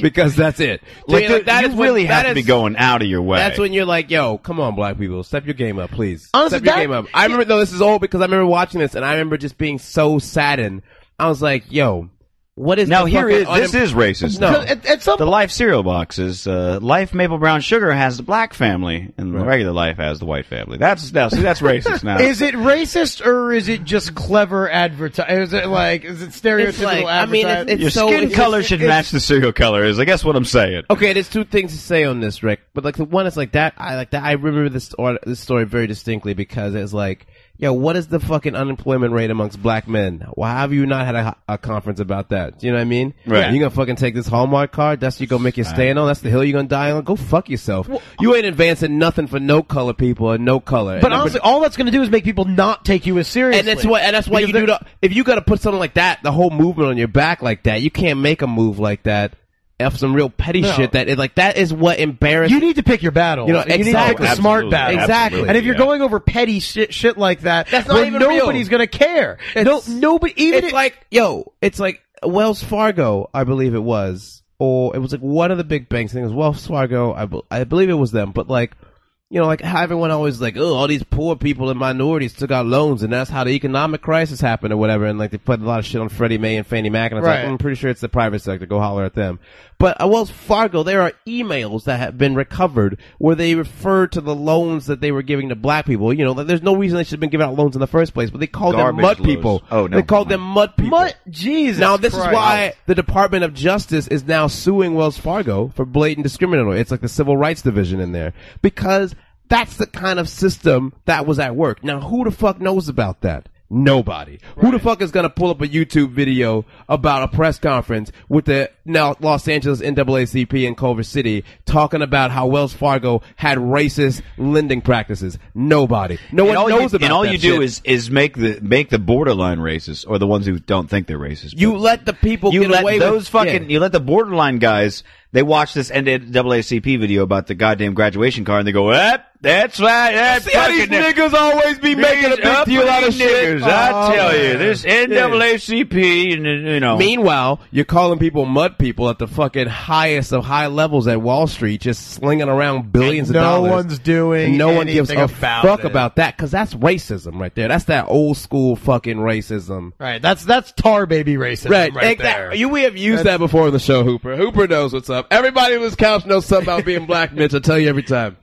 S2: because that's it.
S7: to me. Like,
S2: Dude,
S7: dude,
S2: that
S7: you
S2: is when-
S7: really have
S2: that
S7: to be
S2: is-
S7: going out of your way.
S2: That's when you're like, yo, come on, black people, step your game up, please.
S8: Honestly,
S2: step your
S8: that-
S2: game up. I remember, though, this is old because I remember watching this and I remember just being so saddened. I was like, yo, what is
S7: now
S2: the
S7: here
S2: fucking
S7: is this
S2: unem-
S7: is racist.
S2: No.
S8: At, at some
S7: The Life cereal box is uh, Life Maple Brown Sugar has the black family, and the regular Life has the white family. That's now see that's racist now.
S8: Is it racist or is it just clever advertising? Is it like is it
S2: It's
S8: stereotypical
S2: like- I mean, it's-
S8: advertising?
S2: it's
S7: Your
S2: so-
S7: skin
S2: it's-
S7: color
S2: it's-
S7: should
S2: it's-
S7: match the cereal color. Is I guess what I'm saying.
S2: Okay, there's two things to say on this, Rick. But like the one is like that. I like that. I remember this or, this story very distinctly because it's like, yo, what is the fucking unemployment rate amongst black men? Why have you not had a, a conference about that? Do you know what I mean?
S7: Right.
S2: You gonna fucking take this Hallmark card? That's what you gonna make your stand on. That's the hill you gonna die on. Go fuck yourself. you ain't advancing nothing for no color people and no color.
S8: but
S2: And-
S8: honestly, all that's going to do is make people not take you as seriously.
S2: and that's what, and that's why you
S8: Because
S2: do the, if you gotta put something like that, the whole movement on your back like that, you can't make a move like that. F some real petty
S8: No.
S2: shit that it, like that is what embarrasses
S8: You need to pick your battles.
S2: You know,
S8: need to pick
S2: exactly.
S8: the smart
S7: Absolutely,
S8: battles.
S2: absolutely,
S8: And if you're
S7: yeah.
S8: going over petty shit, shit like that,
S2: That's not
S8: then
S2: even real.
S8: nobody's going to care. No, nobody. Even
S2: it's
S8: if-
S2: like yo, it's like Wells Fargo, I believe it was, or it was like one of the big banks. I think it was Wells Fargo. I, be- I believe it was them, but like. You know, like how everyone always like, oh, all these poor people and minorities took out loans, and that's how the economic crisis happened, or whatever. And like they put a lot of shit on Freddie Mae and Fannie Mac, and I was
S8: Right.
S2: like, I'm pretty sure it's the private sector. Go holler at them. But at Wells Fargo, there are emails that have been recovered where they refer to the loans that they were giving to black people. You know, like, there's no reason they should have been giving out loans in the first place, but they called
S7: Garbage
S2: them mud
S7: loans.
S2: people.
S7: Oh, no.
S2: They called them mud people.
S8: Mud- Jesus
S2: Now this
S8: Christ.
S2: is why the Department of Justice is now suing Wells Fargo for blatant discriminatory. It's like the Civil Rights Division in there because that's the kind of system that was at work. Now who the fuck knows about that? Nobody. Who the fuck is gonna pull up a YouTube video about a press conference with the now Los Angeles NAACP in Culver City talking about how Wells Fargo had racist lending practices? Nobody. No
S7: and all
S2: one knows
S7: you,
S2: about
S7: and all
S2: that
S7: you do
S2: shit.
S7: is is make the make the borderline racist or the ones who don't think they're racist.
S2: you
S7: But
S2: let the people
S7: you
S2: get
S7: let
S2: away
S7: those
S2: with
S7: fucking
S2: yeah.
S7: you let the borderline guys. They watch this NAACP video about the goddamn graduation card and they go, "What? That's right. That
S2: See how these
S7: fucking-
S2: niggas always be making a
S7: These
S2: big deal out of
S7: uppity
S2: shit. Oh,
S7: niggas, I tell you,
S2: man.
S7: this NAACP and uh, you know.
S2: Meanwhile, you're calling people mud people at the fucking highest of high levels at Wall Street, just slinging around billions
S8: And
S2: of
S8: no
S2: dollars.
S8: one's doing
S2: And no one gives a
S8: anything about
S2: fuck
S8: it.
S2: about that because that's racism right there. That's that old school fucking racism.
S8: Right. That's that's tar baby racism right,
S2: exact-
S8: there.
S2: You we have used that before on the show, Hooper. Hooper knows what's up. Everybody on this couch knows something about being black, Mitch. I tell you every time.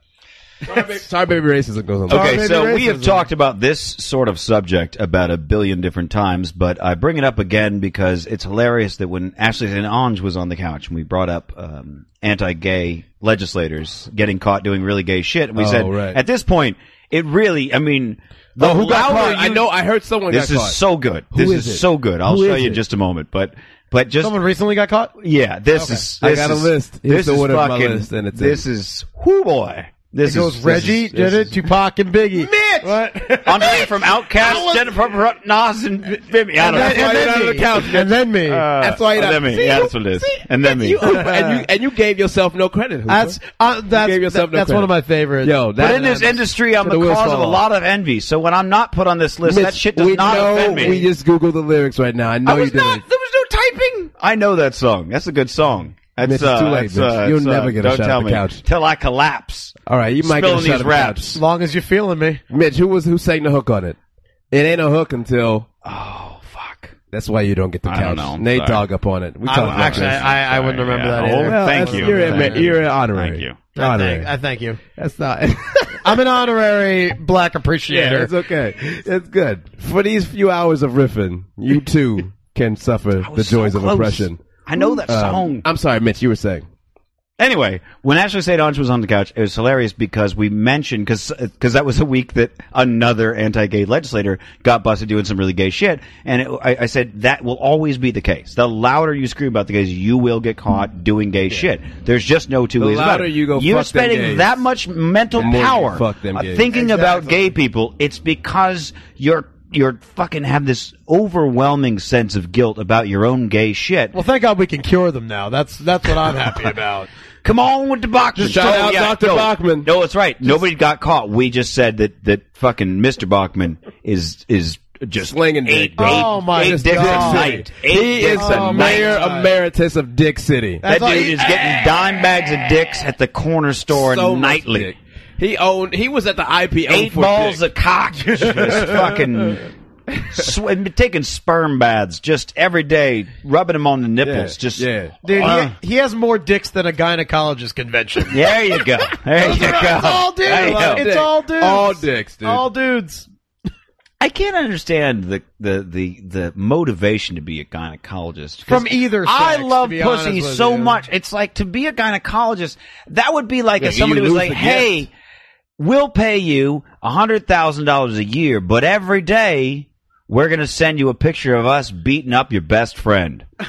S2: Tar baby, tar baby racism goes on.
S7: Okay, so we have talked about this sort of subject about a billion different times, but I bring it up again because it's hilarious that when Ashley and Ange was on the couch and we brought up um, anti-gay legislators getting caught doing really gay shit, we
S2: Oh,
S7: said
S2: right.
S7: at this point it really, I mean, the
S2: Oh, who got
S7: louder
S2: caught? I
S7: you-
S2: know- I heard someone
S7: This
S2: got
S7: is
S2: caught.
S7: so good.
S2: Who
S7: this
S2: is
S7: is,
S2: it?
S7: so good. I'll
S2: Who
S7: show
S2: is
S7: you in
S2: it?
S7: just a moment, but but just
S8: Someone recently got caught.
S7: yeah, this is.
S2: I
S7: this
S2: got a
S7: is-
S2: list. Here's
S7: This
S2: the
S7: is
S2: one of my
S7: fucking.
S2: list, and it's
S7: this
S2: in.
S7: is. Whoo boy. This
S8: it goes
S7: is,
S8: Reggie
S7: this is,
S8: did it, Tupac and Biggie. Mitch,
S7: Andre from Outcast, Jennifer Nas, and Bimmy. I
S8: and
S7: don't
S8: then,
S7: know.
S8: and then me. and then me.
S2: That's why you
S7: Uh, and
S2: don't-
S7: then oh, me.
S2: See,
S7: yeah,
S2: you-
S7: that's what it is. and then me.
S2: you, Hooper, and you and you gave yourself no credit. Hooper.
S8: That's uh, that's
S2: gave yourself no
S8: that's
S2: credit.
S8: one of my favorites.
S2: Yo, that,
S7: but in this industry, I'm
S2: to
S7: the,
S2: wheels
S7: cause of
S2: fall
S7: a
S2: off.
S7: lot of envy. So when I'm not put on this list, that
S2: Mitch,
S7: shit does
S2: we
S7: not
S2: know,
S7: offend me.
S2: We just Googled the lyrics right now. I know
S7: I
S2: you
S7: was
S2: didn't.
S7: not. There was no typing. I know that song. That's a good song. That's,
S2: Mitch, it's
S7: uh,
S2: too late,
S7: that's, uh,
S2: Mitch. You'll
S7: that's,
S2: never
S7: uh,
S2: get a
S7: don't
S2: shot at
S7: tell
S2: the
S7: me.
S2: couch.
S7: Till I collapse.
S2: All right, you might get a shot
S7: Spilling these
S2: at the couch.
S7: raps.
S8: As long as you're feeling me.
S2: Mitch, who was who sang the hook on it? It ain't a hook until oh fuck. That's why you don't get the couch.
S7: I don't know. I'm
S2: Nate
S7: sorry.
S2: dog up on it. We
S8: I,
S2: talked about
S8: actually,
S2: this.
S8: I, I wouldn't remember
S7: yeah.
S8: that
S7: Oh,
S8: either.
S7: well, thank you.
S2: You're, a,
S7: Thank you.
S2: you're an honorary.
S7: Thank you.
S8: I
S2: Honorary.
S8: thank, I thank you.
S2: That's not.
S8: I'm an honorary black appreciator.
S2: Yeah, it's okay. It's good. For these few hours of riffing, you too can suffer the joys
S7: so
S2: of
S7: close.
S2: oppression.
S7: I know that
S2: Um,
S7: song.
S2: I'm sorry, Mitch, you were saying.
S7: Anyway, when Ashley St. Ange was on the couch, it was hilarious because we mentioned because that was a week that another anti-gay legislator got busted doing some really gay shit, and it, I, I said that will always be the case. The louder you scream about the gays, you will get caught doing gay shit. There's just no two
S2: The
S7: ways about
S2: louder
S7: it.
S2: you go,
S7: You're
S2: "Fuck them
S7: spending
S2: gays,"
S7: that much mental
S2: the more you
S7: power
S2: fuck them
S7: uh,
S2: gays.
S7: thinking about gay people. It's because you're you're fucking have this overwhelming sense of guilt about your own gay shit.
S8: Well, thank God we can cure them now. That's that's what I'm happy about.
S7: Come on with the Bachman.
S2: Just shout out Dr.
S7: No,
S2: Bachman.
S7: No, it's right. Nobody got caught. We just said that that fucking Mr. Bachman is is just
S2: Slinging dick,
S7: eight,
S2: bro.
S7: eight-
S8: Oh, my
S7: eight
S8: God.
S7: dicks a
S8: Dick
S7: night. Eight
S2: He is
S7: dicks
S2: the
S7: a
S2: mayor
S7: night.
S8: God.
S2: emeritus of Dick City.
S7: That
S8: That's
S7: dude
S8: all-
S7: is getting dime bags of dicks at the corner store
S2: So much dick.
S7: nightly.
S2: He owned. He was at the IPO
S7: Eight
S2: for
S7: balls
S2: dick.
S7: of cock. Just fucking. Sw- taking sperm baths just every day, rubbing them on the nipples.
S2: Yeah,
S7: just
S2: yeah.
S8: Dude,
S7: Uh.
S8: he, he has more dicks than a gynecologist convention.
S7: there you go, there you go.
S8: It's all dudes.
S7: There you go.
S8: It's all dudes.
S2: All dicks, dude.
S8: All dudes.
S7: I can't understand the the the, the motivation to be a gynecologist 'Cause
S8: From either
S7: I
S8: sex,
S7: love
S8: to be
S7: pussy
S8: honest with
S7: so
S8: you.
S7: much. It's like to be a gynecologist. That would be like
S2: Yeah,
S7: if somebody
S2: you
S7: was
S2: lose
S7: like,
S2: the
S7: "Hey,
S2: gift."
S7: we'll pay you a hundred thousand dollars a year, but every day." We're gonna send you a picture of us beating up your best friend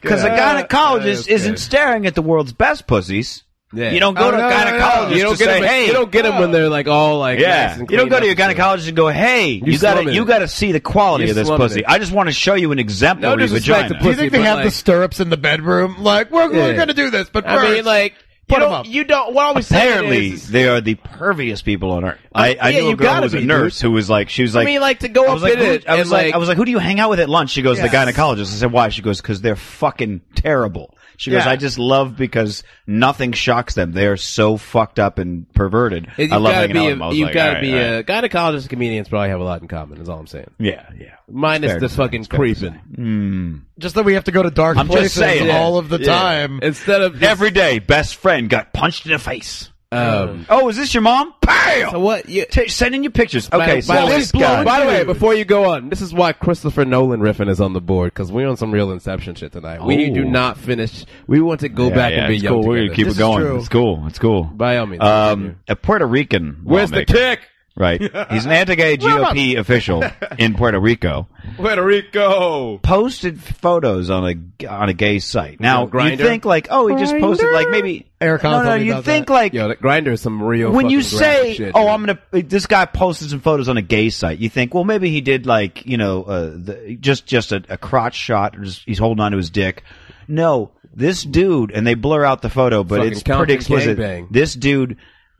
S7: because a gynecologist isn't staring at the world's best pussies.
S2: Yeah.
S7: You don't go
S8: Oh,
S7: to a
S8: no, no, no, no.
S7: gynecologist
S2: You
S7: to
S2: don't get
S7: say,
S2: him.
S7: "Hey,
S2: you don't get
S8: uh,
S2: him when they're like all like.
S7: yeah,
S2: nice and
S7: you don't
S2: cleaned
S7: go to your
S2: up and stuff.
S7: gynecologist and go, "Hey, you,
S2: slumming
S7: gotta
S2: it.
S7: you gotta see the quality
S2: You
S7: of this
S2: slumming
S7: pussy."
S2: it.
S7: I just want to show you an exemplary
S2: No disrespect
S7: vagina.
S2: to
S8: Do you
S2: Pussy,
S8: think they
S2: but
S8: have
S2: like-
S8: the stirrups in the bedroom? Like we're, we're
S2: Yeah.
S8: going to do this, but first,
S2: I mean, like.
S8: Put
S2: You
S8: 'em
S2: don't,
S8: up.
S2: you don't. What always
S7: Apparently, they are the perviest people on earth. I, I
S2: yeah,
S7: knew
S2: you
S7: a girl who
S2: gotta
S7: was a
S2: be,
S7: nurse who was like, she was
S2: I
S7: like,
S2: mean, like to go
S7: I
S2: up
S7: was like,
S2: in
S7: who-
S2: it.
S7: I was
S2: and,
S7: like, I was like, who do you hang out with at lunch? She goes, the gynecologist. I said, why? She goes, because they're fucking terrible. She goes,
S8: Yeah.
S7: I just love because nothing shocks them. They are so fucked up and perverted.
S2: You've
S7: I love
S2: gotta
S7: hanging
S2: be
S7: out
S2: a-
S7: with them. I was
S2: You've
S7: like,
S2: got to
S7: "All
S2: be
S7: right, all right."
S2: a gynecologist and comedians probably have a lot in common. Is all I'm saying.
S7: yeah, yeah.
S2: Minus
S7: Fair
S2: the
S7: to say,
S2: fucking
S7: it's fair to say.
S2: creeping.
S7: Hmm.
S8: just that we have to go to dark
S7: I'm just
S8: places
S7: saying.
S8: all of the time.
S2: Instead of just,
S7: Every day, best friend got punched in the face.
S2: Um,
S7: Oh, is this your mom? Bam!
S2: so what? You,
S7: T- sending you pictures. Okay, so
S2: by, the way-
S7: this guy.
S2: by the way, before you go on, this is why Christopher Nolan riffing is on the board because we're on some real Inception shit tonight. We
S7: Ooh.
S2: do not finish. We want to go
S7: Yeah,
S2: back
S7: yeah,
S2: and be
S7: it's
S2: young
S7: cool. We're
S2: together.
S7: gonna keep it
S8: This is true.
S7: going. It's cool. It's cool.
S2: By all means,
S7: Um, a Puerto Rican.
S2: Where's the
S7: lawmaker.
S2: kick?
S7: Right. He's an anti-gay GOP official in Puerto Rico.
S2: Puerto Rico.
S7: Posted photos on a on a gay site. Now you
S2: Grindr?
S7: think like, oh, he just posted like maybe.
S8: Eric Allen
S7: no, no.
S8: told me
S7: You
S8: about
S7: think
S8: that.
S7: like
S2: Yo, that grinder is some real.
S7: when you
S2: fucking
S7: say,
S2: graphic shit,
S7: "Oh,
S2: dude.
S7: I'm gonna," this guy posted some photos on a gay site. You think, well, maybe he did like you know, uh, the, just just a, a crotch shot, or just he's holding on to his dick. No, This dude, and they blur out the photo, but
S2: Fucking
S7: it's
S2: Compton
S7: pretty explicit.
S2: gangbang.
S7: This dude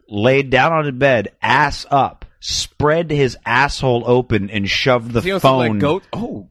S7: laid down on his bed, ass up, spread his asshole open, and shoved the
S2: He also
S7: phone.
S2: like goat. Oh,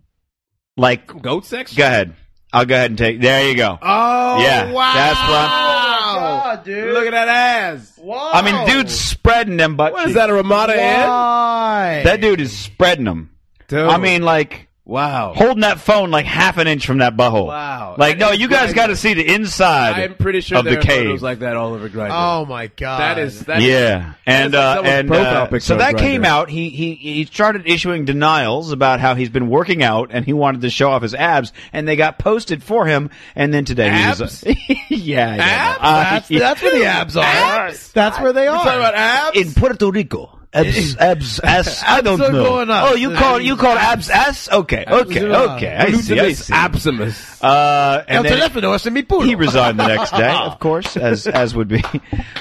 S7: like
S2: goat sex.
S7: Go ahead. I'll go ahead and take. There you go.
S2: Oh,
S7: yeah.
S2: wow.
S7: That's what. I'm-
S8: God, dude.
S2: Oh, Look at that ass.
S8: Why?
S7: I mean, dude's spreading them, but
S2: Oh. What is that, a Ramada Inn?
S8: Why?
S7: That dude is spreading them. I mean, like
S2: wow,
S7: holding that phone like half an inch from that butthole.
S2: Wow.
S7: Like, no,
S2: That is
S7: you guys
S2: crazy.
S7: got to see the inside.
S2: I'm pretty sure
S7: of
S2: there
S7: the
S2: are
S7: cave.
S2: photos like that all over Grindr.
S8: Oh my God.
S2: that is that is-
S7: yeah,
S2: that is
S7: and
S2: like
S7: uh,
S2: someone's
S7: and
S2: profile
S7: uh,
S2: picture
S7: so
S2: on
S7: that
S2: Grindr.
S7: came out. He he he started issuing denials about how he's been working out and he wanted to show off his abs, and they got posted for him. And then today,
S2: Abs?
S7: he was, yeah, I don't know.
S2: Abs?
S7: Uh,
S8: That's,
S7: yeah.
S8: that's where the abs are.
S2: Abs?
S8: That's where they are.
S2: Talking about abs.
S7: in Puerto Rico. Abs, abs, ass. I don't
S8: are
S7: know.
S8: going up.
S7: Oh, you call you call abs ass? Okay, okay,
S8: are-
S7: okay. I see. I see.
S2: Absimus.
S7: Uh,
S8: El
S7: and then
S8: teléfono es en mi
S7: he
S8: pulo.
S7: resigned the next day, of course, as as would be.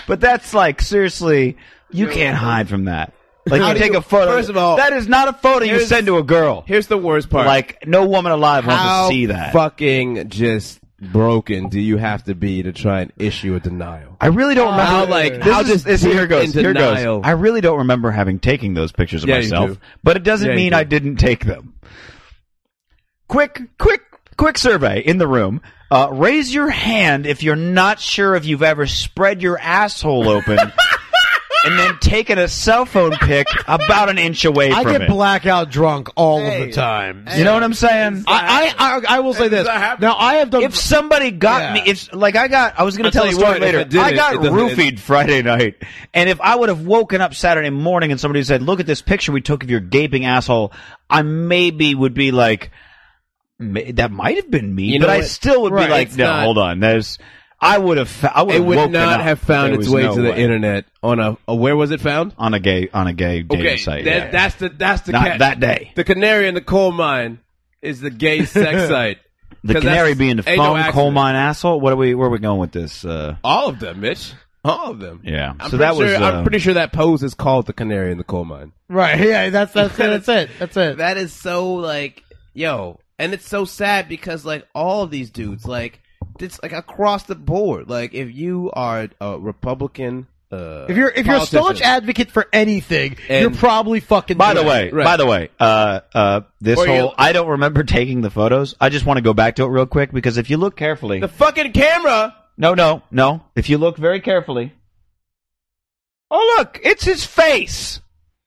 S7: But that's like seriously, you can't hide from that. Like
S2: How
S7: you
S2: do
S7: take
S2: you-
S7: a photo.
S2: first of all,
S7: that is not a photo you
S2: here's-
S7: send to a girl.
S2: Here's the worst part.
S7: Like no woman alive
S2: how
S7: wants to see that.
S2: fucking just broken do you have to be to try and issue a denial?
S7: I really don't remember.
S2: How, like,
S7: this
S2: how
S7: is,
S2: just
S7: this, here
S2: deep
S7: goes.
S2: in
S7: Here
S2: denial.
S7: goes. I really don't remember having taking those pictures of
S2: Yeah, you
S7: myself,
S2: do.
S7: but it doesn't
S2: Yeah, you
S7: mean
S2: do.
S7: I didn't take them. Quick, quick, quick survey in the room. Uh, raise your hand if you're not sure if you've ever spread your asshole open and then taken a cell phone pic about an inch away
S8: I
S7: from
S8: get
S7: it.
S8: blackout drunk all of the time.
S7: you know what I'm saying?
S8: I, I, I, I will say this. Now, I have done.
S7: if somebody got
S8: Yeah.
S7: me, if like I got, I was going to
S2: I'll tell
S7: tell you
S2: you
S7: story
S2: what, if
S7: later.
S2: it did
S7: I
S2: it,
S7: got
S2: it doesn't-
S7: roofied Friday night, and if I would have woken up Saturday morning and somebody said, "Look at this picture we took of your gaping asshole," I maybe would be like, "Ma- "That might have been me,"
S2: You
S7: but
S2: know
S7: I
S2: what?
S7: still would
S2: Right,
S7: be like,
S2: it's
S7: "No,
S2: not-
S7: hold on." There's, I would have, fa- I would
S2: It
S7: have
S2: would
S7: woken
S2: not
S7: up.
S2: have found
S7: There
S2: its
S7: was
S2: way
S7: no
S2: to the
S7: way.
S2: internet on a, a where was it found?
S7: on a gay on a gay dating
S2: Okay,
S7: site.
S2: that,
S7: yeah.
S2: that's the that's the
S7: Not
S2: cat-
S7: that day.
S2: The canary in the coal mine is the gay sex site.
S7: the
S2: 'Cause
S7: canary
S2: that's-
S7: being the
S2: ain't no
S7: phone coal
S2: accident.
S7: mine asshole. What are we? Where are we going with this? Uh,
S2: All of them, Mitch. All of them.
S7: yeah.
S2: I'm pretty
S7: so that
S2: sure,
S7: was. uh,
S2: I'm pretty sure that pose is called the canary in the coal mine.
S8: right. Yeah, that's, that's it. That's it. That's it.
S2: That is so like, yo, and it's so sad because like all of these dudes, like it's like across the board. Like if you are a Republican, uh,
S8: If you're if you're a staunch
S2: politician,
S8: advocate for anything,
S2: And-
S8: you're probably fucking.
S7: By the
S8: doing it.
S7: way,
S2: right.
S7: by the way, uh, uh, this
S2: Or you-
S7: whole I don't remember taking the photos. I just want to go back to it real quick because if you look carefully,
S2: the fucking camera,
S7: no, no, no. If you look very carefully, oh look, it's his face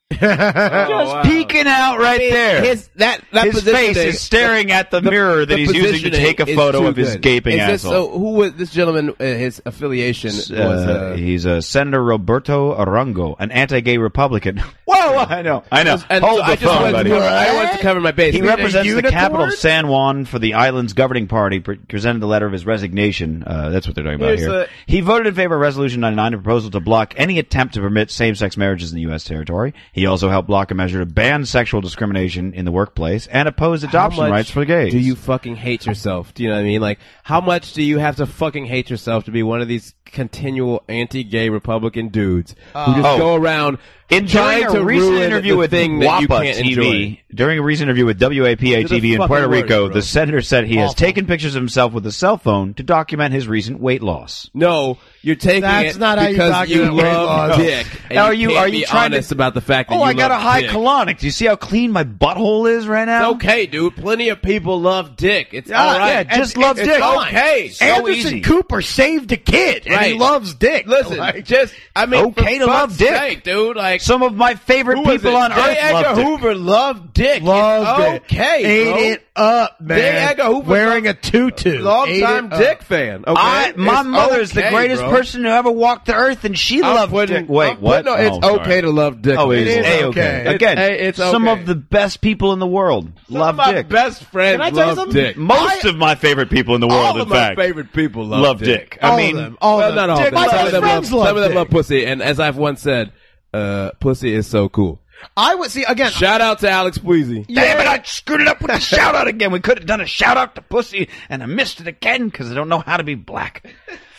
S7: just peeking out right there. His,
S2: Oh, his that that positioning-
S7: face is staring at the, mirror that
S2: the
S7: he's using to
S2: positioning
S7: take a
S2: is
S7: photo
S2: too
S7: of his
S2: good.
S7: gaping
S2: is this,
S7: asshole.
S2: So who was this gentleman? Uh, his affiliation was.
S7: Uh,
S2: Uh,
S7: he's uh, Senator Roberto Arango, an anti-gay Republican. Whoa, whoa, I know, I know.
S2: and
S7: Hold
S2: so
S7: the
S2: I just
S7: phone,
S2: wanted
S7: buddy.
S2: to, I wanted to cover my base.
S7: He
S2: Is it a
S7: represents the
S2: unicorn?
S7: capital of San Juan for the island's governing party. Pre- presented the letter of his resignation. Uh, that's what they're talking about
S2: Here's
S7: here.
S2: the-
S7: he voted in favor of Resolution 99, a proposal to block any attempt to permit same-sex marriages in the U.S. territory. He also helped block a measure to ban sexual discrimination in the workplace and oppose adoption
S2: much
S7: rights for gays.
S2: Do you fucking hate yourself? Do you know what I mean? Like, how much do you have to fucking hate yourself to be one of these continual anti-gay Republican dudes who just
S7: Oh.
S2: go around
S7: In
S2: trying
S7: during a
S2: to
S7: recent
S2: ruin
S7: interview
S2: the
S7: with
S2: thing that you
S7: WAPA
S2: can't
S7: TV,
S2: enjoy?
S7: during a recent interview with WAPA
S2: They're the
S7: TV in
S2: fucking
S7: Puerto
S2: worst,
S7: Rico,
S2: bro.
S7: the senator said he has taken pictures of himself with a cell phone to document his recent weight loss.
S2: No, you're taking
S8: That's
S2: it
S8: not how you
S2: because you,
S8: document weight
S2: love
S8: loss.
S2: dick. And
S7: Are you-
S2: you? Can't
S7: are you
S2: be
S7: trying to-
S2: honest about the fact that
S7: Oh,
S2: you
S7: I got a
S2: love
S7: high
S2: dick.
S7: colonic. Do you see how clean my butthole is right
S2: It's
S7: now?
S2: okay, dude. Plenty of people love dick. It's
S7: Yeah,
S2: all right.
S7: yeah, just love
S2: it's
S7: dick.
S2: Okay,
S7: So
S8: Anderson
S7: easy.
S8: Cooper saved a kid, and he
S2: Right.
S8: loves dick.
S2: Listen,
S8: Like-
S2: just I mean,
S7: Okay
S2: for
S7: to love
S2: fuck's
S7: dick.
S2: sake, dude. Like
S7: Some of my favorite
S2: who was
S7: people
S2: it?
S7: on
S2: J.
S7: earth
S2: Edgar
S7: love dick.
S2: Hoover loved dick.
S8: Loved
S2: it's
S8: it.
S2: okay,
S8: Ate
S2: bro.
S8: it up, man.
S2: Edgar Hoover
S8: wearing a
S2: loved-
S8: tutu.
S2: Long
S8: Ate
S2: time
S8: it up.
S2: dick fan. Okay,
S7: uh, I, my
S2: It's
S7: mother is the
S2: okay,
S7: greatest
S2: bro.
S7: person who ever walked the earth, and she
S2: I'm
S7: loved
S2: putting-
S7: dick. Wait,
S2: I'm
S7: what?
S2: putting- it's
S7: Oh, sorry.
S2: okay to love dick.
S7: Oh,
S2: man.
S7: it is,
S8: is
S7: a-okay.
S8: okay. It's-
S7: Again,
S2: a- it's
S7: some
S2: okay.
S7: of the best people in the world
S2: Some
S7: love
S2: of my
S7: dick.
S2: best friends
S8: Can I tell you
S2: love
S8: something?
S2: dick.
S7: Most of my favorite people in the world,
S2: all
S7: in
S2: of my
S7: fact,
S2: favorite people love,
S7: love dick. I
S8: All
S7: mean,
S8: of them. All
S2: well,
S8: of them.
S2: not all of
S8: Dick,
S2: them.
S8: my
S2: Some
S8: best
S2: of them love,
S8: friends love
S2: some of them
S8: dick.
S2: love pussy, and as I've once said, uh, pussy is so cool.
S8: I would see again.
S2: Shout out to Alex Pleasy.
S7: Damn it, I screwed it up with the shout out again. We could have done a shout out to pussy, and I missed it again because I don't know how to be black.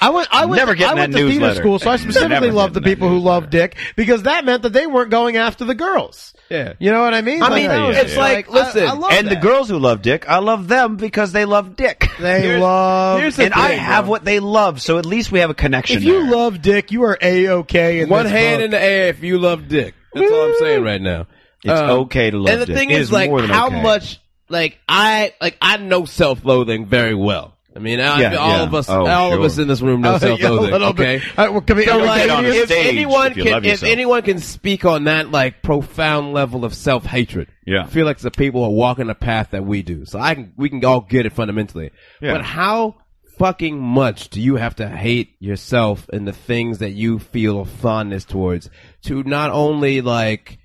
S8: I went. I went.
S7: Never getting
S8: I went
S7: that
S8: to theater
S7: newsletter.
S8: school, so I
S7: Never
S8: specifically
S7: getting
S8: loved the
S7: that
S8: people who loved Dick because that meant that they weren't going after the girls.
S7: Yeah.
S8: you know what I mean.
S7: I mean,
S8: that was
S7: it's
S8: just
S7: like,
S8: I-
S7: listen,
S8: I, love
S7: and
S8: that.
S7: the girls who love Dick, I love them because they love Dick.
S8: They love
S7: and
S8: Dick,
S7: I
S8: bro.
S7: have what they love, so at least we have a connection.
S8: If you love Dick, you are a okay.
S2: One hand in the air if you love dick. That's all I'm saying right now.
S7: It's
S2: Um,
S7: okay to love
S2: And the
S7: dick.
S2: thing
S7: It
S2: is,
S7: is
S2: like,
S7: more than
S2: how
S7: okay.
S2: much, like, I, like, I know self-loathing very well. I mean, I,
S7: Yeah,
S2: all
S7: yeah.
S2: of us,
S7: Oh,
S2: all of
S7: sure.
S2: us in this room know
S7: Uh, yeah, a
S2: self-loathing.
S7: little bit.
S2: okay,
S8: Uh, well, come here,
S2: so
S8: you
S2: like,
S8: get on a
S2: if
S7: stage
S2: anyone
S7: if you
S2: can,
S7: love
S2: if
S7: yourself.
S2: anyone can speak on that, like, profound level of self-hatred,
S7: Yeah.
S2: I feel like the people are walking the path that we do. So I can, we can all get it fundamentally.
S7: Yeah.
S2: But how fucking much do you have to hate yourself and the things that you feel fondness towards to not only like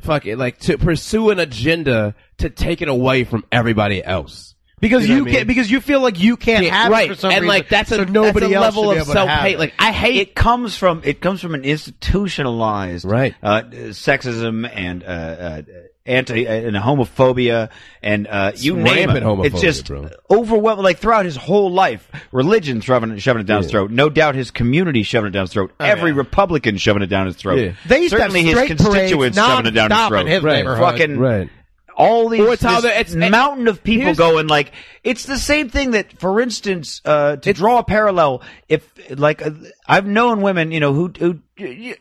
S2: fuck it like to pursue an agenda to take it away from everybody else
S8: because you,
S2: know what I mean?
S8: can't because you feel like you can't have it
S2: right
S8: for some
S2: and like
S8: reason,
S2: that's a,
S8: so nobody
S2: that's a
S8: else
S2: level
S8: should be
S2: of
S8: able to have
S2: self-hate
S8: it.
S2: like i hate
S7: It comes from it comes from an institutionalized
S2: Right.
S7: uh, sexism and uh, uh, anti and homophobia and uh, you name it.
S2: rampant
S7: It's
S2: homophobia,
S7: just
S2: bro.
S7: overwhelming. Like throughout his whole life, religion shoving it, shoving it down his throat. No doubt, his community shoving it down his throat. Every Republican shoving it down his throat.
S2: Oh, Yeah.
S8: They used to have
S7: certainly his
S8: straight
S7: constituents
S8: parades
S7: shoving it down his
S8: nonstop
S7: throat.
S8: in his Right. neighborhood.
S7: Fucking
S2: right
S7: all these
S2: Or it's how
S7: this
S2: the- it's-
S7: mountain of people
S2: here's-
S7: going like it's the same thing that for instance uh, to draw a parallel if like uh, I've known women you know who who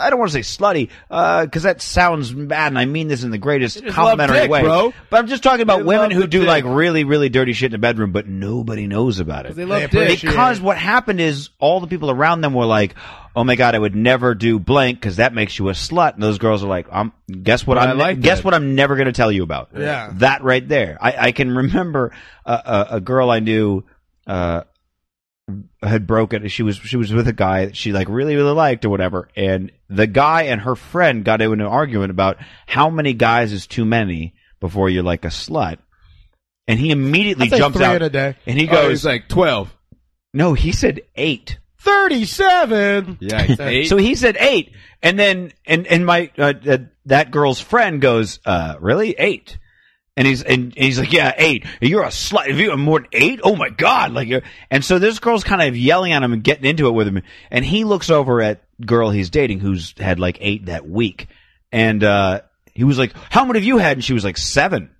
S7: I don't want to say slutty because that sounds bad and I mean this in the greatest
S2: just
S7: complimentary
S2: love dick,
S7: way
S2: bro.
S7: but I'm just talking about
S2: They
S7: women
S2: love
S7: who
S2: the
S7: do
S2: dick.
S7: like really really dirty shit in the bedroom but nobody knows about it
S2: they love dick
S7: because what happened is all the people around them were like, "Oh my god, I would never do blank because that makes you a slut." And those girls are like, "I'm guess what
S2: I
S7: I'm
S2: like
S7: guess
S2: that.
S7: what I'm never going to tell you about."
S8: Yeah.
S7: that right there. I, I can remember a, a, a girl I knew uh, had broken. She was she was with a guy that she like really really liked or whatever, and the guy and her friend got into an argument about how many guys is too many before you're like a slut. And he immediately
S8: I'd say
S7: jumps
S8: three
S7: out
S8: in a day.
S7: and he
S2: Oh,
S7: goes,
S2: he's like 12
S7: no, he said eight.
S8: Thirty-seven.
S2: yeah he's eight.
S7: So he said eight, and then and and my uh, uh, that girl's friend goes, uh, really eight. And he's and, and he's like, yeah, eight. You're a slut. If you have more than eight, oh my god! Like, you're, and so this girl's kind of yelling at him and getting into it with him. And he looks over at girl he's dating who's had like eight that week, and uh, he was like, "How many have you had?" And she was like, seven.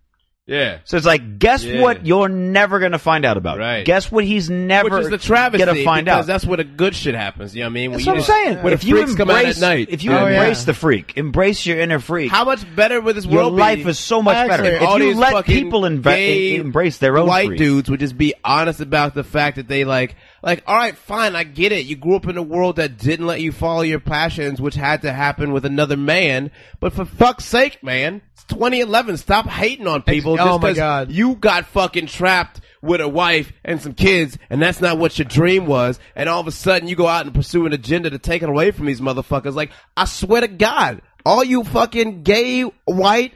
S2: yeah
S7: So it's like, guess
S2: Yeah.
S7: what? You're never gonna find out about.
S2: Right.
S7: Guess what? He's never
S2: which is the travesty
S7: gonna find
S2: because
S7: out.
S2: that's where the good shit happens you know what i mean
S7: That's
S2: When
S7: what
S2: you
S7: I'm
S2: just-
S7: saying.
S2: when
S7: If
S2: the
S7: you
S2: freaks
S7: embrace,
S2: come out at night
S7: if you
S2: know what I mean?
S7: embrace the freak, embrace your inner freak.
S2: How much better would this
S7: your
S2: world
S7: life
S2: be?
S7: is so much
S2: Actually,
S7: better.
S2: all
S7: If you
S2: these
S7: let
S2: fucking
S7: people inve-
S2: gay
S7: embrace their own
S2: white
S7: freak.
S2: dudes would just be honest about the fact that they like, like, all right, fine, I get it. You grew up in a world that didn't let you follow your passions, which had to happen with another man. But for fuck's sake, man, it's 2011. Stop hating on people
S8: Ex- oh
S2: just
S8: my
S2: 'cause
S8: God.
S2: you got fucking trapped with a wife and some kids, and that's not what your dream was. And all of a sudden, you go out and pursue an agenda to take it away from these motherfuckers. Like, I swear to God, all you fucking gay, white,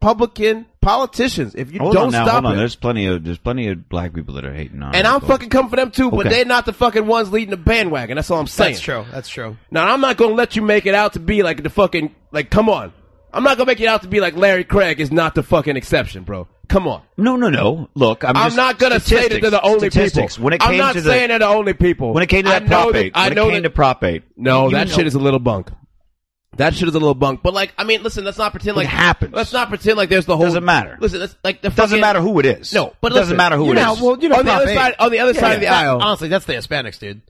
S2: Republican politicians, if you
S7: hold
S2: don't
S7: on now,
S2: stop
S7: hold on.
S2: it.
S7: There's plenty of there's plenty of black people that are hating on.
S2: And
S7: us,
S2: I'm
S7: folks.
S2: fucking coming for them too, but
S7: Okay.
S2: they're not the fucking ones leading the bandwagon. That's all I'm saying.
S8: That's true. That's true.
S2: Now I'm not gonna let you make it out to be like the fucking like. Come on, I'm not gonna make it out to be like Larry Craig is not the fucking exception, bro. Come on.
S7: No, no, no. Look, I'm,
S2: I'm
S7: just-
S2: not gonna say that
S7: statistics,
S2: they're the only
S7: statistics.
S2: people.
S7: When it
S2: I'm
S7: came
S2: not
S7: to the,
S2: saying they're the only people.
S7: when it came to
S2: I
S7: that
S2: know
S7: prop eight,
S2: I
S7: when
S2: know
S7: it came
S2: that-
S7: to prop eight,
S2: No,
S7: you
S2: that
S7: know-
S2: shit is a little bunk. That shit is a little bunk. But like, I mean, listen, let's not pretend like
S7: happens.
S2: Let's not pretend like there's the whole.
S7: Doesn't matter.
S2: Listen, that's like the
S7: doesn't
S2: fucking-
S7: matter who it is.
S2: No, but
S7: It doesn't
S2: listen,
S7: matter who
S2: you
S7: it
S2: know,
S7: is.
S8: well, you know,
S2: on the
S8: Prop
S2: other
S8: eight.
S2: side, on the other side of the aisle.
S8: Honestly, that's the Hispanics, dude.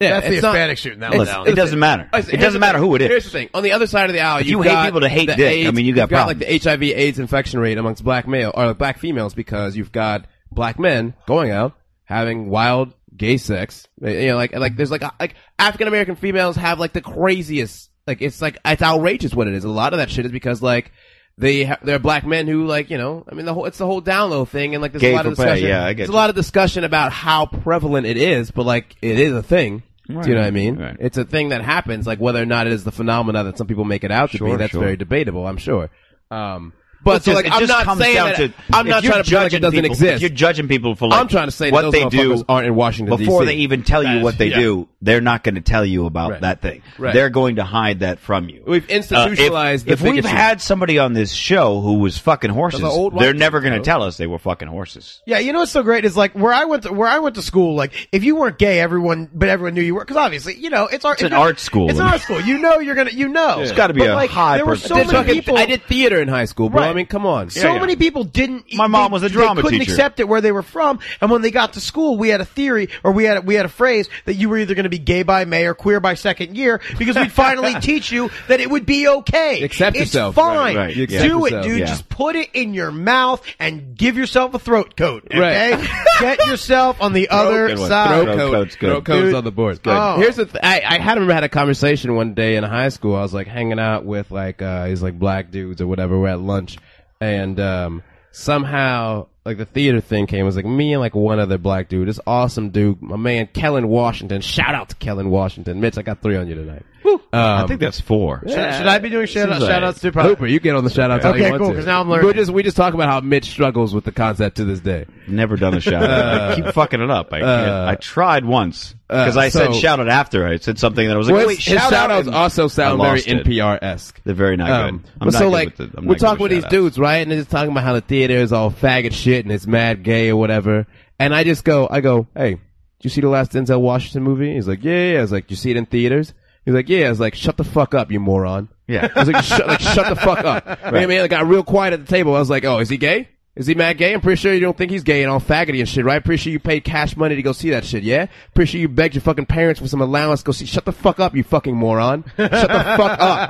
S2: Yeah,
S8: That's the
S2: it's not-
S8: Hispanics shooting that one
S2: it's-
S8: down.
S7: It doesn't matter.
S2: Listen,
S7: It
S2: here's
S7: doesn't
S2: the
S7: matter
S2: thing.
S7: who it
S2: Here's
S7: is.
S2: the thing: on the other side of the aisle,
S7: If you
S2: you've
S7: hate
S2: got
S7: people to hate
S2: the
S7: dick, I
S2: AIDS,
S7: mean, you
S2: you've like
S7: got problems.
S2: the HIV/AIDS infection rate amongst black male or black females because you've got black men going out having wild gay sex. Uh, You know, like like there's like a- like African American females have like the craziest. Like it's like it's outrageous what it is. A lot of that shit is because like. They ha- they're black men who like you know I mean the whole it's the whole down low thing and like there's
S7: Gay
S2: a lot of
S7: for pay,
S2: discussion
S7: yeah, I get
S2: there's a
S7: you.
S2: lot of discussion about how prevalent it is but like it is a thing do you know what I mean
S7: right.
S2: it's a thing that happens. Like whether or not it is the phenomena that some people make it out to
S7: Sure,
S2: be, that's
S7: sure.
S2: very debatable. I'm sure. Um, But
S7: It's just-
S2: like,
S7: it
S2: I'm
S7: just
S2: not
S7: comes
S2: saying
S7: down
S2: that.
S7: to-
S2: I'm
S7: if
S2: not trying
S7: you're
S2: to pretend like it
S7: judging
S2: doesn't
S7: people-
S2: exist.
S7: If you're judging people for like,
S2: I'm trying to say that
S7: what
S2: those
S7: they do
S2: motherfuckers aren't in Washington
S7: before
S2: D.C.
S7: they even tell you
S2: That is-
S7: what they
S2: yeah.
S7: do. They're not going to tell you about
S2: Right.
S7: that thing.
S2: Right.
S7: They're going to hide that from you. Uh,
S2: We've institutionalized
S7: if
S2: the
S7: if we've
S2: bigotry.
S7: had somebody on this show who was fucking horses,
S8: Those are old white
S7: they're never
S8: people,
S7: going to
S8: though.
S7: tell us they were fucking horses.
S8: Yeah, you know what's so great is like where I went to, where I went to school. Like if you weren't gay, everyone but everyone knew you were because obviously you know it's art.
S7: It's an art school.
S8: It's an art school. You know you're gonna you know.
S2: It's gotta be
S8: But,
S2: a
S8: like,
S2: high
S8: There were
S2: percentage.
S8: so
S2: They're
S8: many
S2: talking-
S8: people.
S2: I did theater in high school, bro.
S8: Right.
S2: I mean, come on.
S8: So many people didn't. My
S7: mom was a drama
S8: they couldn't
S7: teacher.
S8: accept it where they were from, and when they got to school, we had a theory or we had we had a phrase that you were either going to be gay by May or queer by second year because we'd finally teach you that it would be okay.
S2: Accept
S8: it's
S2: yourself. Right,
S8: Fine.
S2: right. You accept
S8: Do it,
S2: yourself.
S8: dude.
S2: Yeah.
S8: Just put it in your mouth and give yourself a throat coat.
S2: Right.
S8: Okay. Get yourself on the other
S2: Good one.
S8: side.
S2: Throat coat. Throat coat's on the board.
S8: Good. Oh.
S2: Oh. Here's the. Th- I, I had remember had a conversation one day in high school. I was like hanging out with like uh these like black dudes or whatever. We're at lunch, and um somehow like the theater thing came. It was like me and like one other black dude. This awesome dude, my man Kellen Washington. Shout out to Kellen Washington. Mitch, I got three on you tonight. Um,
S7: I think that's four.
S8: Should, should I be doing shout,
S2: Seems
S8: out,
S2: like-
S8: shout outs to
S2: Hooper, you get on the shout outs.
S8: Okay, cool, 'cause now I'm learning.
S2: We just we just talk about how Mitch struggles with the concept to this day.
S7: Never done a shout out. I keep fucking it up. I,
S2: uh,
S7: I tried once because
S2: uh,
S7: I said
S2: so-
S7: shout out after I said something that I was like,
S2: Well,
S7: oh, wait,
S2: his- his
S7: shout out.
S2: shout-outs
S7: and
S2: also sound
S7: I
S2: very
S7: lost it.
S2: NPR-esque.
S7: They're very not
S2: Um,
S7: good. I'm
S2: but
S7: not
S2: so
S7: good
S2: like
S7: with the- I'm
S2: we're
S7: not good
S2: talking with these
S7: shout-outs.
S2: dudes, right? And they're just talking about how the theater is all faggot shit and it's mad gay or whatever. And I just go, I go, hey, did you see the last Denzel Washington movie? He's like, yeah, yeah. yeah." I was like, you see it in theaters? He's like, yeah. I was like, shut the fuck up, you moron.
S7: Yeah.
S2: I was like, shut, like, shut the fuck up. You know what I mean, I got real quiet at the table. I was like, oh, is he gay? Is he mad gay? I'm pretty sure you don't think he's gay and all faggoty and shit, right? Pretty sure you paid cash money to go see that shit, yeah? Pretty sure you begged your fucking parents for some allowance to go see. Shut the fuck up, you fucking moron. Shut the fuck up.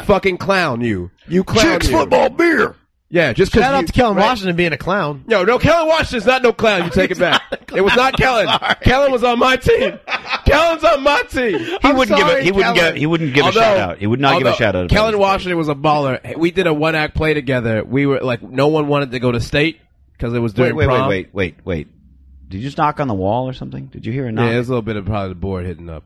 S2: You fucking clown, you. You clown.
S8: Chicks
S2: you.
S8: football
S2: beer. Yeah, just
S8: Shout out
S2: you-
S8: to Kellen
S2: right.
S8: Washington being a clown.
S2: No, no, Kellen Washington's not no clown. You take it back. It was not Kellen. Kellen was on my team. Kellen's on my team. He
S7: wouldn't give a- he wouldn't give- he wouldn't give a shout-out. He would not give a shout-out if I
S2: Kellen Washington was a baller. We did a one act play together. We were like, no one wanted to go to state because it was
S7: Wait,
S2: during
S7: wait,
S2: prom.
S7: wait, wait, wait, wait. Did you just knock on the wall or something? Did you hear a knock?
S2: Yeah, there's a little bit of probably the board hitting up.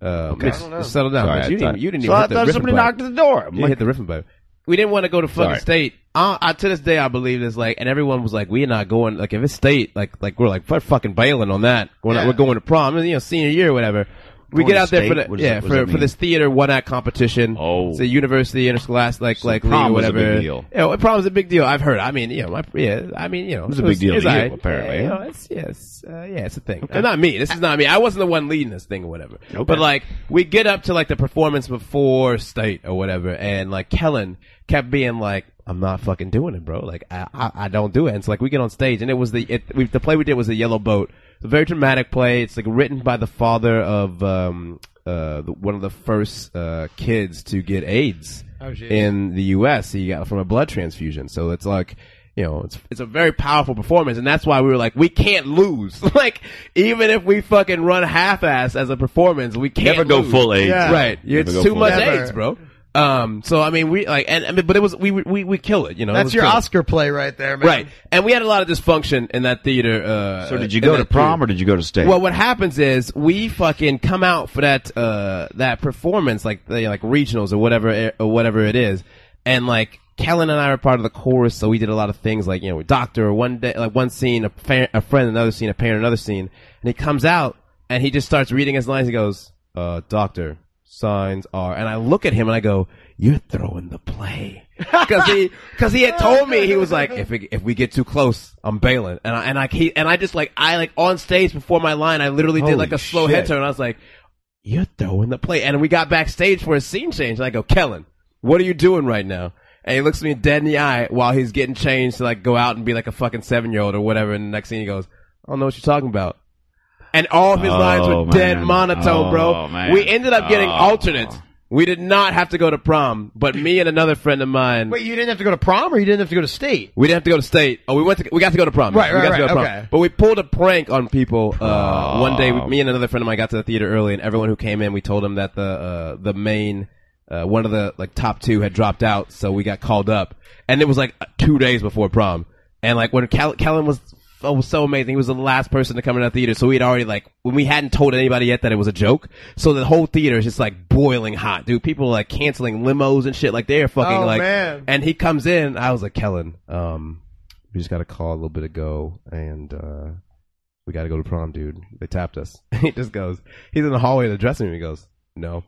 S2: Um,
S7: Okay.
S2: it's-
S7: I don't know.
S2: it's settled down.
S7: Sorry,
S2: Mitch.
S7: I
S2: you, didn't,
S7: thought-
S2: you didn't
S7: So
S2: even
S7: I
S2: hit the
S7: thought
S2: ribbon
S7: somebody
S2: button.
S7: knocked at the door. I'm
S2: You
S7: like-
S2: hit the ribbon button. We didn't want to go to fucking
S7: Sorry.
S2: state. I, I to this day I believe this like, and everyone was like, "We're not going." Like if it's state, like like we're like we're fucking bailing on that. We're not. We're going to prom. And, you know, senior year, or whatever. We
S7: Going
S2: get
S7: to
S2: out there for
S7: state? What
S2: the
S7: does
S2: yeah
S7: that- what does
S2: for,
S7: that
S2: for this theater one act competition. Oh, it's a university interscholastic like league
S7: prom
S2: or
S7: was a
S2: whatever.
S7: big deal.
S2: Yeah, well, prom's a big deal. I've heard. I mean, you know, my, yeah, I mean, you know,
S7: It was a big deal
S2: it's
S7: to you,
S2: alright.
S7: apparently.
S2: Yeah, you know, it's yes, uh, yeah, it's a thing. Uh, Not me. This is not me. I wasn't the one leading this thing or whatever. But like, we get up to like the performance before state or whatever, and like Kellen kept being like, "I'm not fucking doing it, bro. Like, I I, I don't do it." And it's like we get on stage, and it was the it, we, the play we did was the Yellow Boat. It's a very dramatic play. It's like written by the father of um uh the, one of the first uh kids to get AIDS
S8: Oh, jeez.
S2: in the U.S. He got from a blood transfusion. So it's like, you know, it's it's a very powerful performance, and that's why we were like, we can't lose. like, even if we fucking run half-ass as a performance, we can't
S7: Never go
S2: lose.
S7: full AIDS. Yeah.
S2: right?
S7: Never
S2: it's
S7: go
S2: too
S7: full
S2: much
S7: AIDS.
S2: AIDS, bro. Um, so I mean, we like, and I mean, but it was we we we kill it, you know. It
S8: That's
S2: was
S8: your
S2: kill it.
S8: Oscar play right there, man.
S2: Right, and we had a lot of dysfunction in that theater. Uh,
S7: So did you
S2: in
S7: go
S2: that
S7: to prom
S2: theater.
S7: or did you go to state?
S2: Well, what happens is we fucking come out for that uh that performance, like the like regionals or whatever it- or whatever it is, and like Kellen and I were part of the chorus, so we did a lot of things like you know doctor one day like one scene a, fa- a friend another scene a parent another scene, and he comes out and he just starts reading his lines. He goes, uh, doctor signs are, and I look at him and I go, you're throwing the play because he because he had told me he was like if it, if we get too close I'm bailing and I and I he, and I just like I like on stage before my line I literally did like a slow head
S7: shit.
S2: turn I was like you're throwing the play and we got backstage for a scene change and I go Kellen what are you doing right now and he looks me dead in the eye while he's getting changed to like go out and be like a fucking seven year old or whatever and the next thing he goes I don't know what you're talking about and all of his
S7: Oh,
S2: lines were dead
S7: man.
S2: monotone bro
S7: Oh, man.
S2: we ended up getting
S7: Oh.
S2: alternates. We did not have to go to prom, but me and another friend of mine.
S8: Wait, you didn't have to go to prom, or you didn't have to go to state.
S2: We didn't have to go to state. Oh, we went to we got to go to prom.
S8: Right,
S2: we
S8: right,
S2: got to go
S8: right,
S2: to prom.
S8: okay.
S2: But we pulled a prank on people. Uh, one day, we- me and another friend of mine got to the theater early, and everyone who came in, we told them that the uh, the main uh, one of the like top two had dropped out, so we got called up, and it was like two days before prom, and like when Cal- Kellen was oh, was so amazing. He was the last person to come in the theater, so we had already like when we hadn't told anybody yet that it was a joke. So the whole theater is just like boiling hot, dude. People are like canceling limos and shit. Like they're fucking
S8: Oh,
S2: like.
S8: man.
S2: And he comes in. I was like, Kellen, um, we just got a call a little bit ago, and uh, we got to go to prom, dude. They tapped us. he just goes. He's in the hallway of the dressing room. He goes, no.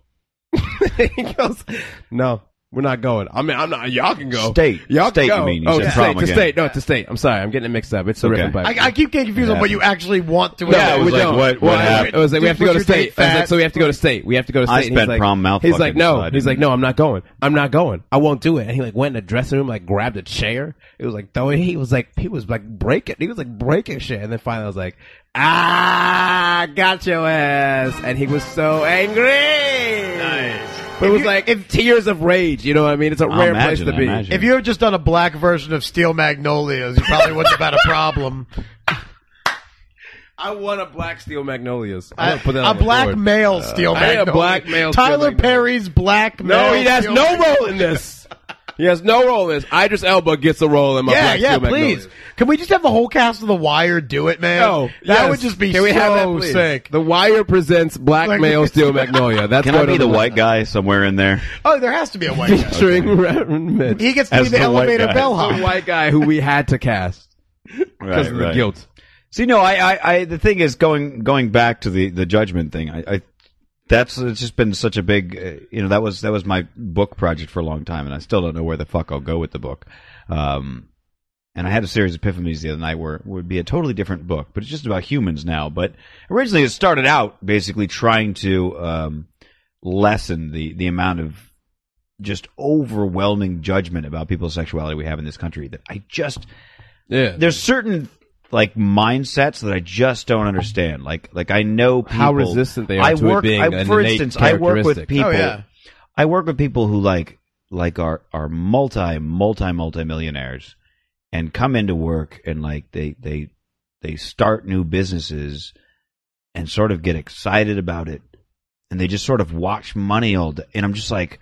S2: he goes, no. We're not going. I mean, I'm not. Y'all can go.
S7: State.
S2: Y'all
S7: State,
S2: can
S7: you
S2: go.
S7: mean. You
S2: oh,
S7: said
S2: to
S7: prom
S2: state. To
S7: again.
S2: state. No, to state. I'm sorry. I'm getting it mixed up. It's the
S7: Okay.
S2: riff and pipe.
S8: I, I keep getting confused on what you actually want to.
S7: No, Yeah, it was
S2: We
S7: like,
S2: don't.
S7: what- what
S2: Well,
S7: happened?
S2: It was like we have to go to
S8: Just your
S2: state.
S8: dick
S2: I was like,
S8: fat.
S2: so we have to go to state. We have to go to state.
S7: I
S2: And he's
S7: spent
S2: like,
S7: prom mouth
S2: He's
S7: fucking,
S2: like,
S7: so
S2: no.
S7: I
S2: He's like,
S7: didn't-
S2: no. I'm not going. I'm not going. I won't do it. And he like went in the dressing room, like grabbed a chair. It was like throwing. He was like, he was like breaking. He was like breaking shit. And then finally, I was like, ah, got your ass. And he was so angry. Nice. But it was like tears of rage. You know what I mean? It's a
S7: I
S2: rare
S7: imagine,
S2: place
S7: I
S2: to be.
S7: imagine.
S8: If you had just done a black version of Steel Magnolias, you probably wouldn't have had a problem.
S2: I want a black steel magnolias. I
S8: A,
S2: wanna put that on
S8: a
S2: the
S8: black
S2: board.
S8: male
S2: Uh,
S8: Steel
S2: I need
S8: Magnolia.
S2: a black male. Steel
S8: Tyler
S2: Magnolia.
S8: Perry's black male.
S2: No, he has
S8: Steel
S2: no
S8: Magnolia.
S2: role in this. He has no role in this. Idris Elba gets a role in my
S8: Yeah,
S2: Black
S8: yeah,
S2: Steel Magnolias.
S8: please. Can we just have the whole cast of The Wire do it, man?
S2: No,
S8: that
S2: yes.
S8: would just be
S2: Can we
S8: so
S2: have that, please?
S8: sick.
S2: The Wire presents Black
S8: Like-
S2: Male Steel Magnolia. That's
S7: Can I
S2: what
S7: be
S2: I'm
S7: the uh,
S2: like.
S7: white guy somewhere in there?
S8: Oh, there has to be a white guy.
S2: featuring Reverend Mitch?
S8: He gets to
S7: As
S8: be the,
S7: the white
S8: elevator
S7: guy.
S2: the
S8: bellhop.
S2: white guy who we had to cast because
S7: Right,
S2: of the
S7: right.
S2: guilt.
S7: See, no, I, I, I, the thing is going going back to the the judgment thing. I, I that's it's just been such a big, uh, you know, that was that was my book project for a long time, and I still don't know where the fuck I'll go with the book. Um, and I had a series of epiphanies the other night where it would be a totally different book, but it's just about humans now. But originally, it started out basically trying to um, lessen the the amount of just overwhelming judgment about people's sexuality we have in this country that I just
S2: Yeah.
S7: there's certain like mindsets that I just don't understand. Like like I know people,
S2: How resistant they are
S7: I
S2: to it
S7: work,
S2: being
S7: I,
S2: an
S7: for
S2: innate
S7: instance, I work with
S2: characteristic.
S7: people.
S8: Oh, yeah.
S7: I work with people who like like are are multi multi multi millionaires and come into work and like they they they start new businesses and sort of get excited about it and they just sort of watch money all day and I'm just like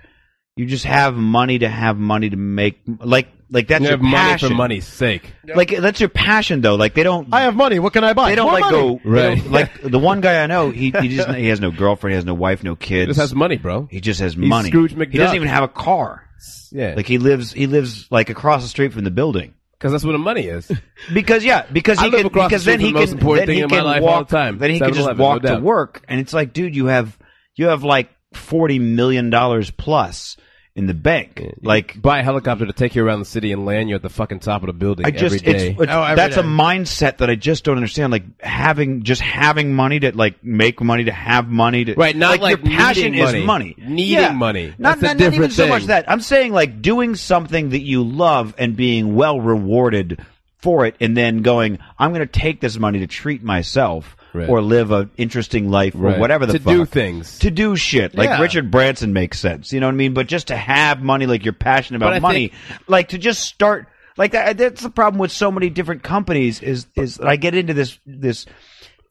S7: you just have money to have money to make like like that's
S2: You
S7: your
S2: have money for
S7: passion.
S2: money's sake.
S7: Like that's your passion though. Like they don't.
S8: I have money. What can I buy?
S7: they don't
S8: More
S7: like
S8: money.
S7: go
S2: Right.
S7: they don't- like the one guy I know. He he just he has no girlfriend. He has no wife. No
S2: He
S7: kids.
S2: just has money, bro.
S7: He just has
S2: He's
S7: money.
S2: Scrooge
S7: He
S2: McDuck.
S7: doesn't even have a car.
S2: Yeah,
S7: Like he lives he lives like across the street from the building.
S2: because that's what the money is.
S7: Because yeah, because
S2: I
S7: he
S2: live
S7: can
S2: across the
S7: because
S2: street
S7: then
S2: from
S7: he
S2: the most
S7: can
S2: important thing
S7: then he
S2: in my
S7: can
S2: life all
S7: walk
S2: the time.
S7: Then he can just
S2: 7-Eleven, no
S7: walk to
S2: doubt.
S7: work, and it's like, dude, you have you have like forty million dollars plus in the bank. Like
S2: Buy a helicopter to take you around the city and land you at the fucking top of the building
S7: I just
S2: every day.
S7: it's, it's-
S8: Oh, every
S7: that's a
S8: day.
S7: mindset that I just don't understand. Like having just having money to like make money to have money to
S2: Right, not
S7: your
S2: like
S7: passion
S2: needing
S7: is
S2: money.
S7: money.
S2: Needing
S7: Yeah.
S2: money.
S7: Not,
S2: That's a
S7: not, not even
S2: different
S7: so much
S2: thing.
S7: that. I'm saying like doing something that you love and being well rewarded for it, and then going, I'm going to take this money to treat myself.
S2: Right.
S7: Or live an interesting life,
S2: Right.
S7: or whatever the
S2: To
S7: fuck.
S2: do things.
S7: to do shit like
S8: Yeah.
S7: Richard Branson makes sense, you know what I mean. But just to have money, like you're passionate about
S2: But I
S7: money, like to just start like that that's the problem with so many different companies is is that I get into this this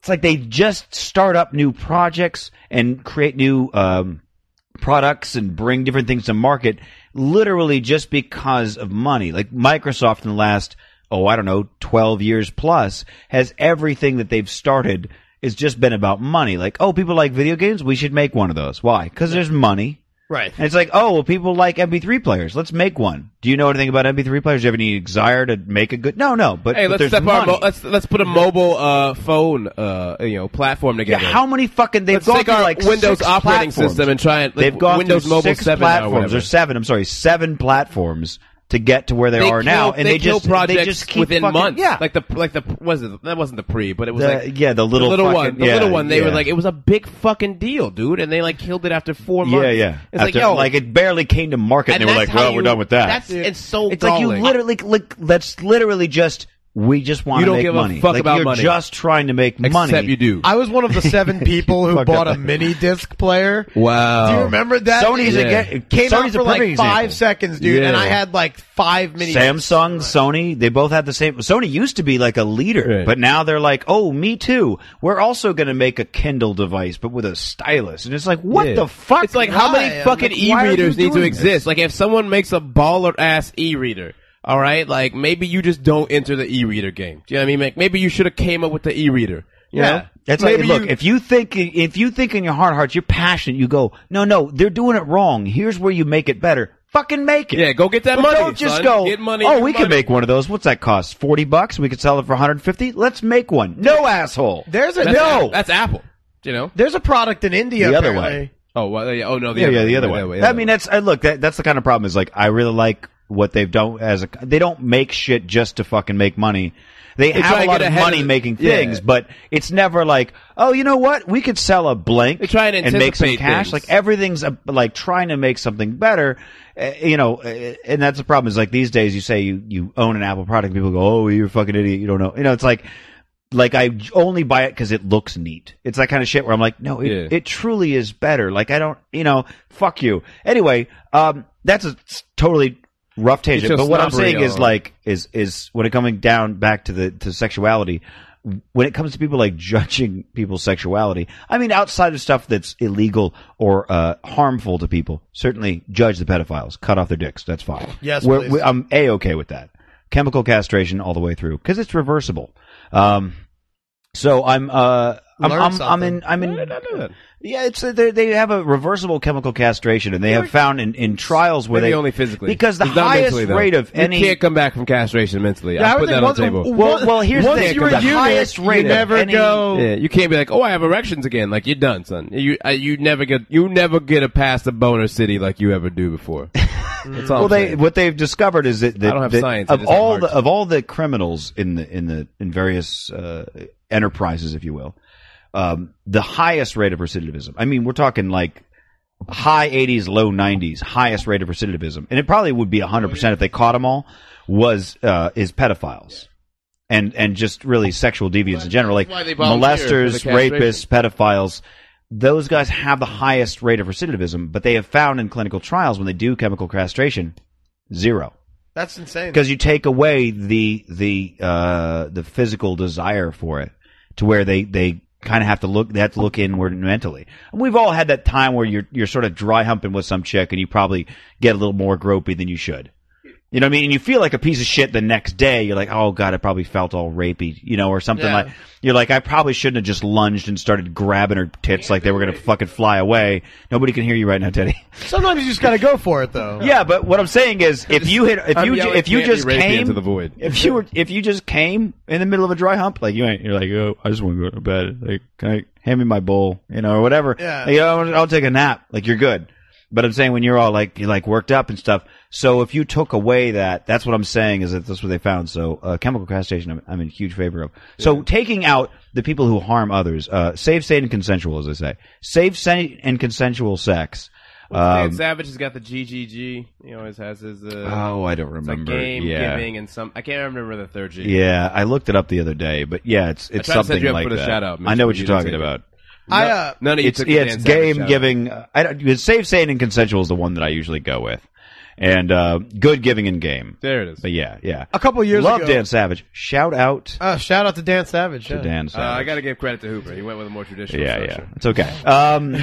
S7: it's like they just start up new projects and create new um products and bring different things to market literally just because of money like Microsoft in the last oh I don't know 12 years plus has everything that they've started it's just been about money like oh people like video games we should make one of those why cuz there's money
S8: Right.
S7: and it's like, oh, well, people like MP3 players. Let's make one. Do you know anything about MP3 players? Do you have any desire to make a good? No, no. But,
S2: Hey,
S7: but
S2: let's
S7: there's
S2: step our
S7: money.
S2: mo- let's let's put a mobile uh, phone uh, you know platform
S7: yeah,
S2: together.
S7: how many fucking they've
S2: Let's
S7: gone
S2: take
S7: through
S2: our
S7: like
S2: Windows
S7: six
S2: operating
S7: platforms.
S2: system and try it- like,
S7: they've gone
S2: Windows
S7: through
S2: Mobile
S7: six
S2: 7 or
S7: platforms
S2: whatever.
S7: or seven. I'm sorry, seven platforms to get to where they,
S2: They
S7: are now,
S2: kill-
S7: and
S2: they,
S7: they,
S2: kill
S7: just
S2: projects
S7: they just keep
S2: within
S7: fucking,
S2: months.
S7: Yeah,
S2: like the like the was it that wasn't the pre, but it was
S7: The-
S2: like
S7: yeah, the little fucking-
S2: one, the
S7: yeah,
S2: little one. They were
S7: yeah.
S2: like it was a big fucking deal, dude, and they like killed it after four months.
S7: yeah, yeah.
S2: It's
S7: After-
S2: like yo,
S7: like it barely came to market, and, they were
S2: that's
S7: like,
S2: how
S7: well, we're
S2: you-
S7: done with that.
S2: That's it's so
S7: It's like you
S2: galling.
S7: literally like that's literally just we just want
S2: You
S7: to
S2: don't
S7: make
S2: give a
S7: money.
S2: fuck
S7: Like,
S2: about
S7: you're
S2: money.
S7: just trying to make
S2: except
S7: money.
S2: you do.
S8: I was one of the seven people who
S7: Fuck
S8: bought
S7: up.
S8: a mini disc player.
S2: wow,
S8: Do you remember that?
S7: Sony's
S8: it
S2: Yeah.
S7: again. It
S8: came
S7: Sony's
S8: out
S7: a
S8: for like
S7: perfect
S8: five
S7: example.
S8: seconds, dude, and
S2: Yeah.
S8: I had like five mini.
S7: Samsung, Sony, they both had the same. Sony used to be like a leader,
S2: Right.
S7: but now they're like, oh, me too. We're also going to make a Kindle device, but with a stylus. And it's like, what
S2: Yeah.
S7: the fuck?
S2: It's like how
S8: Why?
S2: many
S8: I'm
S2: fucking
S8: like, why are you
S2: e-readers need to
S8: doing
S2: exist? Like if someone makes a baller ass e-reader, All right, like maybe you just don't enter the e-reader game. Do you know what I mean? Like maybe you should have came up with the e-reader. You know?
S7: That's
S2: maybe
S7: like, look, if you think if you think in your heart of hearts you're passionate, you go, no, no, they're doing it wrong. Here's where you make it better. Fucking make it.
S2: Yeah, go get that
S7: But
S2: money,
S7: Don't just
S2: son.
S7: go.
S2: Get money,
S7: oh,
S2: get
S7: we can
S2: money."
S7: make one of those. What's that cost? Forty bucks. We could sell it for 150. Let's make one. No asshole.
S8: There's a
S7: That's no.
S2: that's Apple. You know,
S8: there's a product in India
S7: The other
S8: apparently.
S7: way.
S2: Oh, well, yeah, oh no, the
S7: yeah,
S2: other
S7: yeah, the other
S2: way,
S7: way.
S2: the other way,
S7: I mean, that's I look. That, that's the kind of problem. Is like I really like what they've done as a, they don't make shit just to fucking make money. They,
S2: They try
S7: have a
S2: and
S7: lot
S2: get
S7: of
S2: ahead of
S7: money
S2: the-
S7: making
S2: yeah.
S7: things, but it's never like, oh, you know what? We could sell a blank
S2: They try and
S7: make some
S2: anticipate
S7: cash.
S2: things.
S7: Like everything's uh like trying to make something better. Uh, you know, uh, and that's the problem. Is like these days, you say you you own an Apple product, people go, oh, you're a fucking idiot. You don't know. You know, it's like. Like I j- only buy it because it looks neat. It's that kind of shit where I'm like, no, it,
S2: Yeah.
S7: it truly is better. Like I don't, you know, fuck you. Anyway, um, that's a s- totally rough
S2: It's
S7: tangent.
S2: just
S7: But what I'm
S2: snobbery
S7: saying is
S2: on-
S7: like is is when it coming down back to the to sexuality. When it comes to people like judging people's sexuality, I mean, outside of stuff that's illegal or uh, harmful to people, certainly judge the pedophiles, cut off their dicks. That's fine.
S8: Yes,
S7: We're-
S8: please.
S7: we- I'm a okay with that. Chemical castration all the way through because it's reversible. Um, so I'm uh I'm I'm,
S8: Learn
S7: I'm
S8: something.
S7: in I'm in yeah it's uh, they they have a reversible chemical castration and they have found in, in trials where
S2: Maybe
S7: they
S2: only physically
S7: because the
S2: It's not
S7: highest
S2: mentally, though.
S7: rate of any
S2: you can't come back from castration mentally.
S7: Yeah, I
S2: I
S7: would
S2: put that
S7: think
S2: on the
S7: once-
S2: table.
S7: Well- well, here's the
S8: once
S7: thing,
S8: you're
S7: the
S8: a eunuch,
S7: highest rate
S8: you
S7: of
S8: never
S7: any-
S8: go.
S2: Yeah, you can't be like, oh, I have erections again. Like you're done, son. You I, you never get you never get a past the boner city like you ever do before. That's all.
S7: well
S2: I'm
S7: they
S2: saying.
S7: what they've discovered is that, that,
S2: I don't have
S7: that
S2: science, I
S7: of
S2: just have
S7: all
S2: heart.
S7: the of all the criminals in the in the in various uh, enterprises if you will um, the highest rate of recidivism I mean we're talking like high 80s low 90s highest rate of recidivism and it probably would be 100% if they caught them all was uh, is pedophiles and and just really sexual deviants in general, like
S2: why they volunteer
S7: molesters,
S2: for the
S7: rapists, pedophiles. Those guys have the highest rate of recidivism, but they have found in clinical trials when they do chemical castration, zero
S8: That's insane.
S7: because you take away the the uh, the physical desire for it to where they they kind of have to look they have to look inward mentally. And we've all had that time where you're you're sort of dry humping with some chick and you probably get a little more gropey than you should. You know what I mean? And you feel like a piece of shit the next day. You're like, oh god, I probably felt all rapey, you know, or something
S8: Yeah.
S7: like. You're like, I probably shouldn't have just lunged and started grabbing her tits like they were gonna fucking fly away. Nobody can hear you right now, Teddy.
S8: Sometimes you just got to go for it, though.
S7: Yeah, but what I'm saying is, if you hit, if you
S2: Yeah,
S7: ju-
S2: it
S7: if you
S2: can't be
S7: just
S2: rapey
S7: came
S2: into the void.
S7: if you were if you just came in the middle of a dry hump, like you ain't, you're like, oh, I just want to go to bed. Like, can I hand me my bowl, you know, or whatever.
S8: Yeah.
S7: Like, oh, I'll, I'll take a nap. Like, you're good. But I'm saying when you're all like you're like worked up and stuff. So if you took away that, that's what I'm saying is that that's what they found. So uh, chemical castration, I'm, I'm in huge favor of. So taking out the people who harm others, uh, safe, sane, and consensual, as they say, safe, sane, and consensual sex.
S2: Dan
S7: Um,
S2: Savage has got the GGG. He always has his. Uh,
S7: oh, I don't
S2: it's like
S7: remember.
S2: game
S7: yeah.
S2: giving and some. I can't remember the third G.
S7: Yeah, I looked it up the other day, but yeah, it's it's
S2: tried to set
S7: something
S2: you up
S7: like
S2: for the
S7: that.
S2: shout-out, Mitch,
S7: I know
S2: but
S7: what you're
S2: you didn't
S7: talking
S2: take it.
S7: about.
S8: I uh,
S2: None of you
S7: It's
S2: took
S7: yeah,
S2: the Dan
S7: it's
S2: Savage
S7: game
S2: shout-out.
S7: giving. uh, I don't, it's safe, sane, and consensual is the one that I usually go with, and uh, good giving and game.
S2: There it is.
S7: But yeah, yeah,
S8: a couple years
S7: love
S8: ago.
S7: Dan Savage. Shout out
S8: Uh, shout out to Dan Savage.
S7: to
S8: yeah.
S7: Dan
S2: Uh,
S7: Savage.
S2: I got to give credit to Hooper. He went with a more traditional
S7: yeah, yeah,
S2: structure.
S7: it's okay. Um,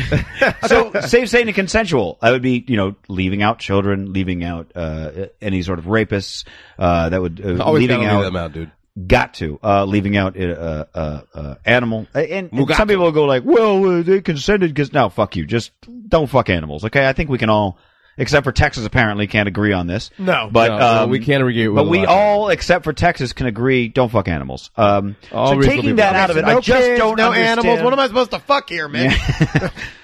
S7: so safe, sane, and consensual. I would be, you know, leaving out children, leaving out uh, any sort of rapists. Uh, that would uh,
S2: Always
S7: leaving
S2: gotta leave
S7: out
S2: them out, dude.
S7: got to uh, leaving out uh, uh, uh, animal and, and
S2: Mugato.
S7: some people go like well uh, they consented because no fuck you just don't fuck animals okay i think we can all except for texas apparently can't agree on this
S8: No.
S7: but
S2: No,
S7: um,
S2: well, we can't agree with
S7: but
S2: a
S7: we
S2: lot.
S7: all except for texas can agree don't fuck animals um,
S2: All
S7: so
S2: reasonable
S7: taking that
S2: people.
S7: out of it
S8: no
S7: i just
S8: kids,
S7: don't
S8: no
S7: understand.
S8: animals. What am I supposed to fuck here, man?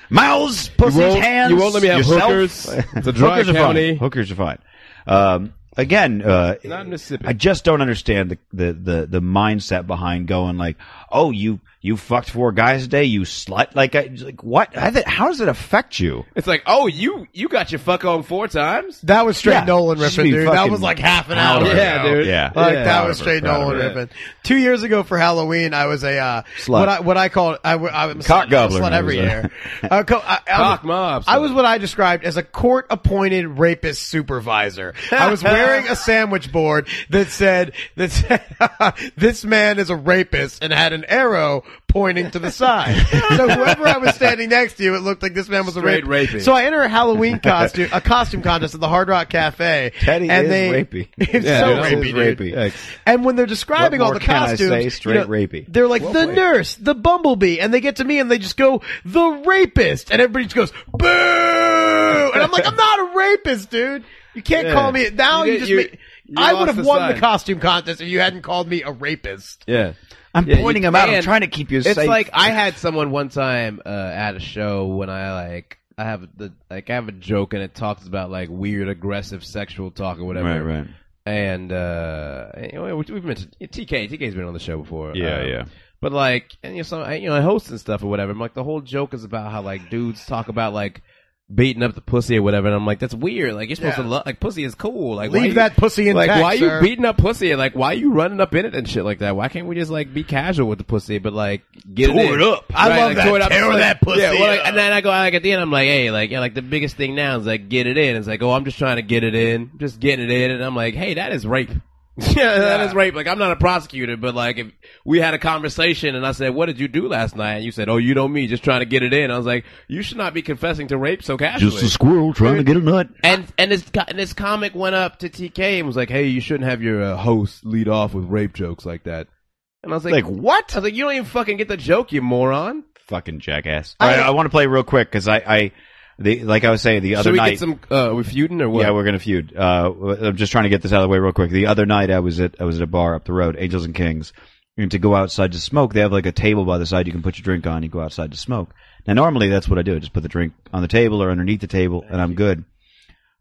S7: mouths pussies
S2: won't-
S7: hands
S2: you won't let me have
S7: yourself.
S2: hookers. It's a dry
S7: hookers are
S2: county.
S7: fine hookers are fine um, again uh,
S2: Not Mississippi.
S7: I just don't understand the, the, the, the mindset behind going like, oh, you you fucked four guys today, you slut. Like, I, like what? How, that, how does it affect you?
S2: It's like, oh, you you got your fuck on four times.
S8: That was straight
S7: Yeah.
S8: Nolan
S7: Just
S8: riffing,
S7: be
S8: dude. That
S7: fucking
S8: was like half an hour.
S7: proud of
S2: Yeah,
S8: ago.
S2: dude.
S7: Yeah.
S8: Like
S2: Yeah.
S8: that
S2: Proud
S8: was
S7: of her,
S8: straight
S7: proud of
S8: Nolan
S7: her.
S8: riffing. Two years ago for Halloween, I was a uh,
S7: Slut.
S8: What I, what I called I, w- I was a
S7: Cock
S8: slut-
S7: gobbler,
S8: Slut
S7: I
S8: every
S7: was a-
S8: year. Uh, co- I, I
S2: Cock
S8: was-
S2: mob,
S8: I
S2: son.
S8: was what I described as a court appointed rapist supervisor. I was wearing a sandwich board that said that said this man is a rapist and had an arrow pointing to the side. so whoever I was standing next to, it looked like this man was
S2: Straight
S8: a rape.
S2: rapey.
S8: So I enter a Halloween costume, a costume contest at the Hard Rock Cafe.
S12: Teddy
S8: and
S12: is
S8: they,
S12: rapey.
S8: It's
S12: Yeah,
S8: so
S12: it
S8: rapey,
S12: is
S8: dude.
S12: rapey. Yikes.
S8: And when they're describing
S12: What
S8: all
S12: more
S8: the
S12: can I
S8: costumes,
S12: say?
S8: you
S12: Straight
S8: know,
S12: rapey.
S8: They're like
S12: Well,
S8: the
S12: wait.
S8: nurse, the bumblebee, and they get to me and they just go the rapist, and everybody just goes boo, and I'm like, I'm not a rapist, dude. You can't
S2: Yeah.
S8: call me now.
S2: You
S8: You,
S2: did-
S8: just
S2: you-
S8: made-
S2: you
S8: I
S2: lost
S8: would have
S2: the
S8: won
S2: side.
S8: the costume contest if you hadn't called me a rapist.
S2: Yeah.
S12: I'm
S2: Yeah,
S12: pointing
S2: you
S12: him out. I'm
S2: can.
S12: trying to keep you
S2: it's
S12: safe.
S2: like I had someone one time uh, at a show when I like I have the like I have a joke and it talks about like weird aggressive sexual talk or whatever.
S7: Right, right.
S2: And uh, you know, we- we've mentioned TK. TK's been on the show before. Um,
S7: Yeah, yeah.
S2: But like, and you know, some, I- you know, I host and stuff or whatever. I'm like, the whole joke is about how like dudes talk about like beating up the pussy or whatever, and I'm like, that's weird. Like you're supposed
S8: Yeah.
S2: to love like pussy is cool. Like why
S8: Leave
S2: you-
S8: that pussy
S2: Like
S8: intact.
S2: why
S8: sir.
S2: you beating up pussy? and, Like why you running up in it and shit like that? Why can't we just like be casual with the pussy? But like get
S8: Tore
S2: it, in.
S8: it up. I love
S2: like,
S8: that.
S2: tore it up.
S8: Tear
S2: It's like-
S8: that pussy
S2: Yeah, well, like,
S8: up.
S2: and then I go like at the end, I'm like, hey, like yeah, like the biggest thing now is like get it in. It's like oh, I'm just trying to get it in, just getting it in, and I'm like, hey, that is rape. yeah, that is rape. Like I'm not a prosecutor, but like if we had a conversation and I said, "What did you do last night?" and you said, "Oh, you know me, just trying to get it in," I was like, "You should not be confessing to rape so casually."
S12: squirrel trying to get a nut.
S2: And and this co- and this comic went up to TK and was like, "Hey, you shouldn't have your uh, host lead off with rape jokes like that." And I was like,
S7: Like,
S2: what?" I was like, "You don't even fucking get the joke, you moron."
S7: Fucking jackass. All right, I, want to play real quick because I, I the, like I was saying the other
S2: Should we
S7: night.
S2: get some? Uh, we feuding or what?
S7: Yeah, we're gonna feud. Uh, I'm just trying to get this out of the way real quick. The other night, I was at I was at a bar up the road, Angels and Kings, and to go outside to smoke, they have like a table by the side you can put your drink on. You go outside to smoke. Now, normally that's what I do. I just put the drink on the table or underneath the table, and I'm good.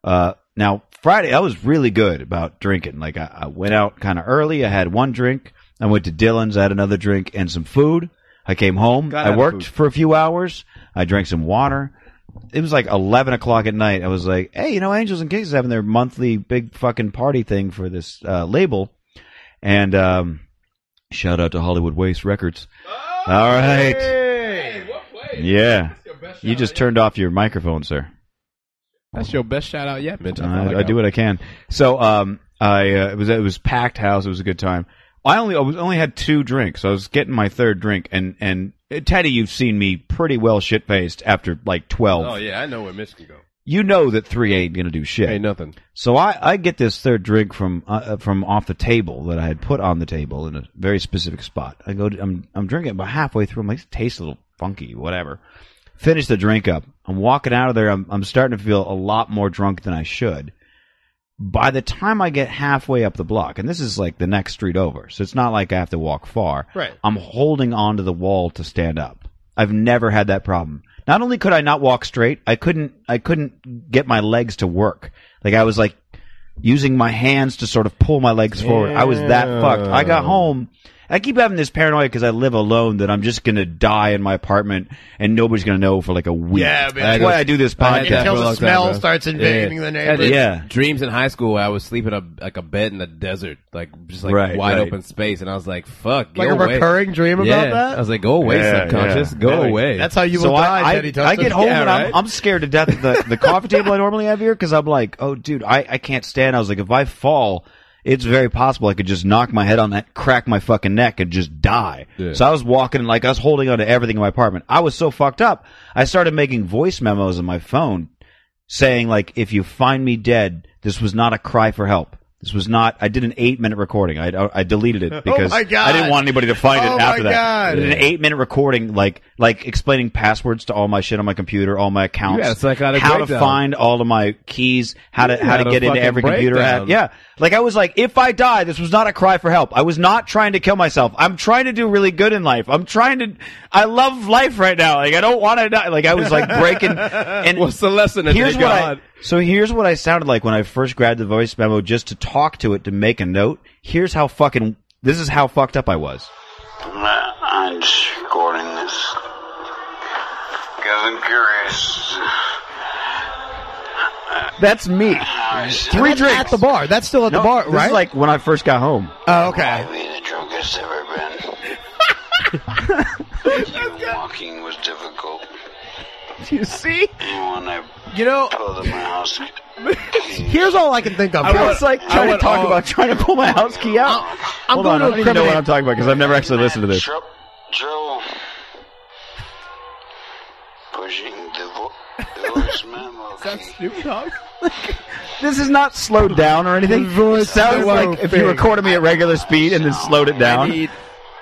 S7: Uh, now Friday, I was really good about drinking. Like I, I went out kind of early. I had one drink. I went to Dylan's. I had another drink and some food. I came home.
S12: Got out
S7: I
S12: of
S7: worked
S12: food.
S7: for a few hours. I drank some water. It was like eleven o'clock at night. I was like, "Hey, you know, Angels and Kings is having their monthly big fucking party thing for this uh, label." And um, shout out to Hollywood Waste Records. All right. Yeah. You just turned off your microphone, sir.
S2: That's your best shout out yet, Mitch.
S7: I, I do what I can. So um, I uh, it was it was packed house. It was a good time. I only I was only had two drinks. I was getting my third drink, and and uh, Teddy, you've seen me pretty well shit faced after like twelve.
S2: Oh yeah, I know where Mitch can go.
S7: You know that three ain't gonna do shit.
S2: Ain't nothing.
S7: So I, I get this third drink from uh, from off the table that I had put on the table in a very specific spot. I go, to, I'm I'm drinking it, but halfway through, I'm like, it tastes a little funky, whatever. Finish the drink up. I'm walking out of there. I'm I'm starting to feel a lot more drunk than I should. By the time I get halfway up the block, and this is like the next street over, so it's not like I have to walk far.
S8: Right.
S7: I'm holding onto the wall to stand up. I've never had that problem. Not only could I not walk straight, I couldn't I couldn't get my legs to work. Like I was like using my hands to sort of pull my legs forward. I was that fucked. I got home. I keep having this paranoia because I live alone that I'm just gonna die in my apartment and nobody's gonna know for like a week.
S8: Yeah, man.
S7: That's why I do this
S2: I had that
S7: podcast.
S2: for a
S8: Until the
S2: long time,
S8: smell
S2: bro.
S8: starts invading the
S2: I had
S8: neighborhood.
S2: these
S7: Yeah.
S2: Dreams in high school, I was sleeping a, like a bed in the desert, like just like
S7: Right,
S2: wide
S7: right.
S2: open space, and I was like, "Fuck,
S8: Like
S2: go
S8: a
S2: away.
S8: recurring dream about
S2: Yeah.
S8: that?
S2: I was like, "Go away,
S7: Yeah,
S2: subconscious,
S7: yeah.
S2: go
S7: Really?
S2: away."
S8: That's how you will die,
S7: I,
S8: Teddy
S7: I,
S8: Tuxton.
S7: get home
S8: Yeah,
S7: and
S8: right?
S7: I'm, I'm scared to death of the, the coffee table I normally have here because I'm like, oh, dude, I, I can't stand. I was like, if I fall, it's very possible I could just knock my head on that, crack my fucking neck, and just die. So I was walking, like, I was holding onto everything in my apartment. I was so fucked up. I started making voice memos on my phone saying, like, if you find me dead, this was not a cry for help. This was not. I did an eight-minute recording. I, I deleted it because
S8: Oh my God.
S7: I didn't want anybody to find it
S8: Oh,
S7: after
S8: my
S7: that.
S8: God.
S7: I did an eight-minute recording, like like explaining passwords to all my shit on my computer, all my accounts,
S2: You had a psychotic
S7: how
S2: breakdown.
S7: to find all of my keys, how to
S2: You
S7: how
S2: had
S7: to
S2: a
S7: get into
S2: fucking
S7: every computer. I had.
S2: breakdown.
S7: Yeah, like I was like, if I die, this was not a cry for help. I was not trying to kill myself. I'm trying to do really good in life. I'm trying to. I love life right now. Like I don't want to die. Like I was like breaking. And
S2: What's the lesson? that
S7: here's
S2: they
S7: what
S2: got?
S7: I, so here's what I sounded like when I first grabbed the voice memo just to talk to it to make a note. Here's how fucking this is how fucked up I was.
S11: I'm just recording this because I'm curious.
S7: That's me. Three
S8: That's
S7: drinks
S8: at the bar. That's still at
S7: No,
S8: the bar,
S7: this
S8: right?
S7: Is like when I first got home.
S8: oh, okay.
S11: Maybe the drunkest I've ever been. Even walking was difficult.
S7: You see?
S11: And when I
S8: You know,
S11: pulled up my house,
S8: here's all I can think of.
S7: I was like trying to
S2: want
S7: talk
S2: all-
S7: about trying to pull my house key out.
S8: I'm
S7: Hold
S8: going
S7: on,
S8: to
S7: I don't even know
S8: incriminate-
S7: what I'm talking about because I've never actually listened to this.
S11: Trump
S13: Joe pushing the vo- voice memo.
S7: This is not slowed down or anything. It sounded like if you recorded me at regular speed and then slowed it down.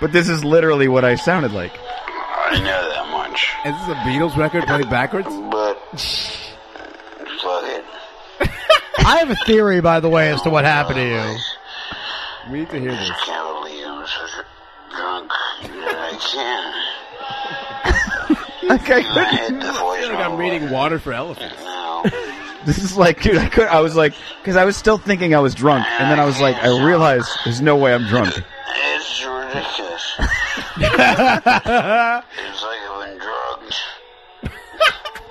S7: But this is literally what I sounded like.
S13: I know that much.
S2: Is this a Beatles record played backwards?
S13: But fuck it.
S8: I have a theory, by the way, as to what happened to you.
S2: We need to hear this.
S13: I can't believe I'm such a drunk that I can.
S7: Okay.
S13: I hit the voice
S2: I'm reading Water for Elephants.
S7: This is like, dude, I could. I was like, because I was still thinking I was drunk, and then I was like, I realized there's no way I'm drunk.
S13: It's ridiculous. it's like I've been drugged.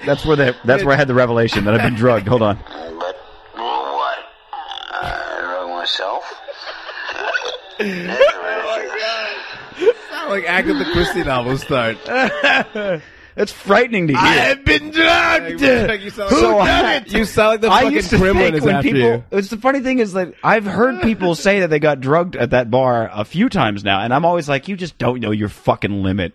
S7: That's where the that's where I had the revelation that I've been drugged. Hold on.
S13: But well, what? I drug myself. It's ridiculous.
S2: Sound like Act of the Christie novel start.
S7: That's frightening to hear.
S2: I have been drugged.
S7: Like,
S2: you sound like- Who done it? You sound like the
S7: I
S2: fucking
S7: used to
S2: gremlin
S7: think
S2: is
S7: when
S2: after
S7: people,
S2: you.
S7: It's the funny thing is that I've heard people say that they got drugged at that bar a few times now, and I'm always like, you just don't know your fucking limit.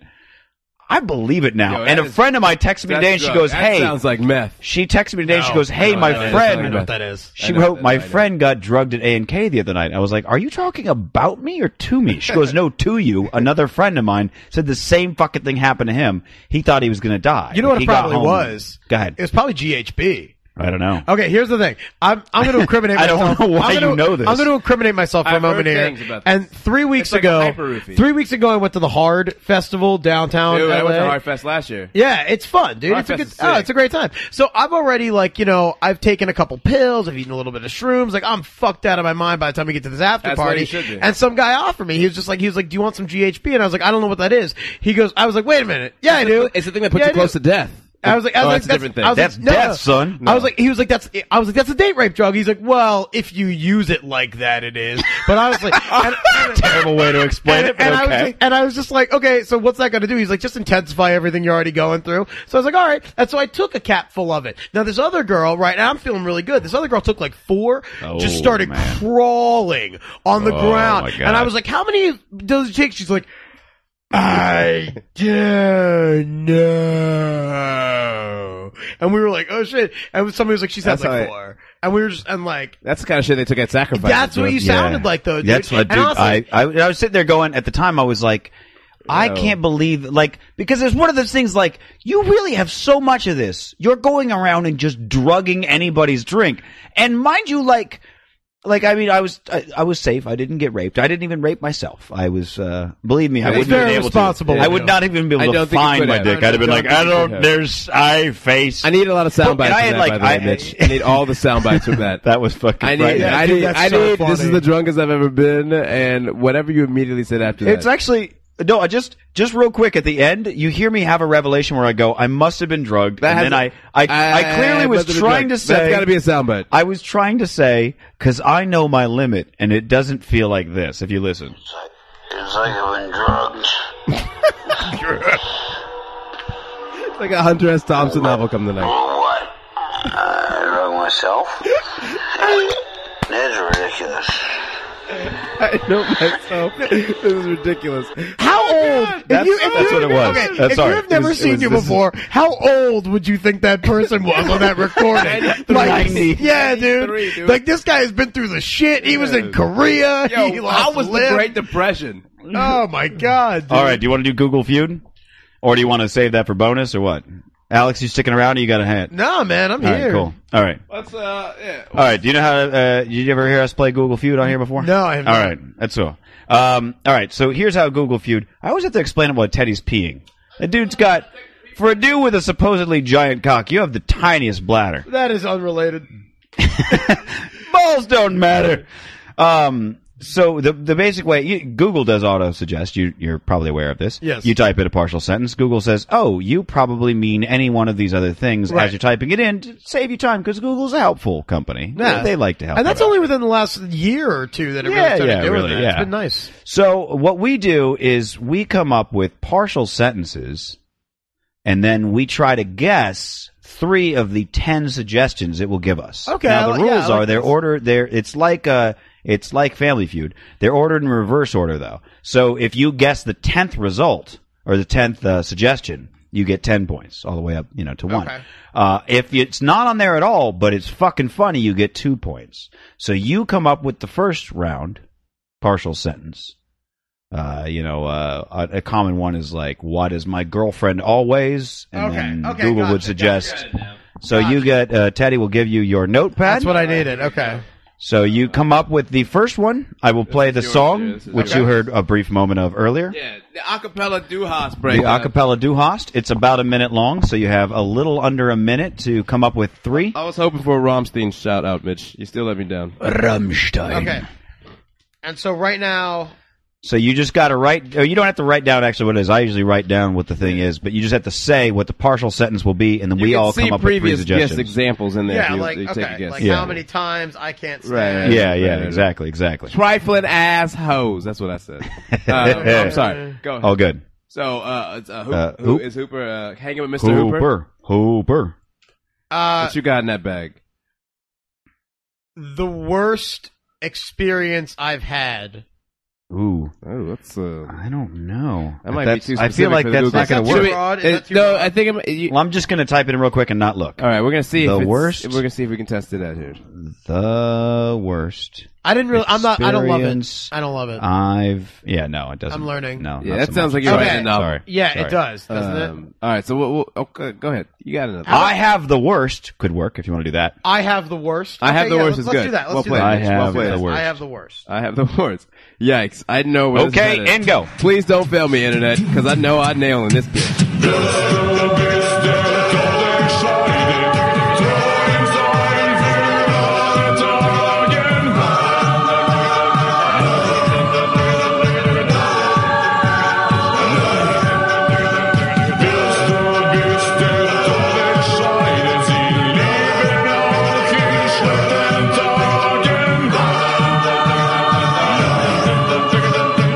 S7: I believe it now.
S2: Yo, that
S7: and a
S2: is-
S7: friend of mine texted me
S2: that's
S7: today, and she
S2: drug.
S7: goes,
S2: That
S7: "Hey."
S2: sounds like meth.
S7: She texted me today, and she
S2: No,
S7: goes,
S2: I
S7: "Hey,
S2: know
S7: my
S2: what that is.
S7: friend."
S2: I know what that is. I
S7: She
S2: know
S7: wrote,
S2: that-
S7: "My
S2: I know.
S7: friend got drugged at A and K the other night." I was like, "Are you talking about me or to me?" She goes, "No, to you." Another friend of mine said the same fucking thing happened to him. He thought he was going to die.
S8: You know what
S7: He
S8: it
S7: got
S8: probably
S7: home.
S8: was?
S7: Go ahead.
S8: It was probably GHB.
S7: I don't know.
S8: Okay, here's the thing. I'm I'm going to incriminate
S7: I don't
S8: myself.
S7: know why
S8: I'm gonna,
S7: you know this.
S8: I'm going to incriminate myself for
S7: I've
S8: a moment
S7: heard
S8: here.
S7: things about this.
S8: And three weeks
S2: It's like a
S8: ago,
S2: hyper-roofie.
S8: three weeks ago, I went to the Hard Festival downtown.
S2: Dude, I went to
S8: LA.
S2: Hard Fest last year.
S8: Yeah, it's fun, dude.
S2: Rock
S8: It's
S2: Fest
S8: a good.
S2: is
S8: Oh,
S2: sick.
S8: it's a great time. So I've already like you know I've taken a couple pills. I've eaten a little bit of shrooms. Like I'm fucked out of my mind by the time we get to this after
S2: That's what
S8: party.
S2: you should do.
S8: And some guy offered me. He was just like he was like, "Do you want some GHB?" And I was like, "I don't know what that is." He goes, "I was like, wait a minute. Yeah, I do.
S2: It's the thing that puts
S8: Yeah, I
S2: you
S8: do."
S2: close to death.
S8: I was like, I was
S2: Oh,
S8: like,
S2: that's a different thing.
S8: I was like,
S2: That's
S8: no, no.
S2: death, son.
S8: I was like, he was like, that's. I was like, that's a date rape drug. He's like, well, if you use it like that, it is. But I was like, and,
S7: Terrible way to explain it, but
S8: and I was
S7: okay.
S8: just, and I was just like, okay, so what's that going to do? He's like, just intensify everything you're already going through. So I was like, all right. And so I took a cap full of it. Now this other girl, right now I'm feeling really good. This other girl took like four, just
S7: Oh,
S8: started
S7: man.
S8: crawling on the
S7: Oh,
S8: ground,
S7: my God.
S8: and I was like, how many does it take? She's like. I don't know. And we were like, oh shit. And somebody was like, she's had
S2: That's how
S8: like
S2: I-
S8: four. And we were just, and like,
S2: That's the kind of shit they took at sacrifice.
S8: That's what you sounded like, though, dude.
S7: That's what,
S8: And
S7: dude.
S8: also-
S7: I, I, I was sitting there going, at the time, I was like, I
S8: No.
S2: Oh.
S7: can't believe, like, because it's one of those things, like, you really have so much of this. You're going around and just drugging anybody's drink. And mind you, like, like I mean, I was I, I was safe. I didn't get raped. I didn't even rape myself. I was, uh, believe me, I
S2: That's
S7: wouldn't have
S2: very
S7: been able
S2: responsible
S7: to.
S2: of
S7: I would
S2: you.
S7: not even be
S2: I
S7: able to
S2: don't think you
S7: find
S2: could
S7: my
S2: have.
S7: dick. I'd have been like, I don't. There's I face.
S2: I need a lot of sound
S7: But- and
S2: bites.
S7: I
S2: from
S7: had,
S2: that,
S7: like,
S2: by the way,
S7: I-
S2: Mitch. I, need all the sound bites from that.
S7: That was fucking.
S2: I need.
S7: frightening.
S2: I need. I
S7: so
S2: need. this is
S7: funny.
S2: the drunkest I've ever been, and whatever you immediately said after that.
S7: It's actually no. I just just real quick at the end, you hear me have a revelation where I go, I must have been drugged,
S2: That
S7: and then I
S2: has-
S7: I, I, clearly was
S2: must have been
S7: trying to
S2: drugged.
S7: say
S2: That's gotta be a soundbite.
S7: I was trying to say because I know my limit, and it doesn't feel like this if you listen.
S13: It's like I've been drugged.
S2: It's like a Hunter S. Thompson novel come tonight.
S13: Well, what? I drug myself. It's ridiculous.
S2: I know myself. this is ridiculous.
S8: how old? if
S7: That's-
S8: you- if
S7: that's
S8: you-
S7: what it was.
S8: Okay,
S7: That's
S8: if
S7: all right.
S8: you have never
S7: It was- it
S8: seen
S7: was-
S8: you
S7: this is-
S8: before, how old would you think that person was on that recording? like,
S7: 90.
S8: yeah, dude.
S2: 93, dude.
S8: Like this guy has been through the shit. He was in Korea.
S2: Yo,
S8: he lost
S2: how was
S8: limb.
S2: the Great Depression?
S8: Oh my god. Dude.
S7: All right, do you want to do Google Feud, or do you want to save that for bonus, or what? Alex, you sticking around? or You got a hat?
S8: Nah, man, I'm
S7: All right,
S8: here.
S7: cool. All right.
S2: Let's uh, yeah.
S7: All right. Do you know how? Uh, did you ever hear us play Google Feud on here before?
S8: No, I have
S7: All
S8: not.
S7: right. That's all. Um, all right. So here's how Google Feud. I always have to explain it while Teddy's peeing. The dude's got for a dude with a supposedly giant cock, you have the tiniest bladder.
S8: That is unrelated.
S7: Balls don't matter. Um, so the the basic way you, Google does auto suggest you you're probably aware of this.
S8: Yes.
S7: You type in a partial sentence. Google says, "Oh, you probably mean any one of these other things."
S8: Right.
S7: As you're typing it in, to save you time because Google's a helpful company.
S8: Yeah.
S7: They, they like to help.
S8: And that's
S7: out.
S8: only within the last year or two that it
S7: Yeah,
S8: really started
S7: yeah,
S8: doing
S7: really,
S8: that.
S7: yeah.
S8: It's been nice.
S7: So what we do is we come up with partial sentences, and then we try to guess three of the ten suggestions it will give us.
S8: Okay,
S7: Now
S8: I
S7: the
S8: li- yeah,
S7: rules
S8: I like
S7: are they're
S8: this.
S7: ordered. They're it's like uh it's like Family Feud. They're ordered in reverse order though. So if you guess the tenth result. or the tenth uh, suggestion, you get ten points all the way up, you know, to one.
S14: Okay.
S7: Uh, if it's not on there at all, but it's fucking funny, you get two points. So you come up with the first round partial sentence. Uh, you know, uh, a, a common one is like, "What is my girlfriend always?" And
S8: Okay,
S7: then
S8: okay,
S7: Google would
S8: gotcha,
S7: suggest.
S8: gotcha.
S7: So you get uh, Teddy will give you your notepad.
S8: That's what I needed. Okay.
S7: So you come up with the first one. I will play the song, which
S2: yours.
S7: you heard a brief moment of earlier.
S2: Yeah, the acapella Duhas
S7: The
S2: break.
S7: acapella Du Hast. It's about a minute long, so you have a little under a minute to come up with three.
S2: I was hoping for a Rammstein shout out, Mitch. You still let me down.
S7: Rammstein.
S8: Okay. And so right now,
S7: So you just got to write. Or you don't have to write down actually what it is. I usually write down what the thing is, but you just have to say what the partial sentence will be, and then we
S2: can
S7: all
S2: see
S7: come up with three
S2: previous
S7: suggestions.
S2: guess examples in there
S8: yeah,
S2: if you,
S8: like
S2: you take a
S8: okay,
S2: guess.
S8: like
S7: Yeah.
S8: how many times I can't
S2: Right,
S8: stand.
S2: right,
S7: yeah,
S2: right,
S7: yeah,
S2: right.
S7: exactly, exactly.
S2: Trifling assholes. That's what I said. Uh, I'm sorry. Go ahead.
S7: All good.
S2: So, uh, it's, uh, Hoop,
S7: Oh. Uh,
S2: who
S7: Hoop.
S2: is Hooper uh, hanging with Mr. Hooper?
S7: Hooper, Hooper.
S8: Uh,
S2: what you got in that bag?
S8: the worst experience I've had.
S7: Ooh,
S2: oh, that's. Uh,
S7: I don't know.
S2: That might be
S7: That's-
S2: too
S7: I feel
S2: specific
S7: like
S2: for the
S7: that's
S2: Google.
S7: not going to
S2: Should we-
S7: work.
S8: Broad, is
S2: it-
S8: that too
S2: no,
S8: broad?
S2: I think it, you,
S7: Well, I'm just going to type it in real quick and not look.
S2: All right, we're gonna see
S7: The
S2: if it's-
S7: worst?
S2: We're gonna see if we can test it out here.
S7: The worst.
S8: I didn't really. I'm not. I don't love it.
S7: experience
S8: I don't love
S2: Um,
S8: it.
S7: I've yeah, no, it doesn't.
S8: I'm learning.
S7: No,
S2: Yeah,
S7: not
S2: that
S7: so
S2: sounds
S7: much.
S2: like you're
S8: Okay.
S2: writing a novel.
S7: Sorry.
S8: Yeah,
S7: Sorry.
S8: it does, doesn't it?
S2: Um, All right, so we'll, we'll, okay, go ahead. You got it.
S7: I have the worst. Could work if you want to do that.
S8: I have the worst.
S2: I have
S8: Okay,
S2: the
S8: yeah,
S2: worst.
S8: Let's,
S2: is
S8: let's
S2: good.
S8: do that. Let's
S2: well
S8: do
S2: played.
S8: that.
S7: I have
S2: well played.
S7: the worst.
S8: I have the worst.
S2: I have the worst. Yikes! I know. Where this is
S7: Okay,
S2: headed.
S7: and go.
S2: Please don't fail me, internet, because I know I'm nailing this bitch.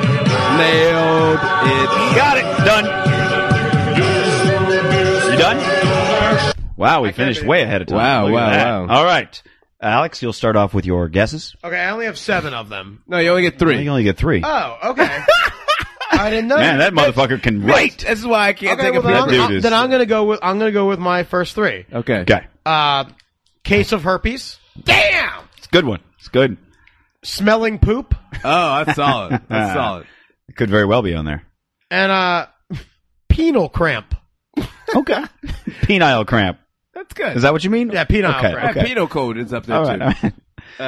S2: Nailed it.
S7: Got it. Done. You done? Wow, we finished way ahead of time.
S2: Wow,
S7: Look at
S2: wow,
S7: that.
S2: wow.
S7: All right, Alex, you'll start off with your guesses.
S8: Okay, I only have seven of them.
S2: No, you only get three.
S7: You only get three.
S8: Oh, okay. I didn't know.
S7: Man, that motherfucker can write.
S2: This is why I can't
S8: Okay,
S2: take
S8: well, then,
S2: a
S8: I'm,
S2: picture.
S7: dude
S8: I'm-
S7: is-
S8: then I'm gonna go with I'm gonna go with my first three.
S2: Okay.
S7: Okay,
S8: Uh, case of herpes. Damn.
S7: it's a good one. It's good.
S8: Smelling poop.
S2: Oh, that's solid. That's solid.
S7: It could very well be on there.
S8: and uh, penal cramp.
S7: Okay. Penile cramp.
S2: That's good.
S7: Is that what you mean?
S8: Yeah, penile
S7: Okay,
S8: cramp.
S7: okay.
S2: Penal code is up there
S7: All right,
S2: too.
S7: all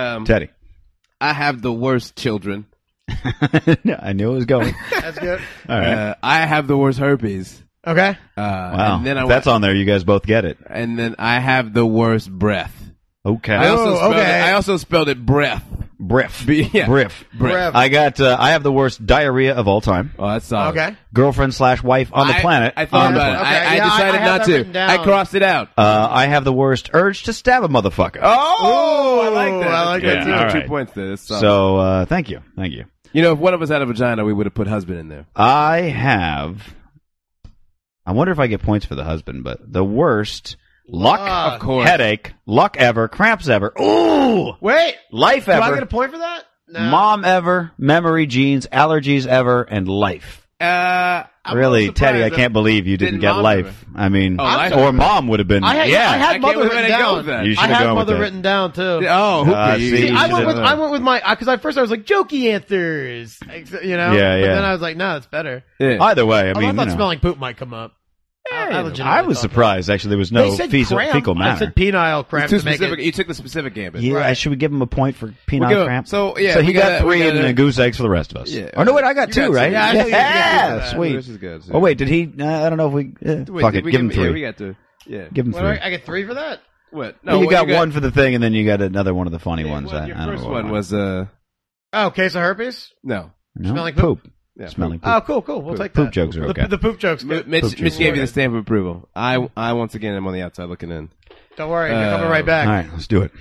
S7: right.
S2: Um,
S7: Teddy.
S2: I have the worst children.
S7: I knew it was going.
S8: That's good.
S7: All right.
S2: Uh, I have the worst herpes.
S8: Okay.
S2: Uh,
S7: wow.
S2: And then I
S7: If that's on there. You guys both get it.
S2: and then I have the worst breath.
S7: Okay.
S2: I also
S8: Oh,
S2: spelled
S8: okay.
S2: It, I also spelled it breath.
S7: Briff.
S2: B- yeah.
S7: Briff.
S8: Breath.
S7: I got. Uh, I have the worst diarrhea of all time.
S2: Oh, that's solid.
S8: Okay.
S7: Girlfriend slash wife on the
S2: I-
S7: planet.
S2: I, thought
S7: on the
S2: about it.
S7: planet.
S8: Okay,
S2: I, I
S8: yeah, I-
S2: decided
S8: I have
S2: not
S8: that
S2: to.
S8: written down.
S2: I crossed it out.
S7: Uh, I have the worst urge to stab a motherfucker.
S2: Oh, I like that.
S8: I
S2: That's
S7: that
S8: like
S2: good.
S7: too.
S2: Two
S7: Alright.
S2: points there. That's solid.
S7: So uh, thank you, thank you.
S2: you know, if one of us had a vagina, we would have put husband in there.
S7: I have. I wonder if I get points for the husband, but the worst luck,
S8: Luck. Of
S2: course.
S7: headache, luck ever, cramps ever, ooh,
S8: Wait.
S7: life
S8: Do I
S7: ever,
S8: get a point for that? No.
S7: mom ever, memory genes, allergies ever, and life.
S2: Uh, I'm
S7: really,
S2: not surprised
S7: Teddy, I
S2: that-
S7: can't believe you didn't,
S2: didn't
S7: get
S2: mom
S7: life. I mean,
S2: Oh, life
S7: or
S2: ever.
S7: mom would have been.
S8: I had,
S7: yeah,
S8: I
S2: I
S8: had
S2: can't
S8: mother
S2: believe I
S8: written
S2: didn't go
S8: down.
S2: with that.
S7: You
S8: I
S7: should've
S8: had
S7: gone with
S8: mother
S7: that.
S8: written down too.
S2: Oh, hooker,
S7: Ah,
S2: you-
S7: see,
S8: See,
S7: you
S8: I
S7: should've
S8: went with
S7: done that.
S8: I went with my because at first I was like jokey answers, you know.
S7: Yeah,
S8: But
S7: yeah.
S8: then I was like, no, that's better.
S2: Yeah.
S7: Either way, I
S8: Although
S7: mean,
S8: I thought
S7: you know.
S8: smelling poop might come up. I- I, legitimately
S7: I was
S8: thought that.
S7: surprised actually. There was
S8: They
S7: no
S8: said
S7: fecal,
S8: cramp.
S7: fecal matter.
S8: I said penile cramp
S2: Too
S8: to make
S2: specific.
S8: it.
S2: You took the specific gambit.
S7: yeah,
S8: right.
S7: should we give him a point for penile
S2: give him-
S7: cramp?
S2: so, yeah,
S7: so he
S2: we
S7: got
S2: gotta- we
S7: three and
S2: gotta-
S7: a goose egg for the rest of us.
S2: Yeah.
S7: Oh no, wait, I got
S2: You
S7: two,
S2: got
S7: right?
S2: two. Yeah, I think we got two.
S7: sweet.
S2: This is good.
S7: Oh wait, did he? Uh, I don't know if we. eh,
S2: Wait,
S7: fuck
S2: did
S7: it,
S2: we
S7: give him three.
S2: Yeah, we got to. Yeah.
S7: give him
S8: What,
S7: three.
S8: I get three for that.
S2: What?
S7: Well, you,
S2: what
S7: got one for the thing, and then you got another one of the funny ones.
S2: well,
S7: I,
S2: your
S7: I don't
S2: first
S7: know
S2: one was uh
S8: Oh, case of herpes.
S2: no.
S7: no?
S8: smelling poop.
S7: poop.
S2: Yeah.
S7: Smelling poop.
S8: Oh, cool, cool. We'll take
S7: poop
S8: that.
S7: jokes are
S8: The-
S7: okay.
S8: The poop jokes.
S2: M-
S8: Good.
S2: Mitch,
S7: juice.
S2: Mitch gave you the stamp of approval. I, I once again am on the outside looking in.
S8: Don't worry, they're coming
S2: Uh,
S8: right
S7: All
S8: back.
S7: right, let's do it.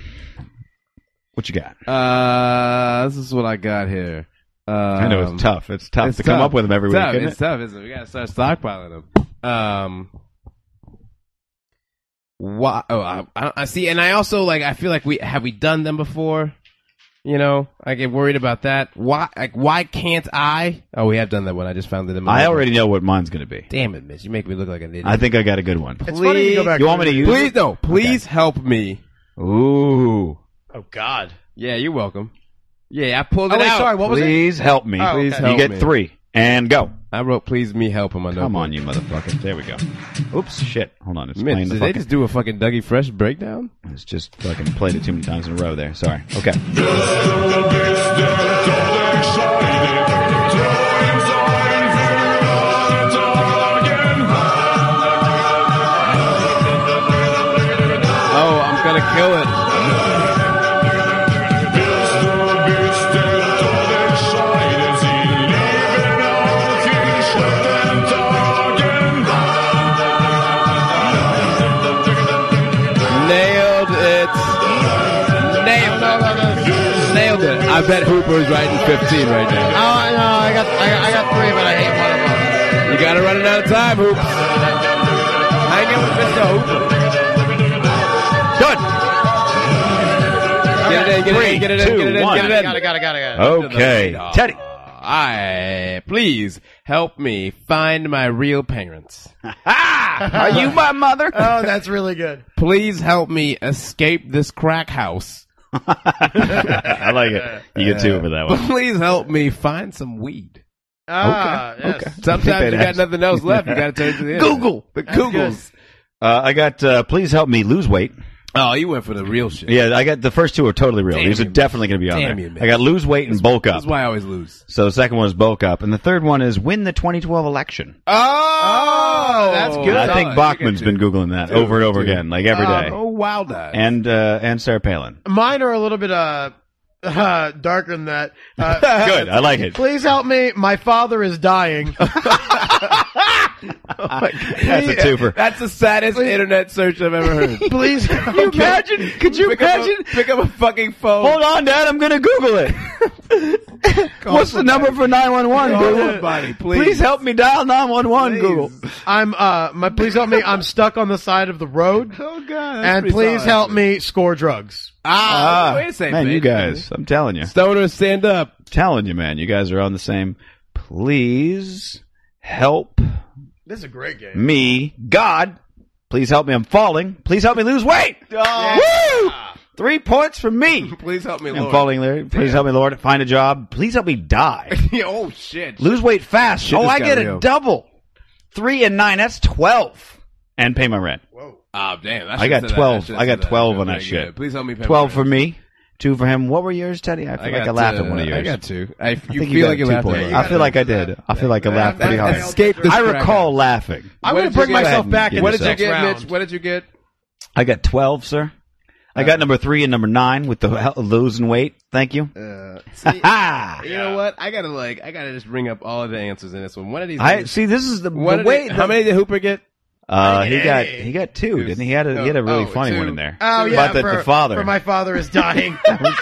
S7: What you got?
S2: Uh, this is what I got here. Um,
S7: I know it's tough. It's tough
S2: it's
S7: to come
S2: tough.
S7: up with them every
S2: It's
S7: week.
S2: tough.
S7: isn't
S2: It's
S7: it?
S2: tough, isn't it? We gotta start stockpiling them. Um, why? Oh, I, I, I see. And I also like. I feel like we have we done them before. You know, I get worried about that. Why? Like, why can't I? Oh, we have done that one. I just found it in my.
S7: I already know what mine's going to be.
S2: Damn it, Mitch! You make me look like an idiot.
S7: I think I got a good one.
S2: Please, You want me to use? Please no. Please help me.
S7: Ooh.
S8: Oh God.
S2: Yeah, you're welcome. Yeah, I pulled it
S8: Oh, wait,
S2: out.
S8: sorry, what was it?
S7: Please help me.
S2: Oh,
S7: Please
S2: okay.
S7: help You get
S2: me.
S7: three and go.
S2: I wrote "Please me help" on my
S7: Come on, you motherfucker. There we go. Oops, shit. Hold on. It's
S2: Mitch,
S7: playing the
S2: did they
S7: fucking.
S2: just do a fucking Dougie Fresh breakdown?
S7: It's just fucking played it too many times in a row. There. Sorry. Okay.
S2: Oh, I'm gonna kill it. Nailed it. Nailed, no, no, no. Nailed it. I bet Hooper's writing 15 right now.
S8: Oh no, I got I got, I got three, but I hate one of them.
S2: You gotta run it out of time, Hoops. Hang in with Mr. Hooper. Get it in, get it in, get it in, get it in, get it in.
S8: Got it, got it, got it, got it.
S7: Okay. Teddy.
S2: I please help me find my real parents.
S8: Are
S2: ah, you
S8: my mother? Oh, that's really good.
S2: Please help me escape this crack house.
S7: I like it. You get two for that one.
S2: Please help me find some weed.
S8: Ah, yes.
S2: Sometimes you got nothing else left. You got to turn to the internet.
S7: Google.
S2: The Googles.
S7: Uh, I got. Uh, please help me lose weight.
S2: Oh, you went for the real shit.
S7: Yeah, I got the first two are totally real.
S2: Damn
S7: These are
S2: you, man.
S7: definitely going to be on
S2: Damn
S7: there.
S2: you, man.
S7: I got lose weight and bulk
S2: That's
S7: up.
S2: why I always lose.
S7: So the second one is bulk up, and the third one is win the 2012 election.
S2: Oh, that's good.
S7: I think Bachman's been googling that over and over again, like every day.
S2: Oh, wow, that.
S7: and uh, and Sarah Palin.
S8: Mine are a little bit uh, uh darker than that. Uh,
S7: Good, I like it.
S8: Please help me. My father is dying.
S7: That's a twofer.
S2: That's the saddest internet search I've ever heard.
S8: Please. Can
S2: you imagine? Could you imagine? pick up a fucking phone.
S7: Hold on, Dad. I'm going to Google it. What's the number for 911? Google.
S2: Somebody, please.
S7: Please. help me dial 911. Google.
S8: I'm uh my please help me. I'm stuck on the side of the road.
S2: Oh god.
S8: and please help me score drugs.
S2: Ah, wait a second,
S7: Man, you guys, I'm telling you,
S2: Stoner, stand up.
S7: telling you, man, you guys are on the same. Please help
S8: This is a great game.
S7: me, God. Please help me. I'm falling. Please help me lose weight. Woo! Three points for me.
S2: Please help me,
S7: I'm
S2: Lord.
S7: falling, Larry. Please help me, Lord. Find a job. Please help me die.
S2: oh shit.
S7: Lose weight fast.
S2: Shit,
S7: oh,
S2: this
S7: I
S2: got
S7: get a
S2: real.
S7: double. Three and nine. That's twelve. And pay my rent.
S2: Ah, damn.
S7: I got twelve. I got twelve on that shit.
S2: Please help me. pay my
S7: Twelve
S2: rent.
S7: for me. Two for him. What were yours, Teddy? I feel like I laughed
S2: uh,
S7: at one of yours.
S2: I got two. I,
S7: I
S2: you
S7: think
S2: feel
S7: got
S2: like
S7: a
S2: you laughed at
S7: two-pointer.
S2: one.
S7: I feel like I did. I feel like I laughed pretty hard.
S2: escape this
S7: I
S2: crack.
S7: recall laughing.
S8: I'm gonna bring myself back in
S2: What
S8: the
S2: did you
S8: next
S2: get,
S8: round.
S2: Mitch? What did you get?
S7: I got twelve, sir. I got number three and number nine with the hel- losing weight. Thank you. Ah!
S2: You know what? I gotta like. I gotta just bring up all of the answers in this one. One of these.
S7: I
S2: things-
S7: see. This is the, the
S2: What did
S7: way.
S2: it- how
S7: the-
S2: many did Hooper get?
S7: Uh, he got he got two, didn't he? He had a, he had a really
S2: oh,
S7: funny
S2: two.
S7: one in there.
S8: Oh yeah,
S7: about the,
S8: for,
S7: the father.
S8: for my father is dying.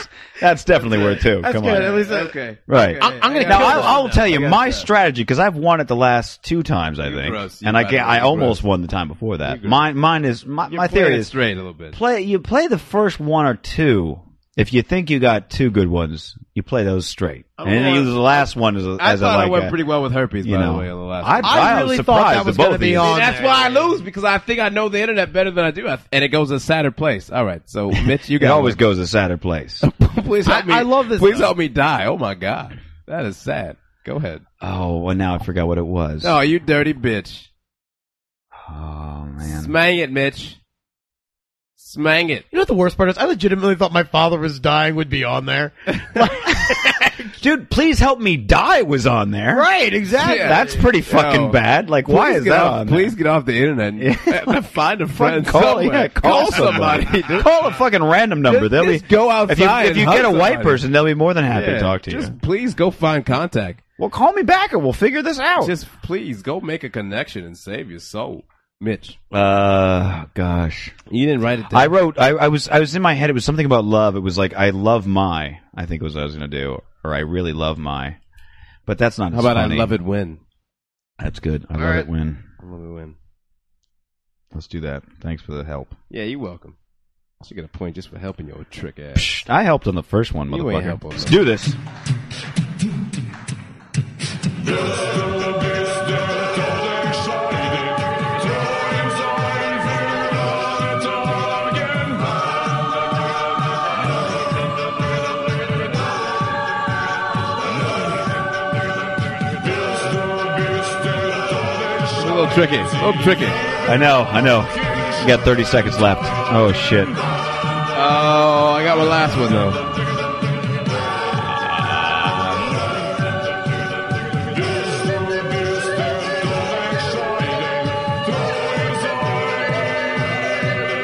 S7: That's definitely worth two.
S8: That's
S7: Come
S8: good.
S7: on.
S8: At least uh,
S2: Okay.
S7: Right.
S8: I'm, I'm gonna
S7: Now
S8: kill
S7: I'll,
S8: this
S7: I'll
S8: one
S7: tell you
S2: I got
S7: my
S2: that.
S7: strategy because I've won it the last two times I think,
S2: gross. You
S7: and I
S2: got
S7: can
S2: it.
S7: I
S2: You're
S7: almost
S2: gross.
S7: won the time before that. Mine mine is my, my theory is
S2: straight a little bit.
S7: play you play the first one or two. If you think you got two good ones, you play those straight, and then you
S2: going-
S7: use the last one as a,
S2: I
S7: as a
S2: thought I
S7: like
S2: went
S7: a-
S2: pretty well with herpes,
S7: you
S2: by
S7: know.
S2: the way, on the last.
S7: I,
S2: one.
S8: I
S7: I was
S8: really thought
S7: surprised
S8: that was
S7: at both
S8: gonna
S7: of
S8: be
S7: you.
S8: on
S2: See, that's
S8: there.
S2: why I lose because I think I know the internet better than I do, I, and it goes to a sadder place. All right, so Mitch, you
S7: It
S2: got
S7: always
S2: one.
S7: goes to sadder place.
S2: please help
S8: I-
S2: me.
S8: I love this
S2: Please
S8: stuff.
S2: help me die. Oh my god, that is sad. Go ahead.
S7: oh, well, now I forgot what it was.
S2: Oh, you dirty bitch!
S7: Oh man.
S2: Smang it, Mitch. Smang it.
S8: You know what the worst part is? I legitimately thought my father was dying would be on there.
S7: Dude, please help me die was on there.
S8: right, exactly.
S2: Yeah.
S7: That's pretty fucking
S2: Yo,
S7: bad. Like, why
S2: Please
S7: is
S2: get
S7: that
S2: off-
S7: on? there?
S2: Please get off the internet. And find a
S7: Fucking
S2: friend.
S7: call,
S2: somewhere.
S7: yeah, call, somebody.
S2: dude.
S7: Call a fucking random number.
S2: Just-
S7: they'll
S2: just
S7: be,
S2: go
S7: If you,
S2: outside
S7: if you
S2: and
S7: get a
S2: hug
S7: white
S2: somebody.
S7: person, they'll be more than happy to talk to
S2: Just
S7: you.
S2: please go find contact.
S7: Well, call me back and we'll figure this out.
S2: Just please go make a connection and save your soul, Mitch.
S7: uh, gosh.
S2: You didn't write it down.
S7: I wrote. I, I was. I was in my head. It was something about love. It was like I love my. I think was what I was gonna do, or I really love my. But that's not.
S2: How
S7: as
S2: about
S7: funny.
S2: I love it when?
S7: That's good. I love
S8: right.
S7: it when.
S2: I love it when.
S7: Let's do that. Thanks for the help.
S2: Yeah, you're welcome. She got a point just for helping your trick ass.
S7: I helped on the first one,
S2: You ain't
S7: motherfucker.
S2: helping
S7: Let's
S2: on
S7: do this.
S2: A little tricky. A little tricky.
S7: I know, I know. You got 30 seconds left. Oh, shit.
S2: Oh, I got my last one though.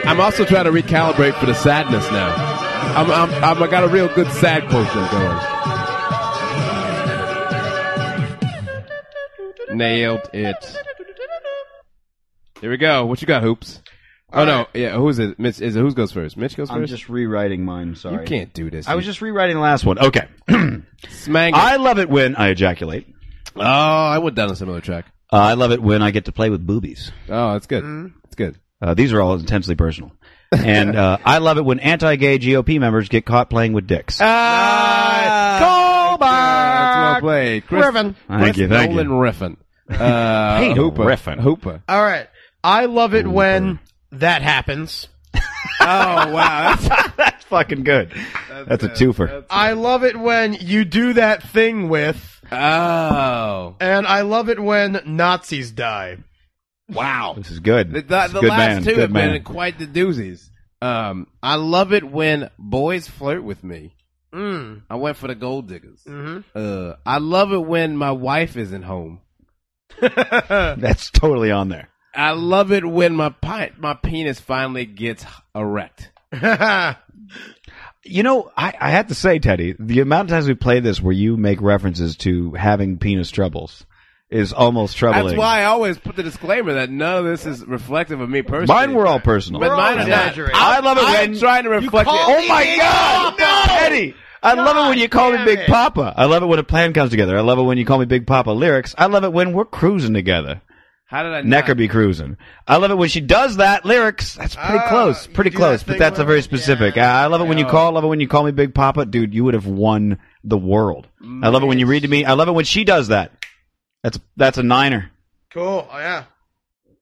S2: I'm also trying to recalibrate for the sadness now. I'm, I'm, I'm I got a real good sad quotient going. Nailed it. Here we go. What you got, hoops? Oh no, yeah. Who is it? Mitch, is it who goes first? Mitch goes
S7: I'm
S2: first.
S7: just rewriting mine. Sorry.
S2: You can't do this.
S7: I was just rewriting the last one. Okay.
S2: Smang.
S7: I love it when I ejaculate.
S2: Oh, I went down a similar track.
S7: Uh, I love it when I get to play with boobies.
S2: Oh, that's good. That's good.
S7: Uh, these are all intensely personal. And uh, I love it when anti-gay GOP members get caught playing with dicks. Ah!
S2: Call back. That's well played, Chris,
S8: Riffin.
S7: Thank you, thank you.
S2: Nolan Riffin. Uh,
S7: Hey,
S2: Hooper.
S7: Riffin.
S2: Hooper.
S8: All right. I love it when that happens.
S2: oh wow,
S7: that's, that's fucking good. That's, a twofer.
S8: I love it when you do that thing with.
S2: Oh.
S8: And I love it when Nazis die.
S2: Wow.
S7: This is good.
S2: The,
S7: This
S2: the,
S7: is
S2: the
S7: good
S2: last
S7: man,
S2: two
S7: good
S2: have
S7: man.
S2: been quite the doozies. Um, I love it when boys flirt with me.
S8: Mm.
S2: I went for the gold diggers.
S8: Mhm.
S2: Uh, I love it when my wife isn't home.
S7: That's totally on there.
S2: I love it when my pi- my penis finally gets erect.
S7: You know, I, I have to say, Teddy, the amount of times we play this where you make references to having penis troubles is almost troubling.
S2: That's why I always put the disclaimer that none of this is reflective of me personally.
S7: Mine were all personal.
S2: But mine are not.
S7: exaggerating. I love it
S2: I'm
S7: when-
S2: trying to reflect. it.
S7: Oh my God, Teddy! I love it when you call me
S8: damn
S7: Big
S8: it.
S7: Papa. I love it when a plan comes together. I love it when you call me Big Papa lyrics. I love it when we're cruising together.
S2: How did I not-
S7: Necker be cruising. I love it when she does that lyrics. That's pretty close, pretty close, but that's a very specific. I I love it when you call. I love it when you call me Big Papa, dude. You would have won the world. I love it when you read to me. I love it when she does that. That's that's a niner,
S8: Cool. Oh, yeah.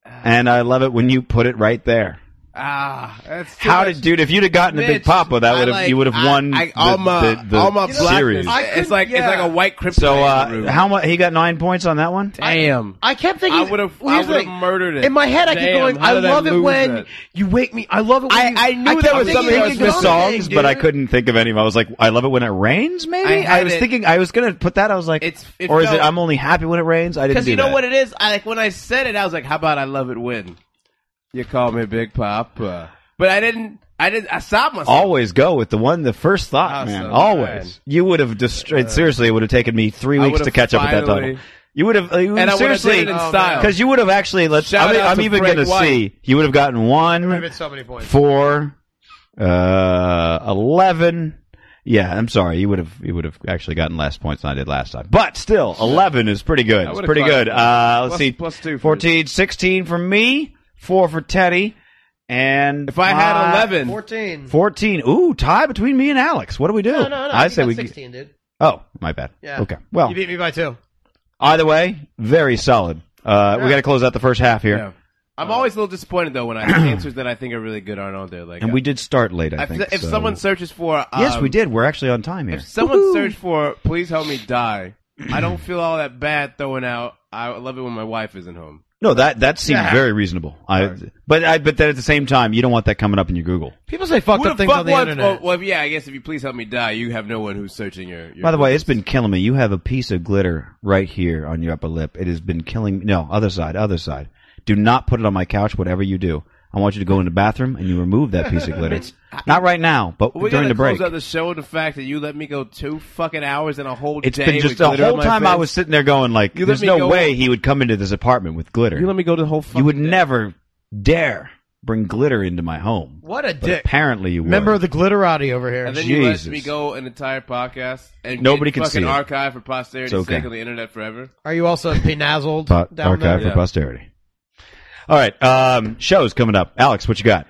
S7: and I love it when you put it right there.
S2: Ah, that's too
S7: How
S2: much.
S7: did dude? If you'd have gotten the Big
S2: Mitch,
S7: Papa, that
S2: I
S7: would have
S2: like-
S7: you would have
S2: I-
S7: won
S2: I-
S7: the,
S2: all my-
S7: the, the
S2: all my
S7: series.
S2: blackness. It's like it's like a white kryptonite.
S7: So
S2: in the
S7: uh,
S2: room.
S7: how much? He got nine points on that one.
S2: Damn.
S8: I kept thinking.
S2: I would've-
S8: well,
S2: I
S8: here's the
S2: would've
S8: thing.
S2: murdered it.
S8: In my head, I
S2: Damn,
S8: kept going.
S2: how
S8: I
S2: did I
S8: love it
S2: lose
S8: when
S2: that?
S8: you wake me. I love it. When you,
S2: I knew
S8: kept
S2: there was
S8: thinking
S2: something
S8: it
S2: I was
S8: was
S2: missing.
S8: something,
S7: songs, but I
S8: dude.
S7: couldn't think of any of them. I was like, I love it when it rains. Maybe
S2: I
S7: I,
S2: had
S7: was
S2: it-
S7: thinking I was gonna put that. I was like,
S2: It's- it
S7: or is
S2: felt-
S7: it? I'm only happy when it rains. I didn't
S2: Because
S7: do
S2: you know
S7: that.
S2: what it is. I like when I said it, I was like, "How about I love it when you call me Big Papa?" But I didn't. I didn't. I stopped myself.
S7: Always go with the one, the first thought,
S2: Awesome,
S7: man.
S2: man.
S7: Always, you would have destroyed. seriously, it would have taken me three
S2: I
S7: weeks
S2: would've
S7: to catch up with that
S2: finally-
S7: title. You would have, you would
S2: And I
S7: have
S2: would have
S7: seriously,
S2: did it in style.
S7: because you would have actually. Let's.
S2: Shout
S7: I'm,
S2: out
S7: I'm
S2: to
S7: even
S2: Frank
S7: gonna
S2: White.
S7: see. You would have gotten
S8: I've
S7: one,
S8: been so many points.
S7: four, uh, eleven. Yeah, I'm sorry. You would have you would have actually gotten less points than I did last time. But still, eleven is pretty good. It's
S2: would've
S7: pretty
S2: clarified.
S7: good. Uh, let's
S2: Plus-
S7: see,
S2: plus two for-
S7: 14, 16 for me, four for Teddy, and
S2: If I had eleven,
S8: Fourteen.
S7: 14. Ooh, tie between me and Alex. What do we do?
S8: No, no, no.
S7: I
S8: you
S7: say
S8: got
S7: we.
S8: sixteen, dude.
S7: Oh, my bad.
S8: Yeah.
S7: Okay. Well,
S8: you beat me by two.
S7: either way, very solid. Uh, We got to close out the first half here,
S2: Yeah. I'm
S7: Oh.
S2: always a little disappointed though when I answers that I think are really good aren't on there. Like, uh,
S7: and we did start late. I,
S2: I
S7: think
S2: feel- if
S7: so.
S2: someone searches for, um,
S7: Mm. yes, we did. We're actually on time here.
S2: If someone searched for "Please help me die," I don't feel all that bad throwing out. I love it when my wife isn't home.
S7: No, that that seemed
S2: Yeah.
S7: very reasonable. I, but I, but then at the same time, you don't want that coming up in your Google.
S8: People say fucked
S2: Who
S8: up things
S2: fuck
S8: on the
S2: wants-
S8: internet.
S2: oh, well, yeah, I guess if you please help me die, you have no one who's searching your. your
S7: By the way, it's been killing me. You have a piece of glitter right here on your upper lip. It has been killing me. No, other side, other side. Do not put it on my couch, whatever you do. I want you to go in the bathroom and you remove that piece of glitter. not right now, but
S2: we
S7: during
S2: gotta
S7: the break.
S2: close out the show with the fact that you let me go two fucking hours and a whole
S7: It's
S2: day.
S7: been
S2: with
S7: just the
S2: glitter on
S7: whole
S2: my
S7: time I
S2: face.
S7: was sitting there going like,
S2: You let
S7: there's
S2: me
S7: no
S2: go-
S7: way he would come into this apartment with glitter.
S2: You let me go to the whole.
S7: You would never dare bring glitter into my home.
S8: What a
S7: But
S8: dick.
S7: Apparently you would.
S8: Member of the glitterati over here.
S2: And then you let
S7: Jesus.
S2: me go an entire podcast and
S7: Nobody
S2: get
S7: can see
S2: fucking
S7: it.
S2: archive for posterity's
S7: It's okay.
S2: sake on the internet forever.
S8: Are you also penazzled
S7: Pot-
S8: down
S7: archive
S8: there?
S7: for posterity. All right, um, shows coming up. Alex, what you got?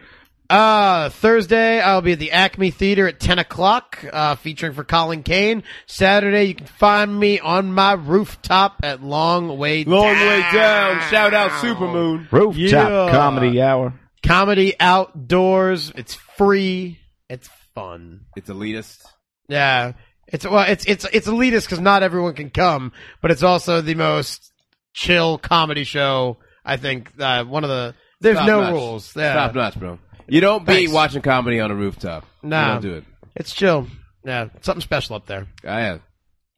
S8: Uh, Thursday, I'll be at the Acme Theater at 10 o'clock, uh, featuring for Colin Kane. Saturday, you can find me on my rooftop at Long Way Long Way Down. Shout out Supermoon.
S12: Rooftop comedy hour.
S8: Comedy outdoors. It's free. It's fun.
S2: It's elitist.
S8: Yeah. It's, well, it's, it's, it's elitist because not everyone can come, but it's also the most chill comedy show. I think, uh, one of the, there's
S2: Top
S8: no
S2: notch.
S8: rules. Yeah.
S2: Top notch, bro. You don't be
S8: Thanks.
S2: watching comedy on a rooftop.
S8: Nah.
S2: You don't do it.
S8: It's chill. Yeah. Something special up there.
S2: I am.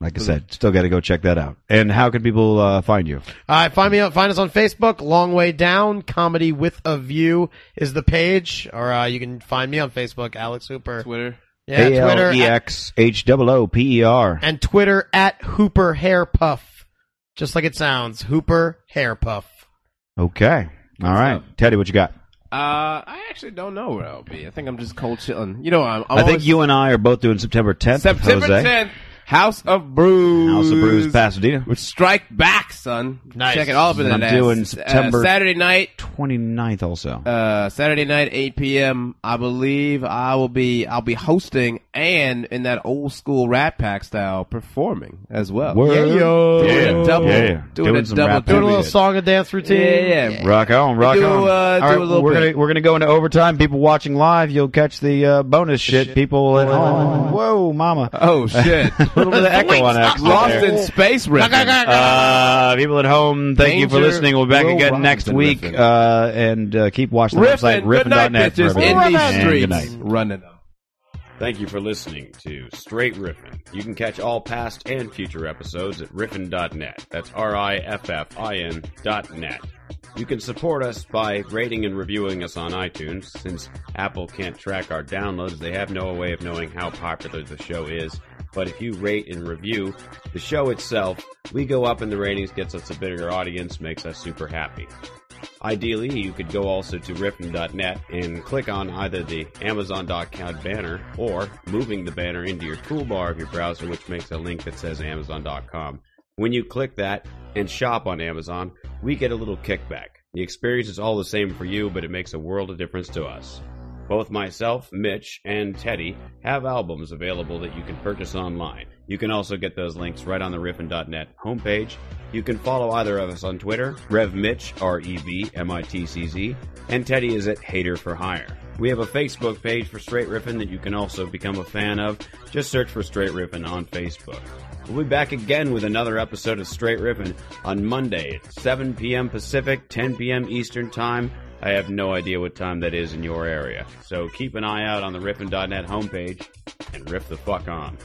S12: Like I said, still got to go check that out. And how can people uh, find you?
S8: All right, find me out. Find us on Facebook. Long way down. Comedy with a view is the page, or uh, you can find me on Facebook, Alex Hooper.
S2: Twitter,
S8: yeah, Twitter,
S7: E
S12: E
S8: at-
S12: A-L-E-X-H-O-O-P-E-R.
S8: and Twitter at Hooper Hair Puff, just like it sounds. Hooper Hair Puff.
S12: Okay. All right. Teddy, what you got?
S2: Uh, I actually don't know where I'll be. I think I'm just cold chilling. You know, I'm. I'm
S12: i think
S2: always-
S12: you and I are both doing September 10th.
S2: September
S12: Jose.
S2: 10th, House of Brews.
S12: House of Brews, Pasadena.
S2: Which strike back, son.
S12: Nice.
S2: Check it all up in
S12: I'm
S2: that
S12: doing
S2: ass.
S12: September
S2: Uh, Saturday night.
S12: 29th also.
S2: Uh, Saturday night, 8 p.m. I believe I will be, I'll be hosting and in that old school Rat Pack style performing as well.
S12: Word. Yeah, yo.
S2: Doing a double,
S12: Yeah.
S2: doing,
S12: Doing
S2: a
S12: some
S2: double,
S12: Rat Pack Doing a little shit.
S8: song and dance routine.
S2: Yeah, yeah.
S12: Rock on, rock
S2: Do,
S12: on.
S2: uh,
S12: All
S2: do
S12: right,
S2: a little
S12: we're
S2: bit.
S12: gonna we're gonna go into overtime. People watching live, you'll catch the uh, bonus shit. People at home. Whoa, mama!
S2: Oh shit!
S12: a little bit of echo on
S2: Lost
S12: accident there.
S2: in space, Rick.
S12: Uh, people at home, thank you for
S2: Danger
S12: listening. We'll be back
S2: Will
S12: again next
S2: Robinson
S12: week.
S2: riffing.
S12: Uh, and uh, keep watching the website,
S2: Riffin', good night,
S12: riffin.net. for
S2: bitches.
S12: everything.
S2: In
S12: And
S2: these
S12: good
S2: streets,
S12: night.
S2: running them.
S7: Thank you for listening to Straight Riffin. You can catch all past and future episodes at riffin.net. That's R-I-F-F-I-N dot net. You can support us by rating and reviewing us on iTunes, since Apple can't track our downloads, they have no way of knowing how popular the show is. But if you rate and review the show itself, we go up in the ratings, gets us a bigger audience, makes us super happy. Ideally, you could go also to riffin.net and click on either the Amazon.com banner or moving the banner into your toolbar of your browser, which makes a link that says Amazon.com. When you click that and shop on Amazon, we get a little kickback. The experience is all the same for you, but it makes a world of difference to us. Both myself, Mitch, and Teddy have albums available that you can purchase online. You can also get those links right on the riffin.net homepage. You can follow either of us on Twitter, RevMitch, R E V M I T C Z, and Teddy is at Hater for Hire. We have a Facebook page for Straight Riffin that you can also become a fan of. Just search for Straight Riffin on Facebook. We'll be back again with another episode of Straight Riffin on Monday at 7 p.m. Pacific, 10 p.m. Eastern Time. I have no idea what time that is in your area. So keep an eye out on the riffin.net homepage and riff the fuck on.